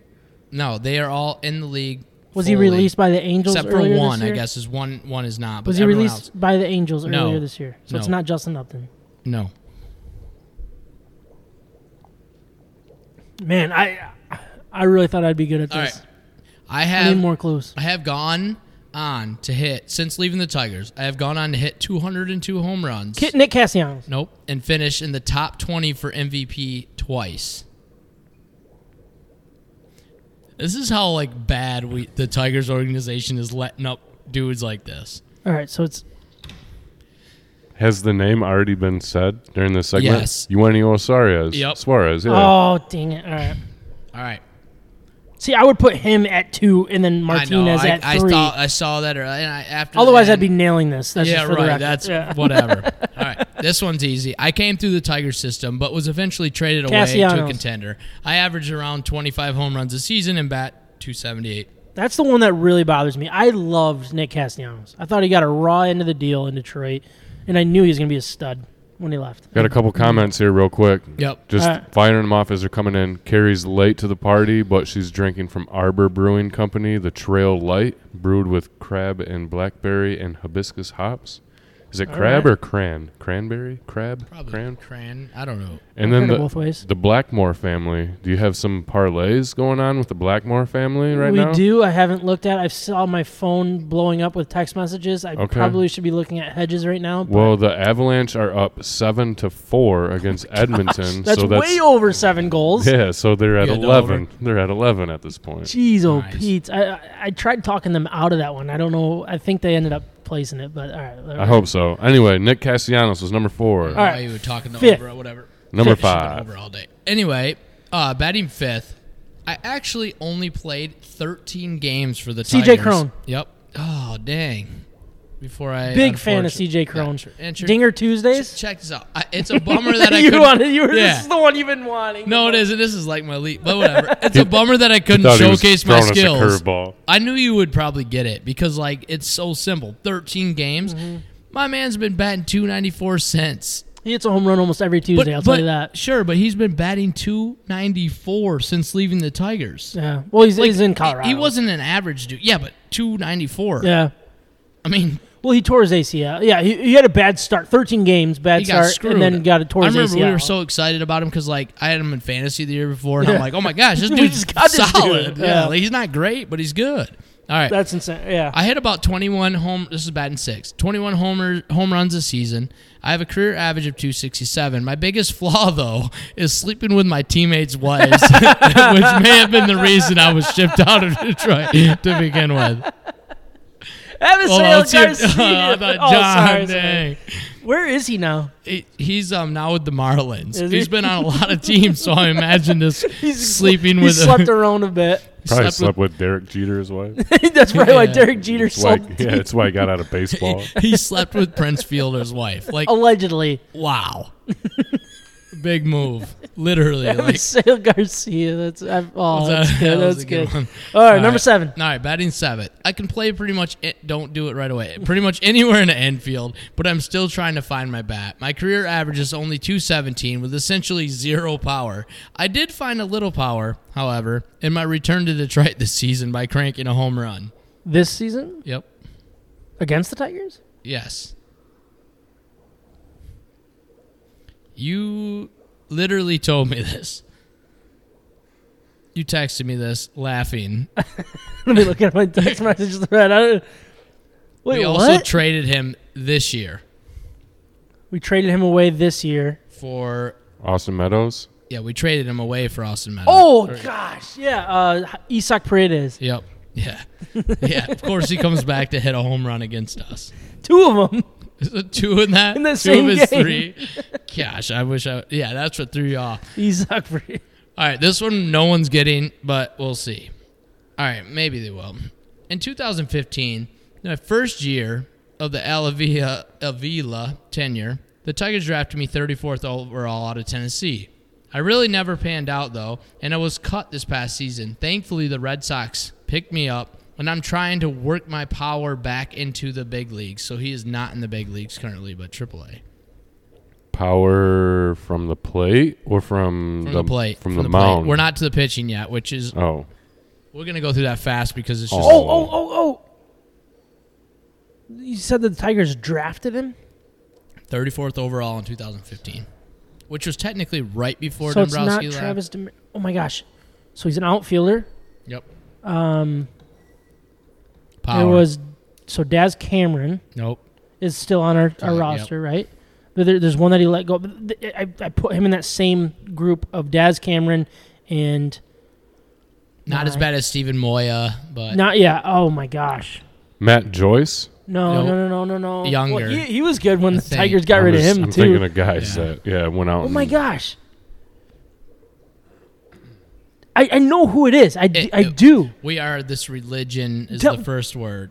D: no, they are all in the league.
B: Was he
D: fully,
B: released by the Angels?
D: Except for
B: earlier this
D: one, I
B: year?
D: guess. Is one one is not. But
B: Was he
D: everyone
B: released
D: Else,
B: by the Angels
D: No.
B: earlier this year? So it's
D: No.
B: not Justin Upton.
D: no.
B: Man, I I really thought I'd be good at
D: All
B: this.
D: right. I
B: I
D: have
B: need more clues.
D: I have gone on to hit since leaving the Tigers. I have gone on to hit 202 home runs.
B: Kit, Nick Castellanos.
D: Nope, and finish in the top 20 for MVP twice. This is how like bad we the Tigers organization is letting up dudes like this.
B: All right, so it's
E: Has the name already been said during this segment?
D: Yes.
E: Eugenio Suarez.
D: Yep.
E: Suarez. Yeah.
B: oh dang it! All right.
D: All right.
B: See, I would put him at two, and then Martinez
D: I know.
B: at
D: I,
B: three.
D: I, saw, I saw that earlier, and I, after
B: Otherwise,
D: and-
B: I'd be nailing this. That's
D: yeah,
B: just for the
D: right.
B: record.
D: That's
B: yeah.
D: whatever.
B: [laughs]
D: All right, this one's easy. I came through the Tiger system, but was eventually traded away to
B: Castellanos.
D: a contender. I averaged around 25 home runs a season and bat 278.
B: That's the one that really bothers me. I loved Nick Castellanos. I thought he got a raw end of the deal in Detroit, and I knew he was going to be a stud when he left.
E: Got a couple comments here, real quick.
D: Yep.
E: Just
B: All right.
E: firing them off as they're coming in. Carrie's late to the party, but she's drinking from Arbor Brewing Company, the Trail Light, brewed with crab and blackberry and hibiscus hops. Is it crab
B: right.
E: or cran? Cranberry? Crab?
D: Probably
E: Cran?
D: Cran. I don't know.
E: And
B: Heard
E: then
B: it
E: the,
B: both ways.
E: the Blackmore family. Do you have some parlays going on with the Blackmore family right
B: we
E: now?
B: do. I haven't looked at. I saw my phone blowing up with text messages. I
E: Okay.
B: probably should be looking at hedges right now. but
E: Well, the Avalanche are up seven to four against
D: Oh
E: Edmonton.
B: that's,
E: so that's
B: way over seven goals.
E: [laughs] yeah. So they're at
D: Yeah, the
E: eleven. They're at eleven at this point.
B: Jeez, oh
D: Nice.
B: Pete, I, I I tried talking them out of that one. I don't know. I think they ended up placing it, but all right.
E: I hope so. Anyway, Nick Castellanos was number four.
D: All
B: right.
D: right. You were talking to
B: Fifth.
D: over whatever.
E: Number
D: Should've been
E: five.
D: Over all day. Anyway, uh, batting fifth. I actually only played 13 games for the
B: CJ
D: Tigers.
B: Crone.
D: Yep. Oh dang. Before I
B: Big fan of
D: unfortunately-
B: CJ Crone.
D: Yeah, sure. And sure-
B: Dinger Tuesdays.
D: Check this out. I, it's a bummer
B: [laughs]
D: that I
B: you
D: couldn't-
B: wanted. You were, [laughs]
D: Yeah.
B: This is the one you've been wanting.
D: No, it isn't. This is like my lead,
B: [laughs]
D: but whatever. It's a bummer that I couldn't
E: Thought he was
D: showcase my
E: throwing us a
D: skills.
E: curveball.
D: I knew you would probably get it because like it's so simple. Thirteen games.
B: Mm-hmm.
D: My man's been batting two ninety four cents.
B: He hits a home run almost every Tuesday.
D: But,
B: I'll
D: but
B: tell you that.
D: sure, but he's been batting two ninety four since leaving the Tigers.
B: Yeah. Well, he's, he's in
D: He-
B: Colorado.
D: He wasn't an average dude. Yeah, but two ninety four.
B: Yeah.
D: I mean,
B: Well, he tore his ACL. Yeah, he, he had a bad start. Thirteen games, bad
D: he
B: start,
D: got screwed.
B: and then got a tore
D: I
B: his
D: remember
B: ACL.
D: we were so excited about him because like I had him in fantasy the year before, and I'm like, oh my gosh,
B: [laughs]
D: this
B: We
D: dude's
B: just got this dude.
D: solid. Yeah,
B: Yeah.
D: like, he's not great, but he's good. All right,
B: That's insane. Yeah.
D: I hit about 21 home. This is batting six. 21 homer home runs a season. I have a career average of 267. My biggest [laughs] flaw though is sleeping with my teammates' wives, [laughs] which may have been the reason I was shipped out of Detroit to begin with.
B: Evan [laughs] Sale
D: Well, it's your-
B: Garcia.
D: [laughs] I thought
B: [laughs] Oh,
D: John,
B: sorry, sorry.
D: dang.
B: Where is he now?
D: He- he's um now with the Marlins.
B: Is
D: He's
B: he?
D: been on a lot of teams, so I imagine this
B: [laughs] He's
D: [laughs] sleeping
B: he
D: with
B: slept around a bit. [laughs]
E: Probably
D: slept
E: slept with Derek Jeter,
D: [laughs]
E: his wife.
B: That's right. Like
D: Yeah.
B: Derek Jeter
E: That's why,
B: sold
E: yeah, that's why he got out of
D: [laughs]
E: baseball.
D: with, he slept with Prince Fielder's wife.
B: [laughs]
D: Like
B: Oh. allegedly. [laughs]
D: wow, big move, literally.
B: Evan
D: like,
B: Sale Garcia. That's I, oh,
D: that-
B: that's
D: [laughs] that
B: good.
D: was
B: That's
D: a good
B: good.
D: one.
B: All right,
D: All
B: number
D: right.
B: seven.
D: All right, batting seven. I can play pretty much. It, don't do it right away. Pretty much [laughs] anywhere in the infield, but I'm still trying to find my bat. My career average is only 217 with essentially zero power. I did find a little power, however, in my return to Detroit [laughs] this season by cranking a home run.
B: This season
D: Yep.
B: against the Tigers.
D: Yes. You literally told me [laughs] this. You texted me this laughing.
B: [laughs] Let me look at my text messages. Right. I don't, wait,
D: we
B: what?
D: also traded him this year
B: we traded him away this year.
D: for
E: Austin Meadows.
D: Yeah, we traded him away for Austin Meadows.
B: Oh gosh, yeah. Uh, Isak Paredes.
D: Yep. Yeah. [laughs] Yeah. Of course, he comes back to hit a home run against us.
B: Two of them.
D: Is it two in that?
B: In the
D: two
B: same
D: of his
B: game.
D: three. Gosh, I wish I. Yeah, that's what threw you
B: [laughs]
D: off.
B: Isak Paredes.
D: All right, this one no one's getting, but we'll see. All right, maybe they will. In 2015, my first year of the Alavia Avila tenure, the Tigers drafted me 34th overall out of Tennessee. I really never panned out though, and I was cut this past season. Thankfully, the Red Sox picked me up, and I'm trying to work my power back into the big leagues. So he is not in the big leagues currently, but AAA.
E: Power from the plate or from,
D: From the, plate,
E: From, the,
D: plate.
E: mound.
D: We're not to the pitching yet, which is
E: Oh,
D: we're gonna go through that fast because it's just
B: Oh oh oh oh. You said that the Tigers drafted him.
D: 34th overall in 2015, which was technically right before
B: so it's
D: Dombrowski
B: not
D: left.
B: Travis. Dem- oh my gosh. So he's an outfielder.
D: Yep.
B: Um,
D: Power.
B: it was so Daz Cameron
D: nope.
B: is still on our, our
D: Correct,
B: roster, right? But there, there's one that he let go. But th- I, I put him in that same group of Daz Cameron and
D: Not as
B: Nine.
D: bad as Stephen Moya, but
B: not yeah. Oh my gosh.
E: Matt Joyce.
B: No,
D: Nope.
B: no, no, no, no, no.
D: Younger.
B: Well, he, he was good when
D: I
B: the
D: think.
B: Tigers got
E: I'm
B: rid of
E: just-
B: him
E: I'm
B: too.
E: thinking of guys
D: Yeah.
E: that yeah went out.
B: oh my
E: and-
B: gosh. I, I know who it is. I, d-
D: It-
B: I
D: it-
B: do.
D: we are this religion is
B: Tell-
D: the first word.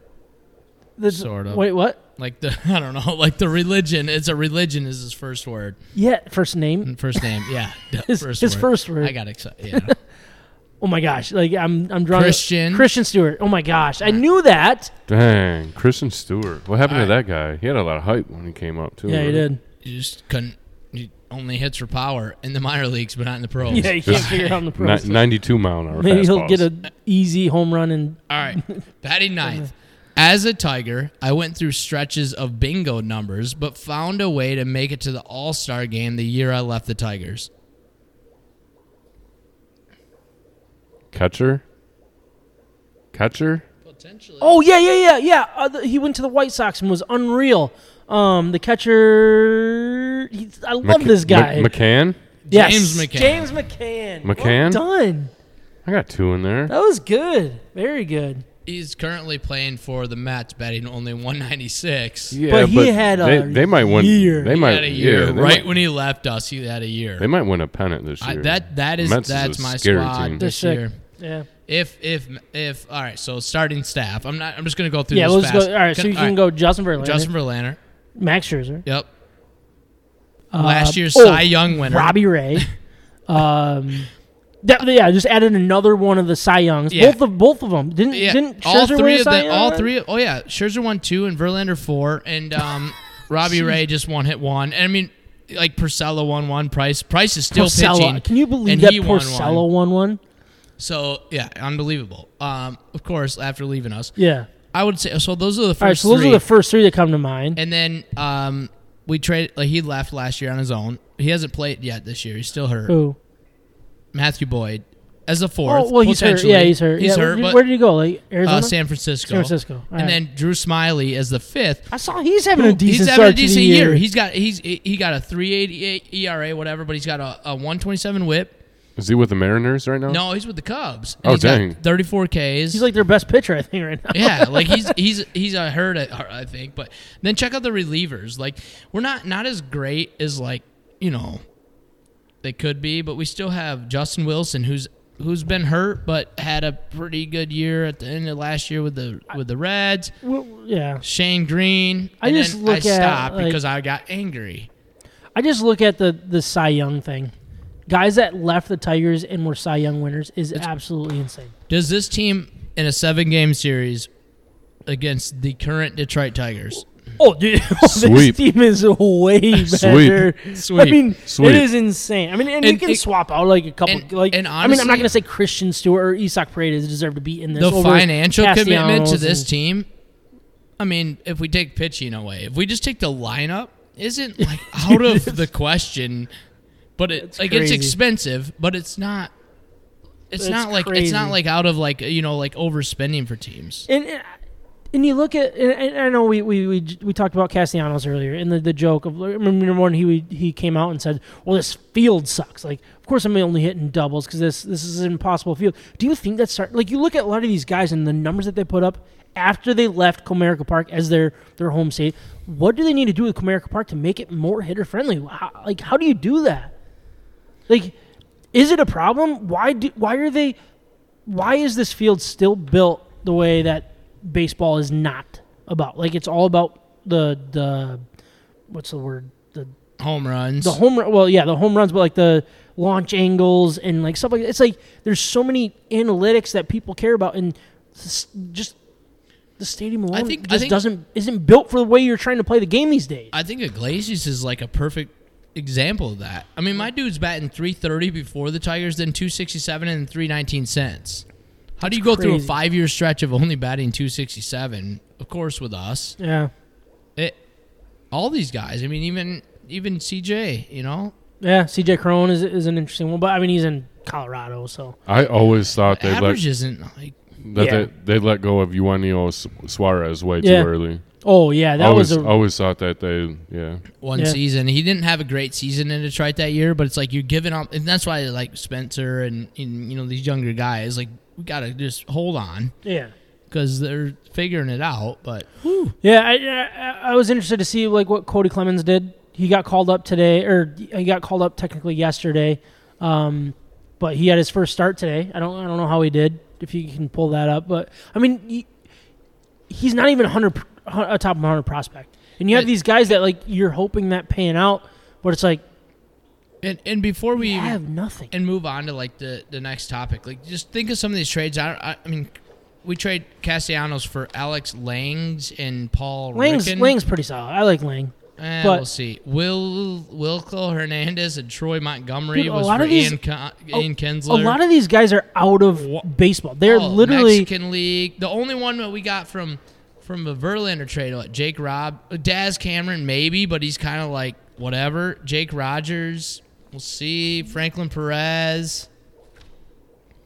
B: This-
D: Sort of.
B: Wait, what?
D: Like the [laughs] I don't know, like the religion. It's a religion is his first word.
B: Yeah, first name.
D: First name,
B: [laughs]
D: yeah. the
B: His- his first word.
D: I got excited.
B: [laughs]
D: Yeah.
B: Oh my gosh! Like I'm, I'm drawing
D: Christian.
B: Christian Stewart. Oh my gosh! I knew that.
E: Dang, Christian Stewart. What happened to
D: All
E: that guy? He had a lot of hype when he came up too.
B: Yeah, he
E: right?
B: did. [laughs]
D: you just couldn't you only hits for power in the minor leagues, but not in the pros.
B: Yeah, you can't figure out in the
E: Ni-
B: pros.
E: Ninety-two mile an hour.
B: Maybe he'll
E: fastballs.
B: get an easy home run and [laughs]
D: All right, batting ninth. As a Tiger, I went through stretches of bingo numbers, but found a way to make it to the All Star game the year I left the Tigers.
E: catcher. Catcher.
D: Potentially.
B: Oh yeah, yeah, yeah, yeah. Uh, the, he went to the White Sox and was unreal. Um, the catcher. He's, I love
E: Mc-
B: this guy.
E: Mc- McCann.
B: Yes.
D: James McCann.
B: James McCann. Well
E: McCann?
B: done.
E: I got two in there.
B: That was good. Very good.
D: He's currently playing for the Mets, batting only 196.
E: Yeah,
B: but he had a
E: they, they might win.
B: year.
E: They
D: He
E: might
D: had a year.
E: yeah, they
D: right
E: might-
D: when he left us, he had a year.
E: They might win a pennant this
D: I,
E: year.
D: that that is
E: Mets is a
D: that's my
E: scary
D: squad
E: team. They're
D: this
B: sick.
D: year.
B: Yeah.
D: If if if all right, so starting staff. I'm not. I'm just gonna go through.
B: Yeah.
D: this
B: We'll just go.
D: fast.
B: All right. So you
D: all
B: can go Justin Verlander,
D: Justin Verlander.
B: Max Scherzer,
D: Yep. Last year's
B: oh,
D: Cy Young winner.
B: Robbie
D: [laughs]
B: Ray. um. That, yeah, just added another one of the Cy Youngs.
D: Yeah.
B: Both of both of them didn't
D: Yeah,
B: didn't
D: all
B: Scherzer
D: three
B: win a
D: of
B: Cy
D: the
B: Young?
D: all three. Oh yeah, Scherzer won two and Verlander four,
B: [laughs]
D: and um, Robbie Ray just one hit one. And I mean, like Purcell won one. Price Price is still
B: Porcello.
D: pitching.
B: Can you believe
D: and
B: that
D: he won one.
B: Porcello won one?
D: So yeah, unbelievable. Um, of course, after leaving us,
B: Yeah.
D: I would say so. Those are the first
B: All right, so those
D: three.
B: are the first three that come to mind.
D: and then um, we trade. Like he left last year on his own. He hasn't played yet this year. He's still hurt.
B: Who?
D: Matthew Boyd as a fourth.
B: Oh, well, he's hurt.
D: potentially.
B: Yeah, he's hurt.
D: He's
B: yeah,
D: hurt.
B: Where,
D: but,
B: where did he go? Like Arizona.
D: uh, San Francisco.
B: San Francisco, all right.
D: And then Drew Smiley as the fifth.
B: I saw he's having a decent
D: he's having
B: start
D: a decent
B: to the
D: year.
B: year.
D: E He's got he's he he got a 388 ERA, whatever, but he's got a, a 127 WHIP.
E: Is he with the Mariners right now?
D: No, he's with the Cubs.
E: Oh,
D: he's got
E: dang.
D: 34 Ks.
B: He's like their best pitcher, I think, right now.
D: yeah, like he's he's he's a hurt, I think. But then check out the relievers. Like we're not not as great as like you know they could be, but we still have Justin Wilson, who's who's been hurt but had a pretty good year at the end of last year with the with the Reds.
B: Well, yeah.
D: Shane Green.
B: I
D: and
B: just
D: then
B: look
D: I
B: at,
D: stopped
B: like-
D: because I got angry.
B: I just look at the the Cy Young thing. Guys that left the Tigers and were Cy Young winners is absolutely insane.
D: Does this team in a seven game series against the current Detroit Tigers?
B: [laughs] Oh, dude,
E: Sweep.
B: this team is way better. I
D: Sweep.
B: mean,
E: Sweep.
B: it is insane. I mean, and, you
D: And
B: can
D: it-
B: swap out like a couple.
D: and-
B: like,
D: and
B: I mean, I'm not
D: honestly-
B: going to say Christian Stewart or Isak Paredes deserve to be in this.
D: The
B: over
D: financial commitment to
B: Castellanos
D: this
B: and-
D: team. I mean, if we take pitching away, if we just take the lineup,
B: [laughs]
D: isn't like out of the question. But it, like
B: crazy.
D: it's expensive, but it's not. It's,
B: It's
D: not like it's
B: crazy.
D: not like out of like you know like overspending for teams.
B: and and- and you look at and, and I know we, we we we talked about Castellanos earlier and the, the joke of remember when he he came out and said, "Well, this field sucks." Like, of course I'm only hitting doubles because this this is an impossible field. Do you think that's start like you look at a lot of these guys and the numbers that they put up after they left Comerica Park as their their home state? What do they need to do with Comerica Park to make it more hitter friendly? How, like, how do you do that? Like, is it a problem? Why do why are they? Why is this field still built the way that baseball is not about? Like it's all about the the what's the word the
D: Home runs.
B: the home run. Well, yeah, the home runs, but like the launch angles and like stuff like it's like there's so many analytics that people care about and s- just. The stadium alone
D: think- I
B: just
D: think-
B: doesn't isn't built for the way you're trying to play the game these days.
D: I think Iglesias is like a perfect example of that. I mean, my dude's batting 330 before the Tigers, then 267 and 319 cents. How do you go through a
B: crazy.
D: five year stretch of only batting 267? Of course, with us,
B: yeah,
D: it, all these guys. I mean, even even CJ, you know,
B: yeah. CJ Crone is is an interesting one, but I mean he's in Colorado, so
E: I always thought they let
D: average isn't like
E: that
B: Yeah.
E: they, they let go of Eugenio Su- Suarez way too
B: Yeah.
E: early.
B: Oh yeah, that
E: always
B: was a
E: always thought that they yeah.
D: one
B: Yeah.
D: season. He didn't have a great season in Detroit that year, but it's like you're giving up, and that's why like Spencer and, and you know these younger guys like we gotta just hold on
B: yeah.
D: because they're figuring it out, but.
B: Yeah, I, I I was interested to see like what Cody Clemens did. He got called up today, or he got called up technically yesterday, um, but he had his first start today. I don't I don't know how he did if you can pull that up, but I mean he, he's not even a hundred pr- a top one hundred prospect, and you have
D: Yeah.
B: these guys that like you're hoping that pan out, but it's like
D: And and before we
B: you
D: even-
B: have nothing.
D: and move on to like the the next topic, like just think of some of these trades. I I, I mean, we trade Castellanos for Alex Langs and Paul
B: Lang's
D: Rickon.
B: Lang's pretty solid. I like Lang.
D: Eh,
B: but-
D: we'll see. Will Wilco Hernandez and Troy Montgomery
B: Dude, a
D: was
B: lot
D: for
B: of these-
D: Ian, Con-
B: a-
D: Ian
B: A
D: Kinsler.
B: lot of these guys are out of baseball. They're
D: Oh,
B: literally
D: Mexican league. The only one that we got from from a Verlander trade, like Jake Rob, uh, Daz Cameron, maybe, but he's kind of like whatever. Jake Rogers, we'll see. Franklin Perez.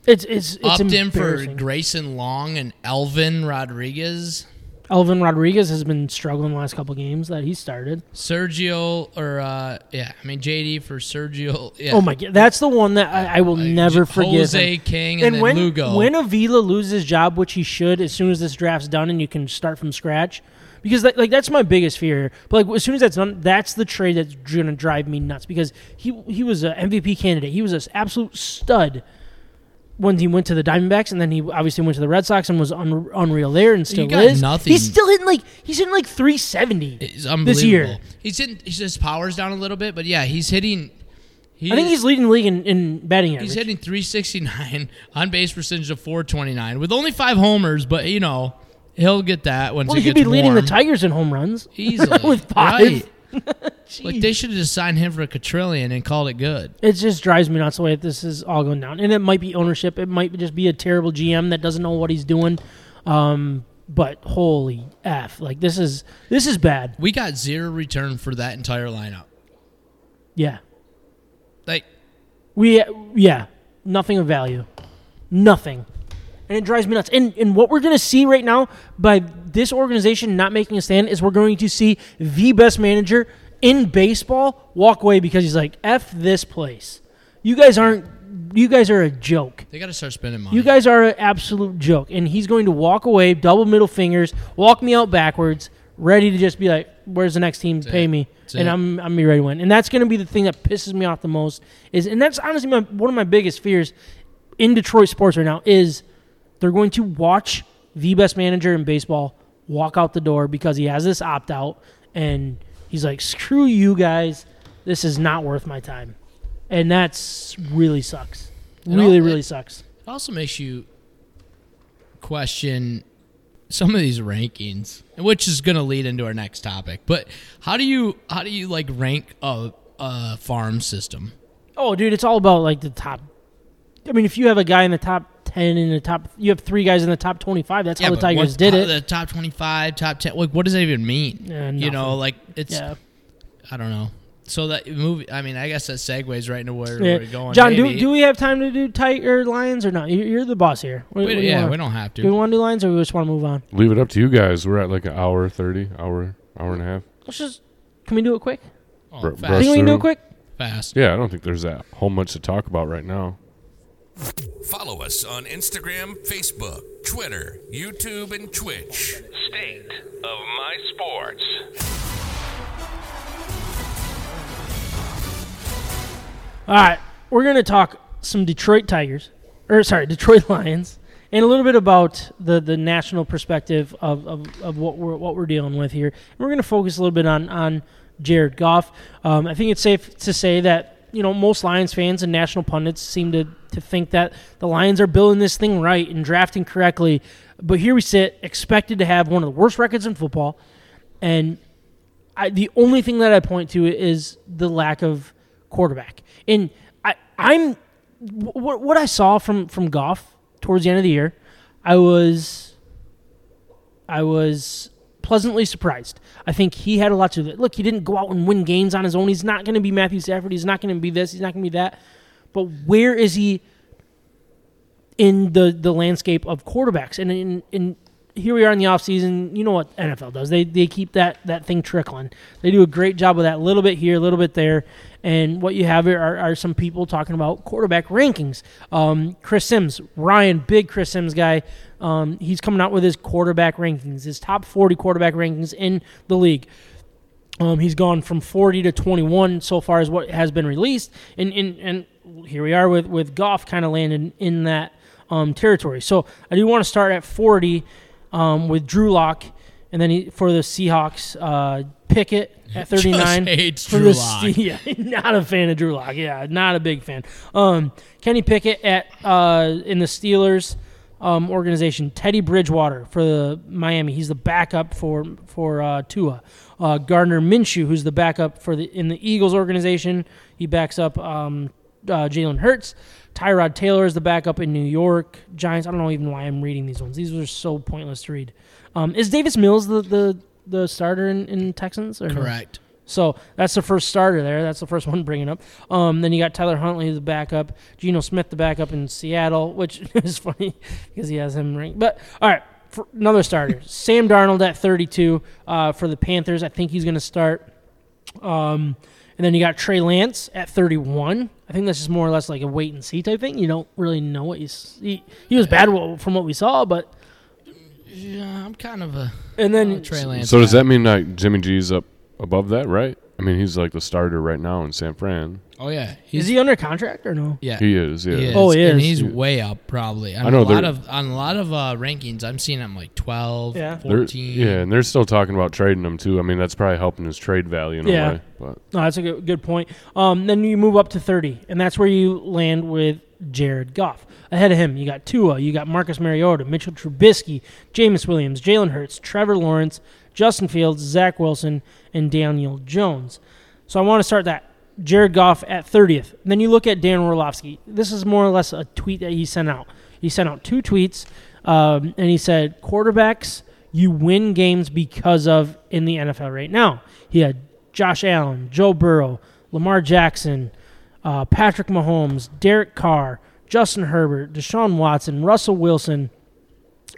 B: it's it's it's
D: upped in for
B: embarrassing.
D: Grayson Long and Elvin Rodriguez.
B: Elvin Rodriguez has been struggling the last couple games that he started.
D: Sergio or uh yeah, I mean JD for Sergio. Yeah.
B: Oh my god, that's the one that I, I will never forgive.
D: Jose
B: him.
D: King and, then
B: when
D: Lugo.
B: when Avila loses his job, which he should, as soon as this draft's done and you can start from scratch, because like, like that's my biggest fear. But like as soon as that's done, that's the trade that's gonna drive me nuts because he he was an MVP candidate. He was an absolute stud when he went to the Diamondbacks, and then he obviously went to the Red Sox and was un- unreal there, and still
D: got
B: is.
D: nothing.
B: He's still hitting like he's hitting like three seventy
D: It's unbelievable.
B: this year.
D: He's in he's his powers down a little bit, but yeah, he's hitting he
B: I think he's leading the league in, in batting average.
D: He's hitting 369 [laughs] on base percentage of 429 with only five homers, but you know he'll get that once
B: well,
D: it
B: he could
D: gets
B: be leading the
D: warm.
B: Tigers in home runs.
D: easily
B: [laughs] with five.
D: Right. like they should have just signed him for a quadrillion and called it good.
B: It just drives me nuts the way that this is all going down. And it might be ownership. It might just be a terrible GM that doesn't know what he's doing. Um, but holy f, like this is this is bad.
D: We got zero return for that entire lineup.
B: Yeah,
D: Like
B: we yeah nothing of value, nothing, and it drives me nuts. And and what we're gonna see right now by this organization not making a stand is we're going to see the best manager in baseball walk away because he's like f this place. You guys aren't you guys are a joke.
D: They got to start spending money.
B: You guys are an absolute joke." And he's going to walk away, double middle fingers, walk me out backwards, ready to just be like, "Where's the next team? Pay
D: it.
B: me."
D: That's
B: And
D: it.
B: I'm I'm gonna be ready to win. And that's going to be the thing that pisses me off the most is, and that's honestly my, one of my biggest fears in Detroit sports right now is they're going to watch the best manager in baseball walk out the door because he has this opt out and he's like, screw you guys. This is not worth my time. And that's really sucks.
D: And
B: really,
D: all-
B: really
D: it-
B: sucks.
D: It also makes you question some of these rankings, which is going to lead into our next topic. But how do you how do you like rank a, a farm system?
B: Oh, dude, it's all about like the top. I mean, if you have a guy in the top 10 in the top, you have three guys in the top 25. That's how the
D: but
B: Tigers
D: what's-
B: did
D: how-
B: it.
D: The top twenty-five, top ten. Like, what does that even mean?
B: Yeah,
D: you know,
B: nothing.
D: like it's
B: yeah.
D: I don't know. So that movie. I mean, I guess that segues right into where
B: yeah.
D: we're going.
B: John, do,
D: maybe.
B: do we have time to do Tiger Lions or not? You- You're the boss here. What-
D: We-
B: what do you
D: yeah,
B: wanna-
D: we don't have to.
B: Do we want to do Lions or we just want to move on?
E: Leave it up to you guys. We're at like an hour thirty, hour, hour and a half.
B: Let's just. Can we do it quick?
D: Oh,
E: Br-
D: fast,
B: I think we can do it quick.
D: fast.
E: Yeah, I don't think there's that whole much to talk about right now.
A: Follow us on Instagram, Facebook, Twitter, YouTube, and Twitch. State of My Sports.
B: All right, we're going to talk some Detroit Tigers, or sorry, [laughs] Detroit Lions, and a little bit about the, the national perspective of, of, of what we're what we're dealing with here. And we're going to focus a little bit on on Jared Goff. Um, I think it's safe to say that you know most Lions fans and national pundits seem to to think that the Lions are building this thing right and drafting correctly, but here we sit, expected to have one of the worst records in football, and I, the only thing that I point to is the lack of quarterback. And I, I'm what, what I saw from from Goff towards the end of the year, I was I was pleasantly surprised. I think he had a lot to do. with it. Look, he didn't go out and win games on his own. He's not going to be Matthew Stafford. He's not going to be this. He's not going to be that. But where is he in the the landscape of quarterbacks? And in in here we are in the offseason. You know what NFL does? They they keep that that thing trickling. They do a great job of that. A little bit here, a little bit there. And what you have here are, are some people talking about quarterback rankings. Um, Chris Sims, Ryan, big Chris Sims guy. Um, he's coming out with his quarterback rankings, his top 40 quarterback rankings in the league. Um, he's gone from 40 to 21 so far as what has been released, and and, and here we are with with Goff kind of landing in that um, territory. So I do want to start at 40 um, with Drew Lock, and then he, for the Seahawks, uh, Pickett at 39.
D: [laughs] Just hates
B: for
D: Drew
B: the
D: Lock.
B: Se- [laughs] yeah, not a fan of Drew Lock. Yeah, not a big fan. Um, Kenny Pickett at uh, in the Steelers um, organization. Teddy Bridgewater for the Miami. He's the backup for for uh, Tua. Uh, Gardner Minshew, who's the backup for the in the Eagles organization. He backs up um, uh, Jalen Hurts. Tyrod Taylor is the backup in New York Giants. I don't know even why I'm reading these ones. These are so pointless to read. Um, is Davis Mills the the, the starter in, in Texans? Or no?
D: Correct.
B: So that's the first starter there. That's the first one bringing up. Um, then you got Tyler Huntley, the backup. Geno Smith, the backup in Seattle, which [laughs] is funny because he has him ranked. But all right, for another [laughs] starter, Sam Darnold at 32 uh, for the Panthers. I think he's going to start. Um, and then you got Trey Lance at 31. I think that's just more or less like a wait and see type thing. You don't really know what you see. He was bad from what we saw, but
D: Yeah, I'm kind of a
B: and then
D: Trey Lance.
E: So does
D: guy.
E: that mean like Jimmy G's up above that, right? I mean, he's like the starter right now in San Fran.
D: Oh yeah,
B: is
D: he's
B: he under contract or no?
D: yeah.
E: He is, yeah.
D: He is.
B: Oh, he
D: And
B: is.
D: he's way up, probably. I, mean,
E: know
D: a lot
E: they're-
D: of on a lot of uh, rankings. I'm seeing him like 12,
B: Yeah.
E: They're-
D: 14.
E: yeah, and they're still talking about trading him too. I mean, that's probably helping his trade value in
B: Yeah.
E: a way. But
B: No, that's a good, good point. Um, then you move up to 30, and that's where you land with Jared Goff. Ahead of him, you got Tua, you got Marcus Mariota, Mitchell Trubisky, Jameis Williams, Jalen Hurts, Trevor Lawrence, Justin Fields, Zach Wilson, and Daniel Jones. So I want to start that. Jared Goff at 30th. And then you look at Dan Orlovsky. This is more or less a tweet that he sent out. He sent out two tweets, um, and he said, quarterbacks you win games because of in the NFL right now. He had Josh Allen, Joe Burrow, Lamar Jackson, uh, Patrick Mahomes, Derek Carr, Justin Herbert, Deshaun Watson, Russell Wilson,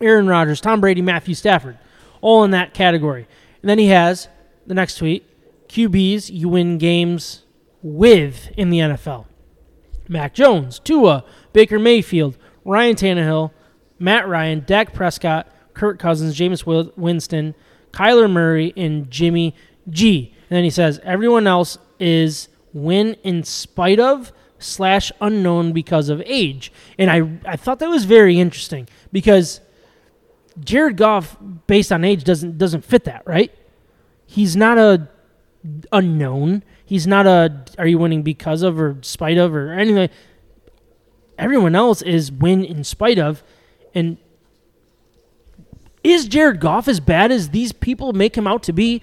B: Aaron Rodgers, Tom Brady, Matthew Stafford, all in that category. And then he has the next tweet QBs you win games with in the NFL. Mac Jones, Tua, Baker Mayfield, Ryan Tannehill, Matt Ryan, Dak Prescott, Kirk Cousins, Jameis Wil- Winston, Kyler Murray, and Jimmy G. And then he says, everyone else is win in spite of slash unknown because of age. And I, I thought that was very interesting because Jared Goff, based on age, doesn't doesn't fit that, right? He's not a unknown. He's not a are you winning because of or spite of or anything. Everyone else is win in spite of, and is Jared Goff as bad as these people make him out to be,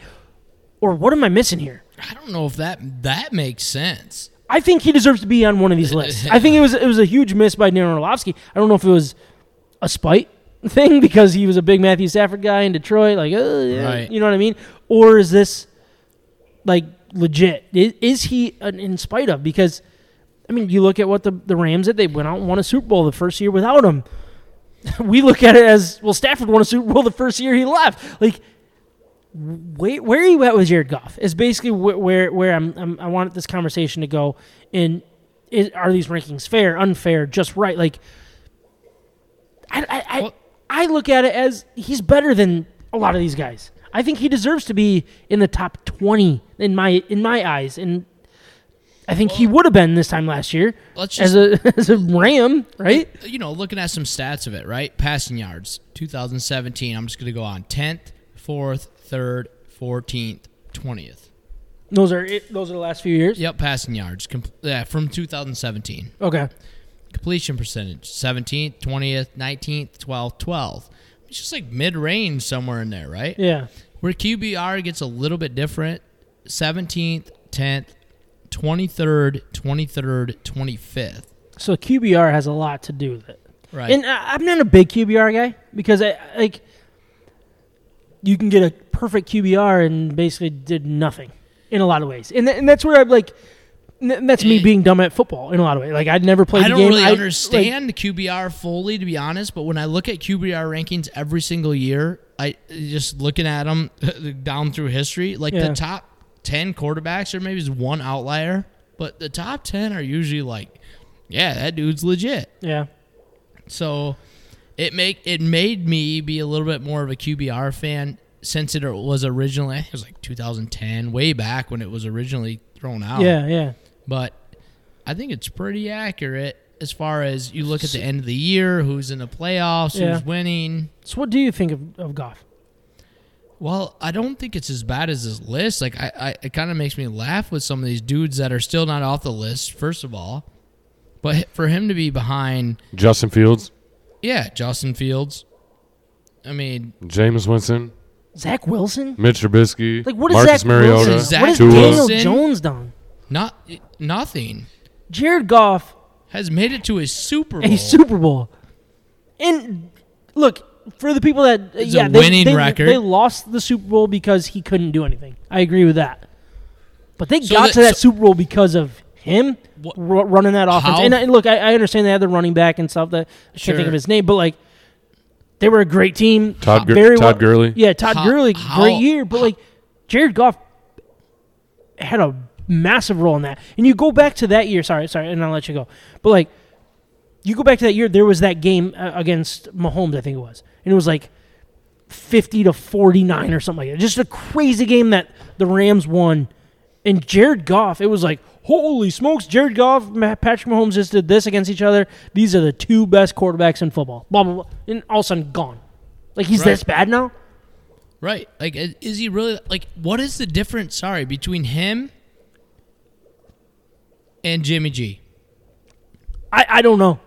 B: or what am I missing here?
D: I don't know if that that makes sense.
B: I think he deserves to be on one of these lists. I think it was it was a huge miss by Darren Orlovsky. I don't know if it was a spite thing [laughs] because he was a big Matthew Stafford guy in Detroit, like uh, yeah,
D: Right.
B: you know what I mean, or is this like legit? Is, is he an in spite of? Because I mean, you look at what the the Rams did. They went out and won a Super Bowl the first year without him. [laughs] we look at it as well. Stafford won a Super Bowl the first year he left. Like wait, where are you at with Jared Goff? Is basically wh- where where I'm, I'm I want this conversation to go. And is, are these rankings fair, unfair, just right? Like, I I, I
D: Well-
B: I look at it as he's better than a lot of these guys. I think he deserves to be in the top twenty in my in my eyes, and I think he would have been this time last year
D: Let's
B: as a [laughs] as a Ram, right?
D: you know, looking at some stats of it, right? Passing yards, 2017. I'm just going to go on 10th, 4th, 3rd, 14th, 20th.
B: Those are it, those are the last few years.
D: Yep, passing yards. Com- yeah, from 2017.
B: Okay,
D: Completion percentage, 17th, 20th, 19th, 12th, 12th. It's just like mid range somewhere in there, right?
B: yeah.
D: Where QBR gets a little bit different 17th, 10th, 23rd, 23rd, 25th.
B: So QBR has a lot to do with it.
D: Right.
B: And I, I'm not a big QBR guy because I I- like you can get a perfect QBR and basically did nothing in a lot of ways, and tha- and that's where I'm like. n- That's me being dumb at football in a lot of ways. Like I'd never played.
D: Eh. I
B: the
D: don't
B: game.
D: really
B: I- like,
D: understand QBR fully, to be honest. But when I look at QBR rankings every single year, I just looking at them [laughs] down through history, like
B: Yeah.
D: the top ten quarterbacks, or maybe it's one outlier, but the top ten are usually like, yeah, that dude's legit.
B: yeah,
D: So it make it made me be a little bit more of a QBR fan since it was originally I think it was like 2010, way back when it was originally thrown out
B: yeah, yeah.
D: but I think it's pretty accurate as far as you look at the end of the year, who's in the playoffs,
B: Yeah.
D: who's winning.
B: So what do you think of, of Goff?
D: Well, I don't think it's as bad as this list. Like, I, I it kind of makes me laugh with some of these dudes that are still not off the list. First of all, but h- for him to be behind,
E: Justin Fields,
D: yeah, Justin Fields. I mean,
E: James Winston,
B: Zach Wilson?
E: Mitch Trubisky,
B: Like what is
E: Marcus
B: Zach
E: Mariota,
B: Wilson?
D: Zach
B: what has
E: Tua.
B: Daniel
D: Wilson?
B: Jones done?
D: not nothing
B: Jared Goff
D: has made it to a Super Bowl.
B: a Super Bowl. And look for the people that
D: It's a
B: yeah, they,
D: winning
B: they-
D: record.
B: They lost the Super Bowl because he couldn't do anything. I agree with that. But they
D: So
B: got
D: the-
B: to that
D: so-
B: Super Bowl because of him
D: What-
B: ru- running that offense.
D: How-
B: And, I, and look, I, I understand they had the running back and stuff. That I can't think
D: Sure.
B: of his name, but like they were a great team.
E: Todd Gur-
B: Very
E: Todd
B: well-
E: Gurley.
B: Yeah, Todd
D: How-
B: Gurley,
D: how-
B: great year. But like Jared Goff had a massive role in that. And you go back to that year. Sorry, sorry, and I'll let you go. But like, you go back to that year. There was that game uh, against Mahomes, I think it was, and it was like fifty to forty nine or something like that. Just a crazy game that the Rams won. And Jared Goff, it was like, holy smokes, Jared Goff, Ma- Patrick Mahomes just did this against each other. These are the two best quarterbacks in football. Blah blah blah. And all of a sudden, gone. Like he's
D: Right.
B: this bad now.
D: Right. Like, i- is he really like? What is the difference? Sorry, between him and Jimmy G.
B: I, I don't know.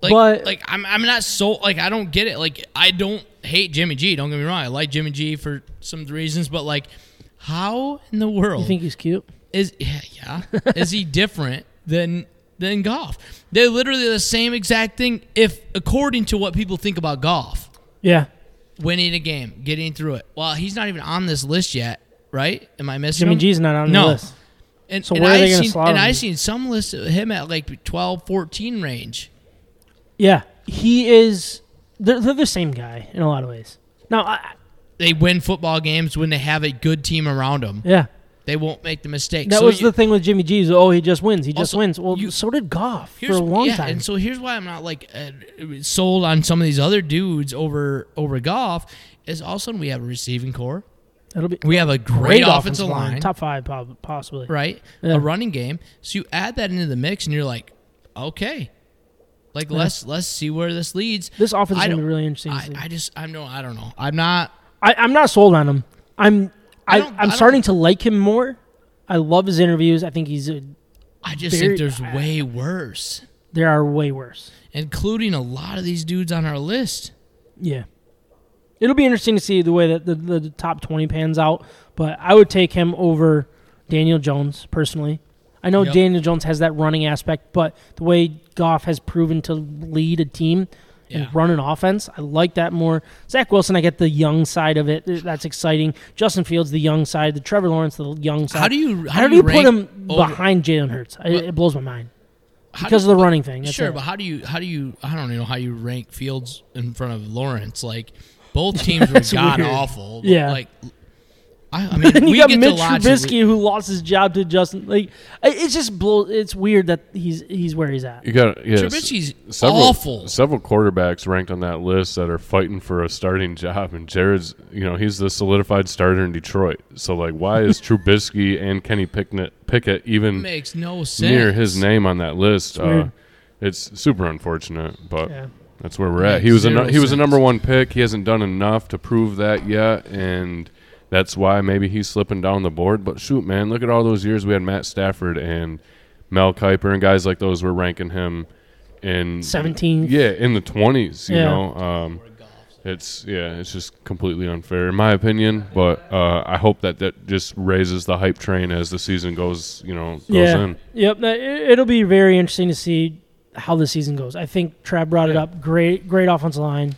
D: Like,
B: But-
D: like I'm, I'm not so like I don't get it. Like I don't hate Jimmy G. Don't get me wrong. I like Jimmy G. for some reasons, but like, how in the world
B: You think he's cute?
D: is [laughs] yeah, yeah is he different than than golf? They're literally the same exact thing. If according to what people think about golf,
B: Yeah.
D: winning a game, getting through it. Well, he's not even on this list yet, right? Am I missing
B: Jimmy
D: him?
B: G's not on
D: No.
B: the list.
D: And,
B: So
D: and
B: where are
D: I've
B: they gonna
D: seen,
B: slot
D: And
B: him?
D: I've seen some lists of him at like 12, 14 range.
B: Yeah, he is. They're, they're the same guy in a lot of ways. Now, I,
D: They win football games when they have a good team around them.
B: yeah,
D: They won't make the mistake.
B: That
D: So
B: was
D: you-
B: the thing with Jimmy G's. Oh, he just wins. He just
D: Also,
B: wins. Well,
D: you-
B: so did Goff for
D: here's-
B: a long
D: yeah,
B: time.
D: And so here's why I'm not like uh, sold on some of these other dudes over over golf. Is all of a sudden we have a receiving core.
B: It'll be
D: We have a great, offensive line,
B: top five prob- possibly.
D: right?
B: Yeah.
D: A running game. So you add that into the mix, and you're like, okay, like let's let's see where this leads.
B: This offense is
D: I
B: gonna be
D: don't-
B: really interesting. to
D: I,
B: see.
D: I just I'm no I don't know. I'm not.
B: I, I'm not sold on him. I'm I,
D: I
B: I
D: don't- I
B: I'm
D: don't-
B: starting to like him more. I love his interviews. I think he's a,
D: I just
B: Very-
D: think there's way worse,
B: there are way worse.
D: including a lot of these dudes on our list.
B: Yeah. It'll be interesting to see the way that the, the, the top 20 pans out, but I would take him over Daniel Jones personally. I know
D: Yep.
B: Daniel Jones has that running aspect, but the way Goff has proven to lead a team
D: Yeah.
B: and run an offense, I like that more. Zach Wilson, I get the young side of it. That's exciting. Justin Fields, the young side. The Trevor Lawrence, the young side.
D: How do you-
B: how,
D: how
B: do you
D: do you
B: put
D: rank
B: him
D: over-
B: behind Jalen Hurts? I, it blows my mind
D: How do
B: because
D: you-
B: of the
D: but-
B: running thing. That's
D: sure,
B: it.
D: but how do you how do you I don't know how you rank Fields in front of Lawrence? Like both [laughs] teams were god
B: weird.
D: awful. but,
B: Yeah.
D: Like I, I mean,
B: And [laughs] you
D: we
B: got
D: get
B: Mitch
D: to watch
B: Trubisky who lost his job to Justin. Like I- it's just blow. It's weird that he's he's where he's at.
E: You got yes,
D: Trubisky's
E: several,
D: awful.
E: Several quarterbacks ranked on that list that are fighting for a starting job, and Jared's you know he's the solidified starter in Detroit. So like, why
D: [laughs]
E: is Trubisky and Kenny Pickett, Pickett even
D: makes no sense.
E: near his name on that list?
B: weird.
E: Uh, it's super unfortunate, but
B: Yeah.
E: that's where we're at.
D: Makes
E: He was a
D: zero
E: nu- he was a
D: sense.
E: number one pick. He hasn't done enough to prove that yet, and that's why maybe he's slipping down the board. But shoot, man, look at all those years we had Matt Stafford and Mel Kiper and guys like those were ranking him in
B: 17th.
E: Yeah, in the twenties. You
B: Yeah.
E: know, um, it's yeah, it's just completely unfair in my opinion. But uh, I hope that that just raises the hype train as the season goes. You know, goes
B: yeah.
E: in.
B: Yep. no, it- It'll be very interesting to see how the season goes. I think Trav brought it up. Great, great offensive line,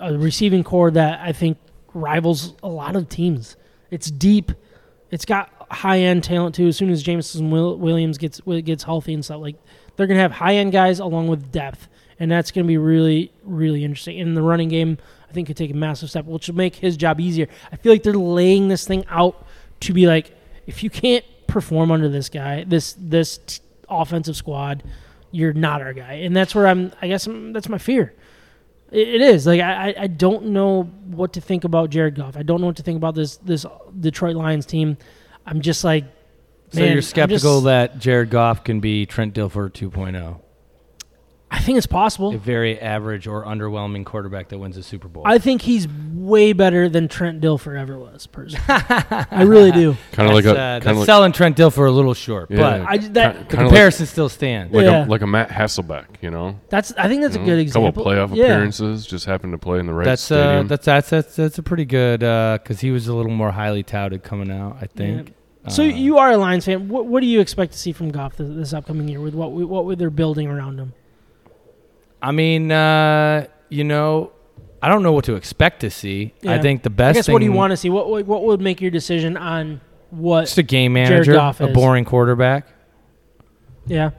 B: a receiving core that I think rivals a lot of teams. It's deep. It's got high end talent too. As soon as Jameson Will- Williams gets wi- gets healthy and stuff, like they're gonna have high end guys along with depth, and that's gonna be really really interesting. And the running game, I think, could take a massive step, which will make his job easier. I feel like they're laying this thing out to be like, if you can't perform under this guy, this this t- offensive squad, you're not our guy, and that's where I'm. I guess I'm, that's my fear. It, it is like I, I- I don't know what to think about Jared Goff. I don't know what to think about this this Detroit Lions team. I'm just like,
C: So
B: man, I'm
C: you're skeptical
B: just-
C: that Jared Goff can be Trent Dilfer 2.0,
B: I think it's possible.
C: a very average or underwhelming quarterback that wins a Super Bowl.
B: I think he's way better than Trent Dilfer ever was. Personally,
C: [laughs]
B: I really do.
E: Kind of like
C: That's,
E: a
C: uh,
E: kinda
C: that's
E: like-
C: selling Trent Dilfer a little short,
E: Yeah.
B: I that
C: but the
E: kinda like-
C: comparison still stands.
E: like
B: Yeah.
E: a like a Matt Hasselbeck, you know, Mm-hmm.
B: that's I think that's a good
E: Mm, couple
B: example.
E: playoff
B: yeah.
E: appearances, just happened to play in the right
C: that's uh,
E: stadium.
C: that's that's that's that's a pretty good because he was a little more highly touted coming out. I think.
B: So
E: Um,
C: Uh,
B: you are a Lions fan. What, what do you expect to see from Goff this, this upcoming year with what we, what they're building around him?
C: I mean, uh, you know, I don't know what to expect to see. I
B: Yeah.
C: think the
B: I
C: best.
B: guess
C: thing,
B: what do you want to see? What, what what would make your decision on what?
C: Just a game
B: Jared
C: manager,
B: Goff
C: a
B: is?
C: boring quarterback.
B: Yeah,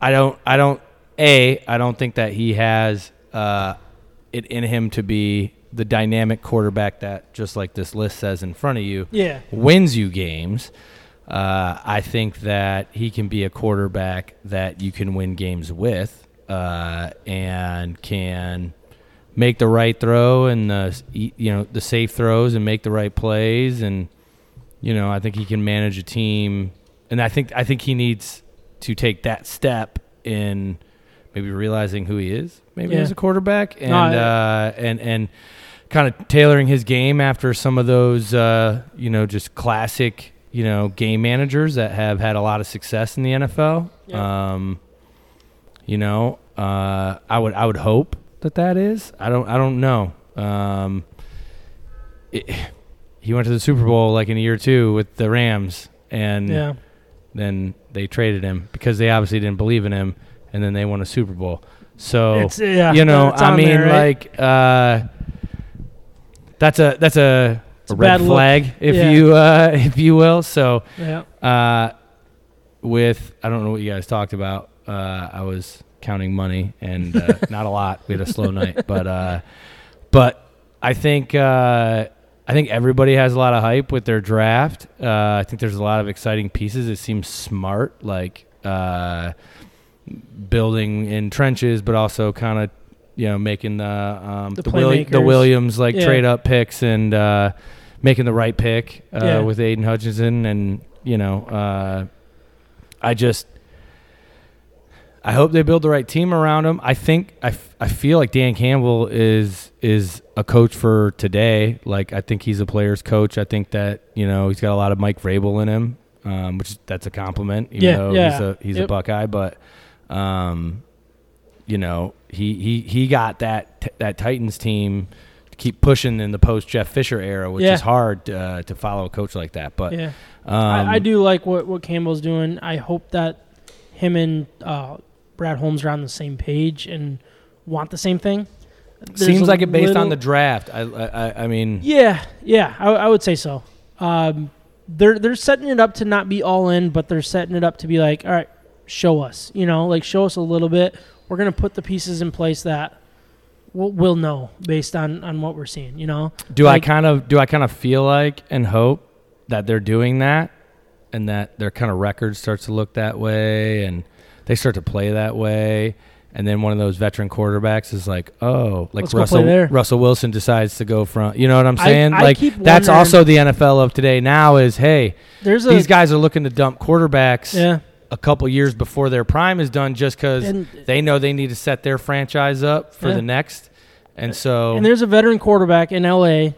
C: I don't. I don't. A. I don't think that he has uh, it in him to be the dynamic quarterback that, just like this list says in front of you,
B: yeah.
C: wins you games. Uh, I think that he can be a quarterback that you can win games with uh, and can make the right throw and the you know the safe throws and make the right plays and you know I think he can manage a team and I think I think he needs to take that step in maybe realizing who he is maybe
B: Yeah.
C: as a quarterback and
B: I-
C: uh, and and kind of tailoring his game after some of those uh, you know just classic you know game managers that have had a lot of success in the NFL.
B: Yeah.
C: Um, you know, uh, I would I would hope that that is. I don't I don't know. Um, it, [sighs] he went to the Super Bowl like in a year or two with the Rams, and
B: Yeah.
C: then they traded him because they obviously didn't believe in him, and then they won a Super Bowl. So
B: It's- yeah,
C: you know,
B: it's
C: I
B: on
C: mean,
B: there, right?
C: like uh, that's a that's a,
B: a
C: red
B: bad look.
C: flag, if
B: Yeah.
C: you uh, [laughs] if you will. So
B: Yeah.
C: uh, with I don't know what you guys talked about. Uh, I was counting money and uh, not a lot. We had a slow night, but uh, but I think uh, I think everybody has a lot of hype with their draft. Uh, I think there's a lot of exciting pieces. It seems smart, like uh, building in trenches, but also kind of you know making the um,
B: The
C: the, Willi- the
B: playmakers.
C: Williams like
B: Yeah.
C: trade up picks and uh, making the right pick uh,
B: Yeah.
C: with Aiden Hutchinson, and you know uh, I just I hope they build the right team around him. I think I, f- I feel like Dan Campbell is is a coach for today. Like I think he's a player's coach. I think that you know he's got a lot of Mike Vrabel in him, um, which that's a compliment. Even
B: Yeah,
C: though
B: yeah.
C: he's a he's a
B: Yep.
C: Buckeye, but um, you know he he he got that t- that Titans team to keep pushing in the post Jeff Fisher era, which
B: Yeah.
C: is hard uh, to follow a coach like that. But
B: Yeah.
C: um,
B: I, I do like what, what Campbell's doing. I hope that him and uh, Brad Holmes are on the same page and want the same thing. There's
C: Seems
B: a
C: like it based on
B: little-
C: the draft. I I, I- I mean.
B: Yeah, yeah, I, I would say so. Um, they're they're setting it up to not be all in, but they're setting it up to be like, all right, show us, you know, like show us a little bit. We're gonna put the pieces in place that we'll, we'll know based on on what we're seeing, you know.
C: Do
B: Like-
C: I kind of do I kind of feel like and hope that they're doing that and that their kind of record starts to look that way and they start to play that way and then one of those veteran quarterbacks is like, "Oh, like
B: Let's go play
C: Russell
B: there.
C: Russell Wilson decides to go front." You know what I'm
B: I-
C: saying?
B: I
C: like
B: keep
C: that's
B: wondering-
C: also the NFL of today now is, "Hey,
B: There's a
C: these guys are looking to dump quarterbacks
B: yeah,
C: a couple years before their prime is done just cuz
B: And-
C: they know they need to set their franchise up for
B: Yeah. Uh,
C: the next." And so
B: and there's a veteran quarterback in L.A.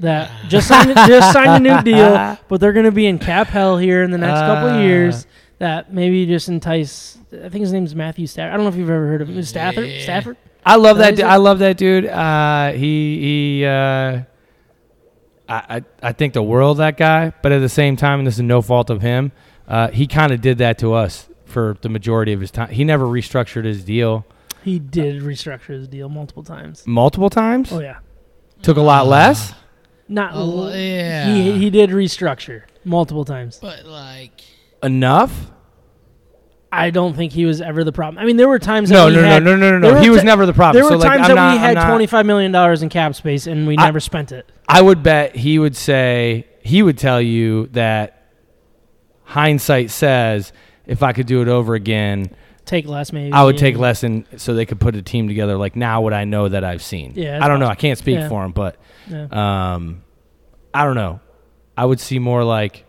B: that just signed, just signed
C: [laughs]
B: a new deal, but they're gonna be in cap hell here in the next couple
C: Ah.
B: of years. That maybe just entice. I think his name's Matthew Stafford. I don't know if you've ever heard of him. Stafford.
D: Yeah.
B: Stafford.
C: I love that.
B: Is that
C: du-
B: it?
C: I love that dude. Uh, he he. Uh, I, I I think the world of that guy, but at the same time, and this is no fault of him. Uh, he kind of did that to us for the majority of his time. He never restructured his deal
B: He did restructure his deal multiple times.
C: multiple times.
B: Oh yeah,
C: Took a lot less.
B: not
D: Oh, yeah.
B: He he did restructure multiple times.
D: But like,
C: Enough.
B: I don't think he was ever the problem. I mean, there were times that
C: No,
B: we
C: no, no,
B: had,
C: no, no, no, no.
B: there were
C: He was
B: ti-
C: never the problem.
B: There were
C: So, like,
B: times
C: I'm
B: that
C: not-
B: we had
C: I'm not-
B: twenty five million dollars in cap space and we
C: I-
B: never spent it.
C: I would bet he would say he would tell you that hindsight says if I could do it over again,
B: Take less, maybe.
C: I would take lesson so they could put a team together. Like now, what I know that I've seen.
B: Yeah, it's
C: I don't know. I can't speak
B: Yeah.
C: for him, but
B: Yeah.
C: um, I don't know. I would see more like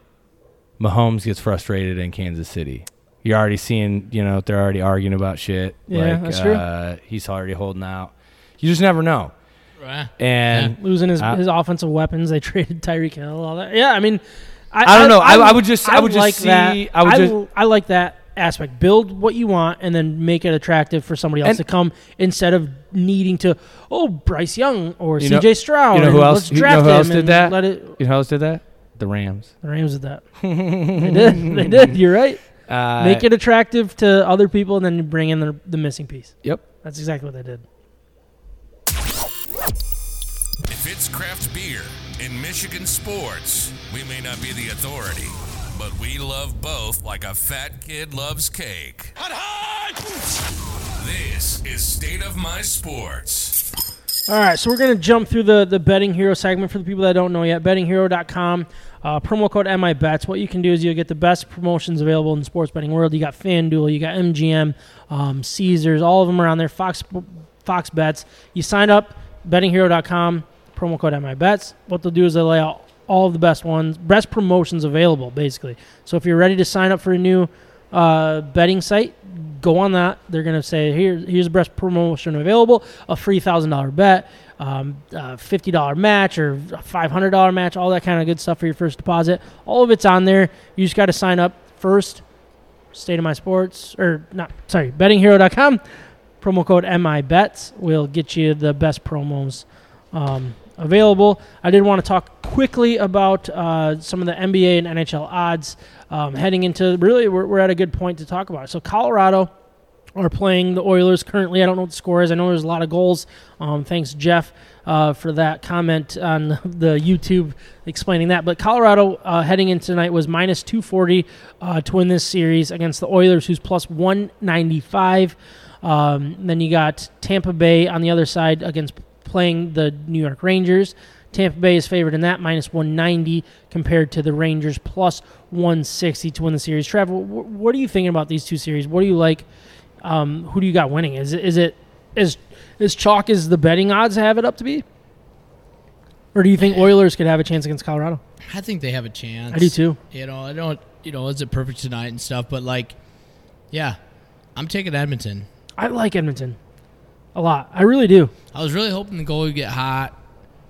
C: Mahomes gets frustrated in Kansas City. You're already seeing, you know, they're already arguing about shit.
B: Yeah,
C: like,
B: that's true.
C: Uh, he's already holding out. You just never know.
D: right.
C: And
B: losing his,
C: I-
B: his offensive weapons. They [laughs] traded Tyreek Hill, all that. Yeah, I mean,
C: I don't know. I- I would just- I would just
B: like
C: see-
B: that.
C: I would just-
B: l- I like that aspect. Build what you want, and then make it attractive for somebody else
C: And-
B: to come instead of needing to. Oh, Bryce Young or
C: You know-
B: C.J. Stroud.
C: you know who
B: and
C: else?
B: Let's
C: You
B: draft
C: know who
B: him
C: else did
B: and
C: that?
B: Let it.
C: you know who else did that? The Rams.
B: The Rams did
C: [laughs]
B: that. they did. They did. You're right.
C: Uh,
B: Make it attractive to other people, and then you bring in the, the missing piece.
C: Yep.
B: That's exactly what they did.
A: If it's craft beer and Michigan sports, we may not be the authority, but we love both like a fat kid loves cake. This is State of My Sports.
B: All right, so we're going to jump through the, the Betting Hero segment for the people that don't know yet. BettingHero.com, uh, promo code MIBETS. What you can do is you'll get the best promotions available in the sports betting world. You got FanDuel, you got MGM, um, Caesars, all of them are on there, Fox, Fox Bets. You sign up, bettinghero.com, promo code MIBETS. What they'll do is they lay out all of the best ones, best promotions available, basically. So if you're ready to sign up for a new uh, betting site, go on that. They're going to say, Here, here's the best promotion available a free $1,000 bet, um, a $50 match, or a $500 match, all that kind of good stuff for your first deposit. All of it's on there. You just got to sign up first. State of My Sports, or not, sorry, bettinghero.com. Promo code MIBETS will get you the best promos um, available. I did want to talk quickly about uh, some of the NBA and NHL odds um, heading into really, we're, we're at a good point to talk about. it. So, Colorado are playing the Oilers currently. I don't know what the score is. I know there's a lot of goals. Um, thanks, Jeff, uh, for that comment on [laughs] the YouTube explaining that. But Colorado uh, heading in tonight was minus 240 uh, to win this series against the Oilers, who's plus 195. Um, then you got Tampa Bay on the other side against playing the New York Rangers. Tampa Bay is favored in that, minus 190 compared to the Rangers, plus 160 to win the series. Trav, wh- what are you thinking about these two series? What do you like? Um, who do you got winning? Is it is it is as chalk as the betting odds have it up to be? Or do you
D: Eh.
B: think Oilers could have a chance against Colorado?
D: I think they have a chance.
B: I do too.
D: You know, I don't. You know, is it perfect tonight and stuff? But like, yeah, I'm taking Edmonton.
B: I like Edmonton a lot. I really do.
D: I was really hoping the goal would get hot.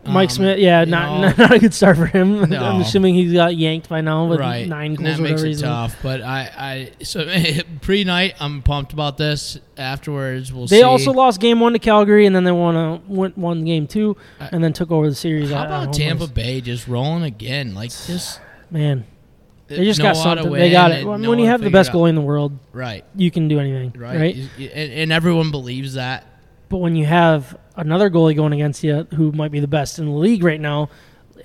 B: Mike
D: Um,
B: Smith, yeah,
D: you
B: not,
D: know,
B: not [laughs] a good start for him. [laughs] I'm
D: No.
B: assuming he got yanked by now with
D: right.
B: nine
D: and
B: goals.
D: that
B: or
D: makes
B: whatever
D: it
B: he's on.
D: tough. But I, I so [laughs] pre-night, I'm pumped about this. Afterwards, we'll
B: They
D: see.
B: also lost game one to Calgary, and then they won a won, won game two, and then took over the series.
D: Uh, How
B: at- at
D: about
B: uh, home
D: Tampa
B: ice.
D: Bay just rolling again? Like just
B: Man, they just got
D: no how to
B: something. They got
D: win
B: it.
D: and
B: When,
D: no
B: when you
D: how to
B: have the
D: figure
B: best
D: it out.
B: goalie in the world,
D: right?
B: you can do anything, right?
D: Right, You- And, and everyone believes that.
B: But when you have another goalie going against you, who might be the best in the league right now,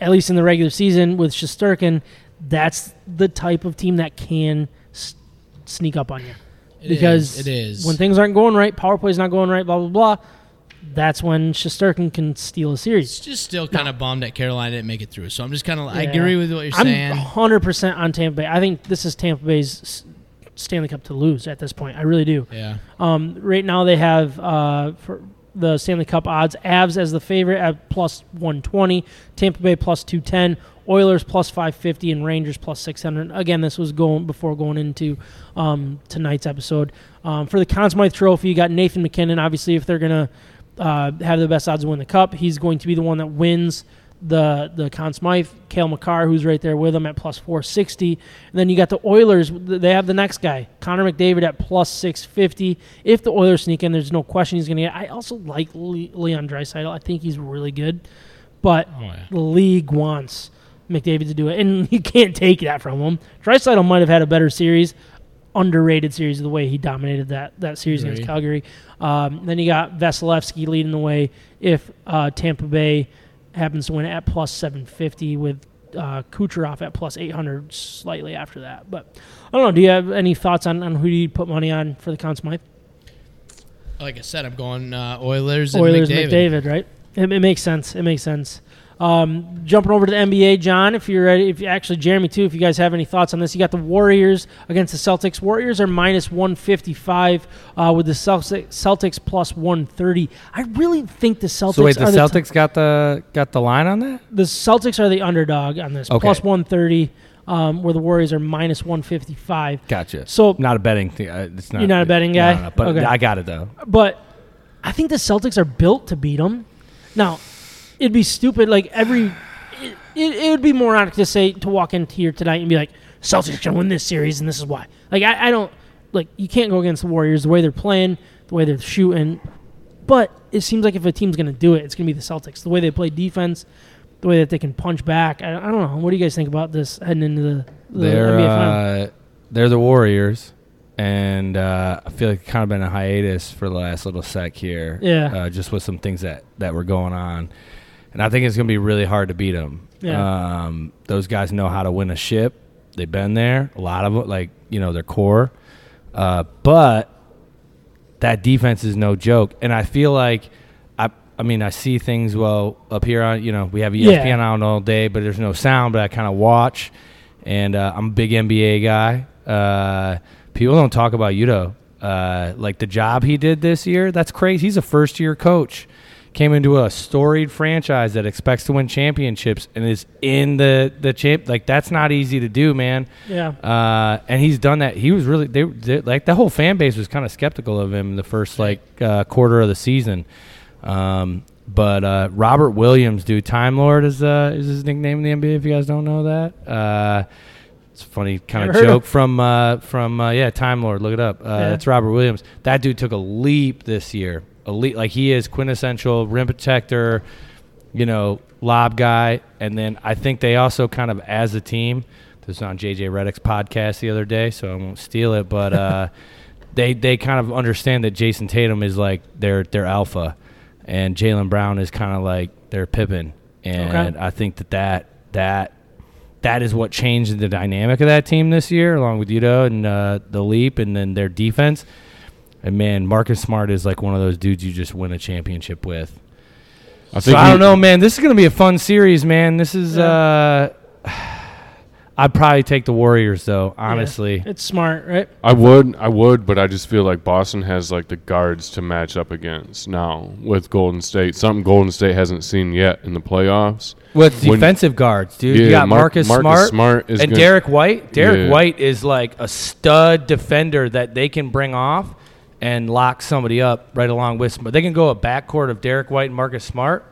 B: at least in the regular season with Shosturkin, that's the type of team that can s- sneak up on you.
D: It
B: because
D: is, it is
B: when things aren't going right, power play's not going right, blah blah blah. That's when Shosturkin can steal a series.
D: It's just still kind of bummed that Carolina didn't make it through. So I'm just kind of I
B: Yeah.
D: agree with what you're
B: I'm
D: saying.
C: Oh.
B: 100% on Tampa Bay. I think this is Tampa Bay's s- Stanley Cup to lose at this point. I really do.
D: yeah,
B: Um, right now they have uh, for the Stanley Cup odds Avs as the favorite at plus 120, Tampa Bay plus 210, Oilers plus 550, and Rangers plus 600. Again, this was going before going into um, tonight's episode. Um, for the Conn Smythe Trophy, you got Nathan McKinnon. Obviously, if they're gonna uh, have the best odds to win the cup, he's going to be the one that wins. The the Conn Smythe, Kale McCarr, who's right there with him at plus 460, and then you got the Oilers. They have the next guy, Connor McDavid, at plus 650. If the Oilers sneak in, there's no question he's going to get. I also like Le- Leon Dreisaitl. I think he's really good, but
E: Oh,
D: yeah.
B: the league wants McDavid to do it, and [laughs] you can't take that from him. Dreisaitl might have had a better series, underrated series of the way he dominated that that series against
D: Agreed.
B: Calgary. Um, then you got Vasilevsky leading the way if uh, Tampa Bay happens to win at plus 750 with uh, Kucherov at plus 800 slightly after that. But I don't know. Do you have any thoughts on, on who do you put money on for the Conn Smythe?
D: like I said, I'm going uh, Oilers. And
B: Oilers
D: McDavid.
B: McDavid, right? It, it makes sense. It makes sense. Um, jumping over to the NBA, John, if you're ready, if you, actually Jeremy too, if you guys have any thoughts on this, you got the Warriors against the Celtics. Warriors are minus 155 uh, with the Celtics, Celtics plus 130. I really think the Celtics.
C: So wait, the
B: are
C: Celtics got the got the line on that?
B: The, the Celtics are the underdog on this,
C: Okay.
B: plus 130, um, where the Warriors are minus 155.
C: Gotcha.
B: So-
C: not a betting thing. uh, It's not,
B: You're not a betting guy?
C: No, no, but
B: Okay.
C: I got it though.
B: but I think the Celtics are built to beat them. Now, it'd be stupid. Like every, it, it, it would be moronic to say to walk in here tonight and be like, Celtics can win this series, and this is why. Like I, I don't like you can't go against the Warriors the way they're playing, the way they're shooting. But it seems like if a team's going to do it, it's going to be the Celtics. The way they play defense, the way that they can punch back. I, I don't know. What do you guys think about this heading into the, the
C: They're
B: NBA final?
C: uh, they're the Warriors, and uh, I feel like kind of been a hiatus for the last little sec here.
B: Yeah.
C: uh, just with some things that that were going on, and I think it's gonna be really hard to beat them.
B: Yeah.
C: um, those guys know how to win a ship. They've been there. A lot of them, like you know, their core, uh, but that defense is no joke. And I feel like I I mean I see things well up here on you know we have E ESPN on all day, but there's no sound. But I kind of watch, and uh, I'm a big NBA guy. Uh, people don't talk about Udo. Uh, like the job he did this year, that's crazy. He's a first year coach. Came into a storied franchise that expects to win championships and is in the the champ. Like that's not easy to do, man.
B: Yeah.
C: Uh, and he's done that. He was really they, they like the whole fan base was kind of skeptical of him the first like uh, quarter of the season. Um, but uh, Robert Williams, dude, Time Lord is uh, is his nickname in the NBA. If you guys don't know that, uh, it's a funny kind
B: Never
C: of
B: heard of
C: joke from uh, from uh, yeah Time Lord. Look it up. Uh,
B: Yeah.
C: That's Robert Williams. That dude took a leap this year. A leap like he is quintessential rim protector you know, lob guy. And then I think they also kind of, as a team, this was on JJ Reddick's podcast the other day, so I won't steal it, but uh, [laughs] they they kind of understand that Jason Tatum is like their their alpha, and Jalen Brown is kind of like their Pippin. And I think that that that that is what changed the dynamic of that team this year, along with Udo and uh, the leap, and then their defense. And man, Marcus Smart is like one of those dudes you just win a championship with.
E: I
C: So
E: think
C: I
E: we-
C: don't know, man. This is gonna be a fun series, man. This is. uh [sighs] I'd probably take the Warriors though, honestly.
B: It's smart, right?
E: I would, I would, but I just feel like Boston has like the guards to match up against now with Golden State. Something Golden State hasn't seen yet in the playoffs.
C: With
E: When-
C: defensive guards, dude.
E: Yeah,
C: you got
E: Mar-
C: Marcus,
E: Marcus
C: Smart,
E: Smart is
C: and
E: gonna-
C: Derek White. Derek
E: Yeah.
C: White is like a stud defender that they can bring off and lock somebody up right along with. Smart. They can go a backcourt of Derek White and Marcus Smart.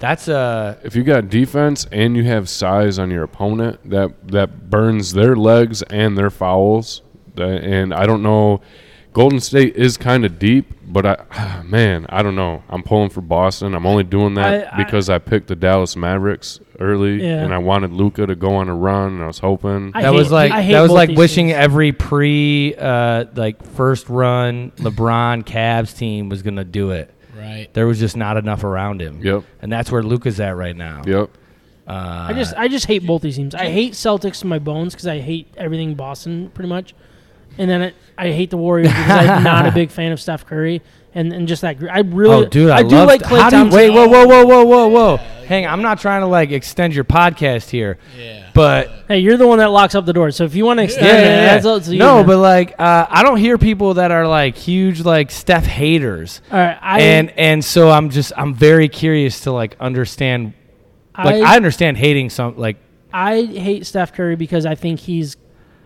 C: That's a
E: If you got defense and you have size on your opponent, that that burns their legs and their fouls. That- And I don't know, Golden State is kind of deep, but I, [sighs] man, I don't know. I'm pulling for Boston. I'm only doing that
B: I- I-
E: because I picked the Dallas Mavericks early,
B: Yeah.
E: and I wanted Luca to go on a run, and I was hoping.
B: I
C: that
B: hate-
C: was like
B: I hate
C: that was
B: both
C: like
B: these
C: wishing
B: teams.
C: every pre uh, like first run LeBron Cavs team was gonna do it.
D: Right.
C: There was just not enough around him.
E: Yep.
C: And that's where Luca's at right now.
E: yep.
B: I just I just hate both these teams. I hate Celtics to my bones because I hate everything Boston pretty much, and then it, I hate the Warriors because I'm
C: [laughs]
B: not a big fan of Steph Curry and, and just that. gr- I really
C: Oh, dude, I,
B: I do
C: love-
B: like Clay
C: how do you-
B: Thompson.
C: wait, whoa, whoa, whoa, whoa, whoa, whoa. Hang, on, I'm not trying to like extend your podcast here.
D: Yeah.
B: [laughs]
C: But
B: Hey, you're the one that locks up the door. So if you want to extend
C: yeah,
B: it,
C: yeah, yeah.
B: that's up to you.
C: no,
B: man.
C: but like uh, I don't hear people that are like huge like Steph haters,
B: all right, I
C: and and so I'm just I'm very curious to like understand. Like I,
B: I-
C: understand hating some like
B: I hate Steph Curry because I think he's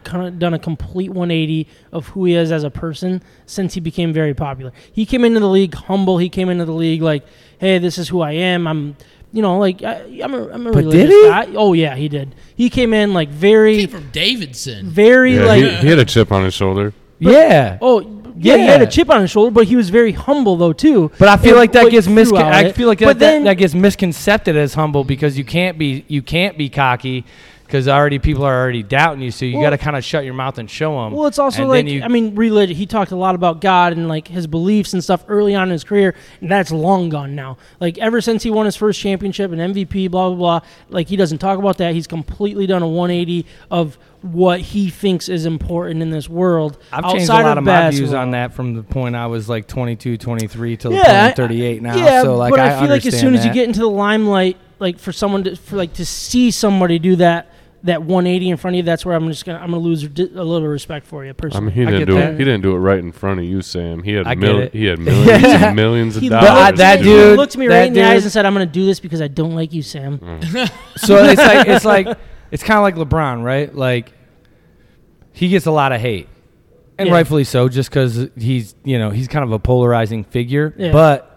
B: kind of done a complete 180 of who he is as a person since he became very popular. He came into the league humble. He came into the league like, "Hey, this is who I am. I'm, you know, like I, I'm a, I'm a
C: But did
B: religious
C: he?
B: guy." Oh yeah, he did. He came in like very,
D: Came from Davidson.
B: very
E: Yeah,
B: like
E: he, he had a chip on his shoulder.
C: yeah.
B: oh. Yeah, he had
C: Yeah.
B: a chip on his shoulder, but he was very humble though too.
C: But I feel
B: And
C: like that
B: what
C: gets miscon-
B: throughout
C: I
B: it-
C: feel like that,
B: but
C: that, that gets misconcepted as humble because you can't be you can't be cocky because already people are already doubting you. So you
B: Well-
C: got to kind of shut your mouth and show them.
B: Well, it's also like I mean, religion. He talked a lot about God and like his beliefs and stuff early on in his career, and that's long gone now. Like ever since he won his first championship and MVP, blah blah blah. Like he doesn't talk about that. He's completely done a 180 of what he thinks is important in this world.
C: I've changed a
B: outside
C: lot of, my views
B: basketball.
C: on that from the point I was like 22, 23 till the
B: Yeah,
C: point I'm
B: I-
C: 38 now.
B: Yeah,
C: so like
B: but
C: I,
B: I, feel like as soon as you
C: understand
B: get into the limelight, like for someone to for like to see somebody do that that 180 in front of you, that's where I'm just gonna I'm gonna lose di- a little respect for you
E: I
B: personally.
E: mean, he
C: I
E: didn't
C: get
E: do
C: that.
E: it. He didn't do it right in front of you, Sam. He
C: I
E: had
C: get
E: mil-
C: it.
E: he
C: [laughs]
E: had millions and millions of
B: He
E: dollars.
C: looked-
E: to
C: that
E: do
C: dude-
E: it.
B: he looked me right
C: that
B: in the eyes
C: dude- Mm-hmm.
B: and said, "I'm going to do this because I don't like you, Sam."
C: that. so it's like it's like it's kind of like LeBron, right? Like he gets a lot of hate, and
B: Yeah.
C: rightfully so, just because he's you know he's kind of a polarizing figure.
B: Yeah.
C: But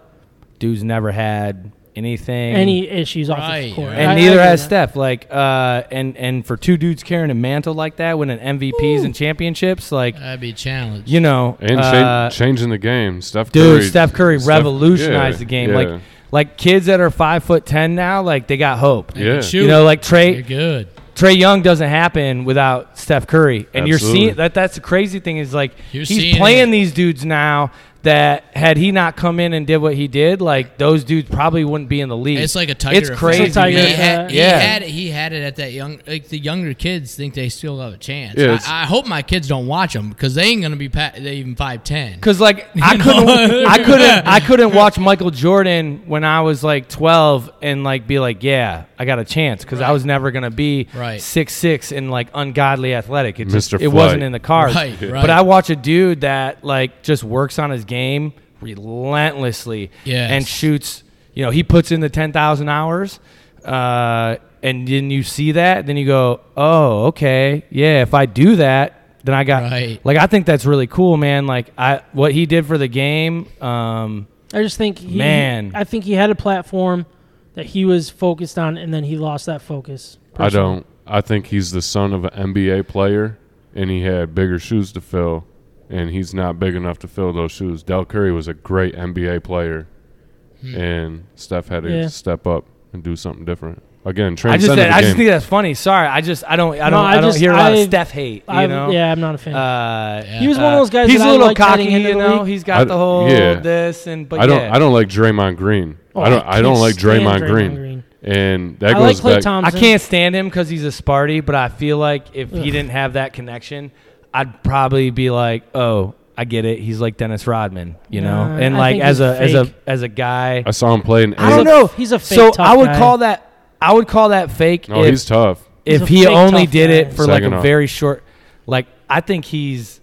C: dude's never had anything.
B: Any issues off
D: Right,
B: the court,
D: right.
C: and
B: I- I
C: neither
B: agree
C: has
B: with that.
C: Steph. Like, uh, and and for two dudes carrying a mantle like that, winning MVPs and championships, like
D: That'd be a challenge.
C: you know,
E: And
C: uh,
E: cha- changing the game, Steph
C: Dude,
E: Curry.
C: Steph Curry
E: Steph-
C: revolutionized
E: yeah,
C: the game.
E: yeah.
C: Like like kids that are five foot ten now, like they got hope.
E: yeah,
D: Shoot.
C: You know, like
D: You're
C: Trey
D: good.
C: Trey Young doesn't happen without Steph Curry, and you're
E: Absolutely.
C: seeing that. That's the crazy thing is like
D: You're
C: he's
D: seeing
C: playing
D: it.
C: these dudes now that had he not come in and did what he did, like those dudes probably wouldn't be in the league.
D: It's like a tiger.
C: It's
D: effect.
C: crazy.
B: It's a tiger
D: He had,
B: effect.
D: he
C: Yeah.
D: had it. He had it at that young. Like the younger kids think they still have a chance.
E: Yeah, it's-
D: I, I hope my kids don't watch them because they ain't gonna be pa- they even five ten.
C: Cause
D: [laughs]
C: like I
D: know?
C: couldn't, I couldn't,
D: [laughs]
C: I couldn't watch Michael Jordan when I was like twelve and like be like, yeah, I got a chance. Cause I was never gonna be
D: Right.
C: six six and like ungodly athletic. It just,
E: Mr.
C: it
E: Flight.
C: wasn't in the cards.
D: Right, right.
C: But I watch a dude that like just works on his game relentlessly
D: Yes.
C: and shoots. You know, he puts in the ten thousand hours. Uh, and then you see that, then you go, oh, okay, yeah. If I do that, then I got
D: Right.
C: like I think that's really cool, man. Like I what he did for the game, um,
B: I just think, he,
C: Man.
B: I think he had a platform that he was focused on, and then he lost that focus.
E: I don't. I think he's the son of an NBA player, and he had bigger shoes to fill, and he's not big enough to fill those shoes. Del Curry was a great NBA player,
C: Hmm.
E: and Steph had to
B: Yeah.
E: step up and do something different. Again,
C: I just
E: transcended
C: I
E: the
C: just think
E: game.
C: that's funny. Sorry, I just I don't
B: No,
C: I don't
B: I
C: I,
B: just-
C: don't hear a lot
B: I-
C: of Steph hate, you
B: I-
C: know.
B: yeah, I'm not a fan.
C: Uh,
D: Yeah.
B: he was one of
C: uh,
B: those guys.
C: He's
B: that
C: a
B: I
C: little
B: liked
C: cocky,
B: heading into
C: you
B: the
C: know.
B: league.
C: He's got
E: I-
C: the whole
E: yeah.
C: this and but
E: I don't.
C: yeah.
E: I don't like Draymond Green.
B: Oh,
E: I don't.
B: I
E: I, don't
B: can't
E: like
B: stand
E: Draymond,
B: Draymond
E: Green.
B: Green.
E: and that
B: I like
E: goes
B: Klay
E: back.
C: I
B: Thompson.
C: can't stand him because he's a Sparty, but I feel like if he didn't have that connection, I'd probably be like, oh, I get it. He's like Dennis Rodman, you know.
B: Nah,
C: and
B: I
C: like
B: think
C: as
B: he's
C: a as a
B: fake.
C: as a guy,
E: I saw him play in.
C: I
B: He's
C: don't
B: a-
C: know.
B: he's a fake
C: so
B: tough
C: I would
B: guy.
C: call that I would call that fake.
E: No,
C: if,
E: he's tough.
B: He's
C: if
B: a
C: he
B: fake
C: only
B: tough
C: did
B: guy.
C: it for like
E: Second
C: a
E: off.
C: very short, like I think he's,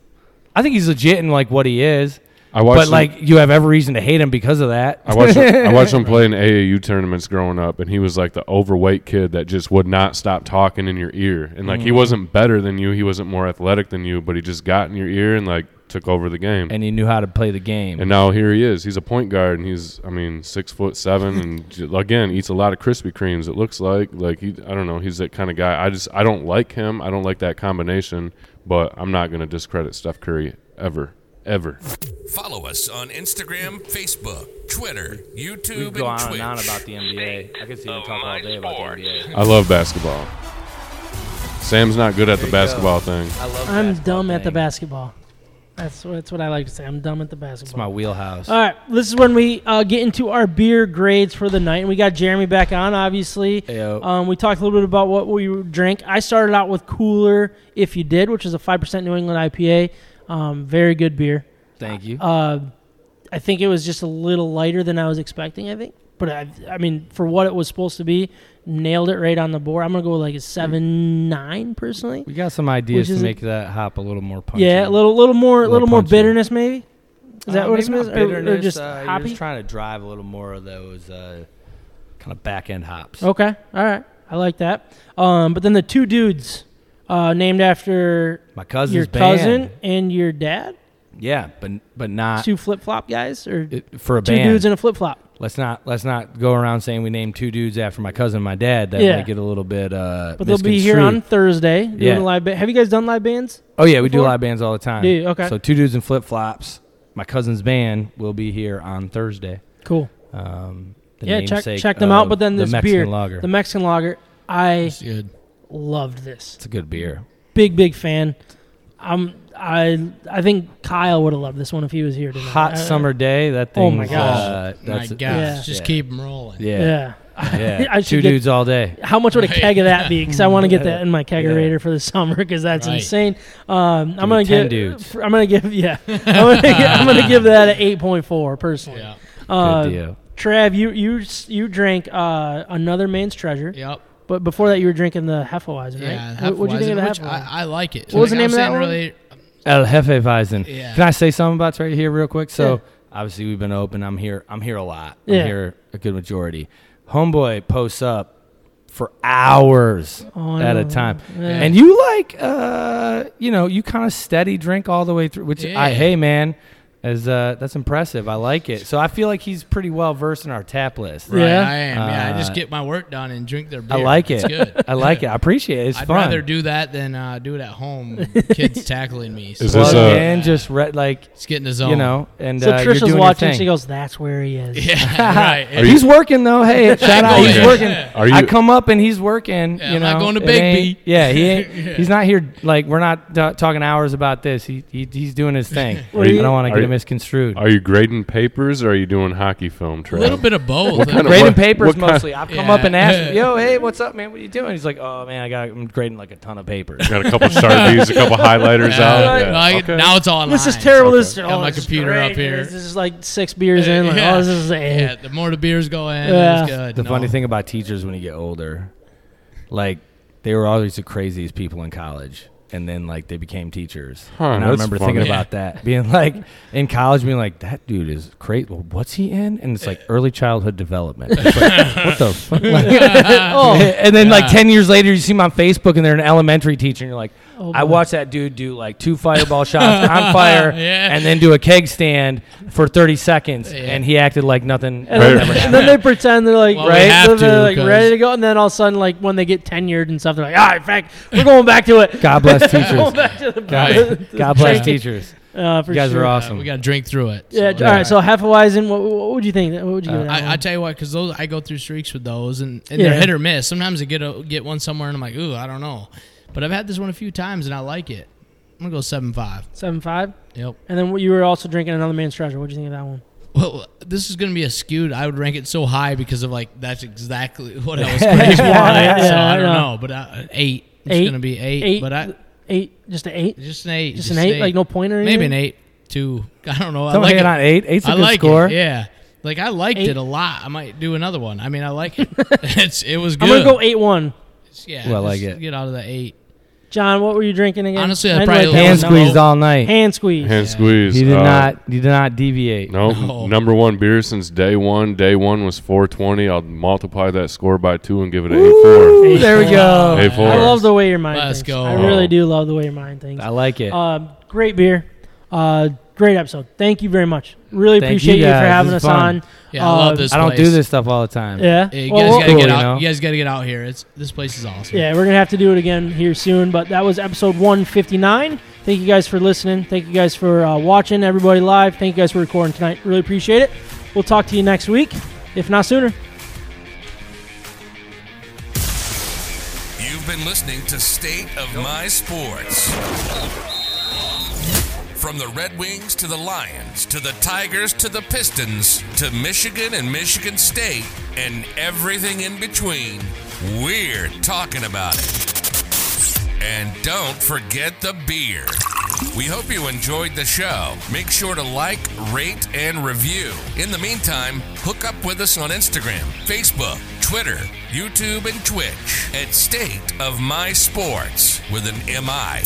C: I think he's legit in like what he is.
E: I watched
C: but
E: him-
C: like you have every reason to hate him because of that.
E: I watched him, I watched him play in AAU tournaments growing up, and he was like the overweight kid that just would not stop talking in your ear. And like he wasn't better than you, he wasn't more athletic than you, but he just got in your ear and like took over the game.
C: and he knew how to play the game.
E: And now here he is. He's a point guard, and he's I mean six foot seven, and j- again eats a lot of Krispy Kremes. It looks like like he I don't know. He's that kind of guy. I just I don't like him. I don't like that combination. But I'm not gonna discredit Steph Curry ever, ever.
A: Follow us on Instagram, Facebook, Twitter,
C: we could
A: YouTube,
C: go
A: and
C: on
A: Twitch.
C: and on about the NBA. I could see him talk all day about the NBA.
E: I love basketball. Sam's not good at the basketball thing.
C: [laughs] I love.
B: I'm dumb at the basketball. That's what, that's what I like to say. I'm dumb at the basketball.
C: It's my wheelhouse.
B: All right, this is when we uh, get into our beer grades for the night, and we got Jeremy back on. Obviously,
C: Ayo.
B: um, we talked a little bit about what we drank. I started out with Cooler, if you did, which is a five percent New England IPA. Um, very good beer.
C: Thank you.
B: Uh, I think it was just a little lighter than I was expecting. I think, but I, I mean, for what it was supposed to be, nailed it right on the board. I'm gonna go with like a seven nine personally.
C: we got some ideas
B: which
C: to
B: is a-
C: make that hop a little more punchy.
B: Yeah, a little, little more, little,
C: Little
B: more
C: punchy.
B: bitterness, maybe. Is that
C: Uh,
B: what
C: maybe
B: it's
C: not
B: meant? Or, or
C: bitterness,
B: just
C: uh, You're
B: hoppy?
C: just trying to drive a little more of those uh, kind of back end hops.
B: okay, all right, I like that. Um, but then the two dudes, uh, named after
C: My cousin's
B: your
C: band.
B: cousin and your dad,
C: Yeah, but but not
B: two flip flop guys, or
C: it- for a
B: two
C: band.
B: dudes and a flip flop.
C: let's not let's not go around saying we named two dudes after my cousin and my dad. That
B: Yeah.
C: might get a little bit. Uh,
B: But they'll be here on
C: misconstrued.
B: Thursday doing a
C: Yeah.
B: live. Ba- Have you guys done live bands?
C: Oh yeah, we do
B: before?
C: live bands all the time.
B: Do you? Okay.
C: So two dudes and flip flops. My cousin's band will be here on Thursday.
B: Cool.
C: Um, the
B: yeah, check
C: namesake
B: check them out.
C: of
B: But then this
C: the Mexican
B: beer,
C: lager.
B: the Mexican lager, I
D: It's good.
B: loved this.
C: it's a good beer.
B: Big big fan. I'm I I think Kyle would have loved this one if he was here tonight.
C: Hot
B: I-
C: summer day. That thing.
B: Uh, Oh my gosh.
C: Uh,
D: My
C: that's
D: gosh,
B: Yeah.
D: just
C: Yeah.
D: keep 'em rolling.
C: Yeah.
B: Yeah.
C: Yeah.
B: [laughs] I should
C: two
B: get-
C: dudes all day.
B: How much would a
D: Right.
B: keg of that be? Because I want to get that in my kegerator
C: Yeah.
B: for the summer because that's
D: Right.
B: insane. Um, I'm
C: me
B: gonna
C: 10
B: give.
C: dudes.
B: I'm gonna give.
D: [laughs]
B: Yeah. I'm gonna, gi- I'm gonna give that an eight point four personally.
D: Yeah.
B: Uh,
C: Good deal.
B: Trav, you you s- you drank uh, another man's treasure,
D: Yep.
B: but before that you were drinking the Hefeweizen, right?
D: Yeah.
B: What would you think of the
D: Hefeweizen, which
B: Hefeweizen?
D: I, I like it.
B: What was the
D: Like I
B: name of that
D: saying
B: one?
D: earlier,
C: El Jefe Weizen.
D: Yeah.
C: Can I say something about right here real quick? So
B: Yeah.
C: obviously we've been open. I'm here. I'm here a lot.
B: Yeah.
C: I'm here a good majority. Homeboy posts up for hours
B: Oh, I
C: at a
B: know.
C: time,
B: Yeah.
C: and you like, uh, you know, you kind of steady drink all the way through. Which I
D: Yeah.
C: hey man, as uh, that's impressive. I like it. So I feel like he's pretty well versed in our tap list.
D: Right,
B: Yeah.
D: I am. yeah, I
C: Uh,
D: just get my work done and drink their beer.
C: I like it.
D: It's good.
C: [laughs] I like it. I appreciate it. It's
D: I'd
C: fun.
D: rather do that than uh, do it at home.
B: [laughs]
D: with Kids tackling me. So
E: Is
C: Plug
E: this a-
C: in, just re- like
D: it's getting his own.
C: you
D: [laughs]
C: know, and
B: so
C: uh, you're
B: Trisha's
C: doing your
B: watching.
C: thing.
B: She goes, "That's where he is."
D: Yeah, right.
B: [laughs]
E: Are you-
C: he's working though. Hey, shout out. Oh, He's
D: Yeah.
C: working.
E: Are you?
C: I come up and he's working.
D: Yeah,
C: you
D: I'm
C: know,
D: not going to
C: It
D: Big
C: ain't-
D: B.
C: Yeah, he ain't, he's not here. Like we're not ta- talking hours about this. He, he he's doing his thing.
B: Are
C: I
B: you-
C: don't want to
E: are
C: get
E: you-
C: it misconstrued.
E: Are you grading papers or are you doing hockey film,
D: a
E: Trav?
D: little bit of both.
E: kind of-
C: Grading
E: what-
C: papers
E: what kind-
C: mostly. I've come up and
D: Yeah.
C: asked, him, "Yo, hey, what's up, man? What are you doing?" He's like, "Oh man, I got I'm grading like a ton of papers."
E: Got a couple sharpies, a
C: [laughs]
E: couple highlighters
D: Yeah,
E: out. Yeah,
D: like,
E: okay.
D: Now it's online.
B: This is terrible. This is
D: Got
B: oh,
D: my
B: this is
D: computer
B: great.
D: up here. Uh,
B: This is like six beers in. Like,
D: Yeah.
B: Oh, this is a.
D: Yeah, the more the beers go in,
B: Yeah.
D: it's good.
C: The
D: No.
C: funny thing about teachers when you get older, like they were always the craziest people in college. And then like they became teachers.
E: Huh,
C: and I
E: that's
C: remember
E: funny.
C: thinking
D: Yeah.
C: about that. Being like in college being like, that dude is crazy. Well, what's he in? And it's like early childhood development. It's like, [laughs] what the fuck?
B: Oh,
C: and then like ten years later you see them on Facebook and they're an elementary teacher and you're like,
B: Oh,
C: I
B: boy.
C: watched that dude do like two fireball shots on fire
D: Yeah.
C: and then do a keg stand for thirty seconds
D: Yeah.
C: and he acted like nothing.
B: and then,
E: Right.
B: and then they pretend they're like
D: Well, we
B: right,
D: have
B: so they're
D: to,
B: like
D: 'cause-
B: ready to go, and then all of a sudden, like when they get tenured and stuff, they're like, "Ah, in fact, we're going back to
C: [laughs]
B: it." [laughs]
C: God bless
B: Going
C: teachers.
B: back to the [laughs]
C: [laughs]
D: Right.
C: God bless
B: Drinking.
C: teachers.
B: Uh, for
C: You guys
B: sure.
C: are
D: Uh,
C: awesome.
D: we got to drink through it.
B: Yeah.
D: So,
B: all right. So Hefeweizen, what, what would you think? What would you give it?
D: I, I tell you what, because those I go through streaks with those, and, and
B: Yeah.
D: they're hit or miss. Sometimes I get a, get one somewhere, and I'm like, ooh, I don't know. But I've had this one a few times, and I like it. I'm gonna go seven five.
B: seven five.
D: Yep.
B: And then what- you were also drinking another man's treasure. What would you think of that one?
D: Well, this is gonna be a skewed. I would rank it so high because of like that's exactly [laughs]
B: [laughs]
D: what I was craving. for, right? so
B: yeah,
D: I don't
B: yeah.
D: know, but I, eight. It's
B: Eight?
D: gonna be eight,
B: Eight,
D: But I
B: eight, just an eight,
D: just an eight.
B: just, an eight, like no pointer. or
D: Maybe
B: anything?
D: an eight. two. [laughs] I don't know. I
C: Someone
D: like
C: hanging
D: it.
C: on eight. Eight's a
D: I
C: good
D: like
C: score.
D: it. Yeah. Like I liked
B: Eight.
D: it a lot. I might do another one. I mean, I
B: [laughs]
D: like it. [laughs] it's it was
B: I'm
D: good.
B: gonna go eight one.
D: Yeah,
C: Well, I
D: just
C: like it.
D: Get out of the eight.
B: John, what were you drinking again?
D: Honestly, I
B: I'd
D: probably
B: write that
C: Hand
D: No.
B: one down.
C: squeezed all night.
B: Hand squeeze.
E: Hand squeeze.
C: He did
E: uh,
C: not. He did not deviate.
E: No,
D: No.
E: number one beer since day one. Day one was 420. I'll multiply that score by two and give it an
B: Ooh,
E: 84.
C: There we go.
E: Hey, four.
B: I love the way your mind.
D: Let's
B: thinks.
D: go.
B: I really do love the way your mind thinks.
C: I like it.
B: Um, great beer. Uh, great episode. Thank you very much. Really
C: Thank you
B: appreciate you,
C: guys.
B: for having us
C: This is fun.
B: on.
D: Yeah, I love
B: Uh,
D: this.
C: Um, I don't
D: place.
C: do this stuff all the time.
B: Yeah.
D: Yeah, you
B: Well,
D: guys
B: we'll-
D: gotta
C: cool,
D: get
C: you
D: out.
C: know?
D: You guys gotta get out here. It's this place is awesome.
B: yeah, we're gonna have to do it again here soon. But that was episode 159. Thank you guys for listening. Thank you guys for uh, watching. Everybody live. Thank you guys for recording tonight. Really appreciate it. We'll talk to you next week, if not sooner.
A: You've been listening to State of My Sports. From the Red Wings to the Lions to the Tigers to the Pistons to Michigan and Michigan State and everything in between, we're talking about it. And don't forget the beer. We hope you enjoyed the show. Make sure to like, rate, and review. In the meantime, hook up with us on Instagram, Facebook, Twitter, YouTube, and Twitch at State of My Sports with an MI.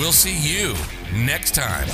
A: We'll see you next time.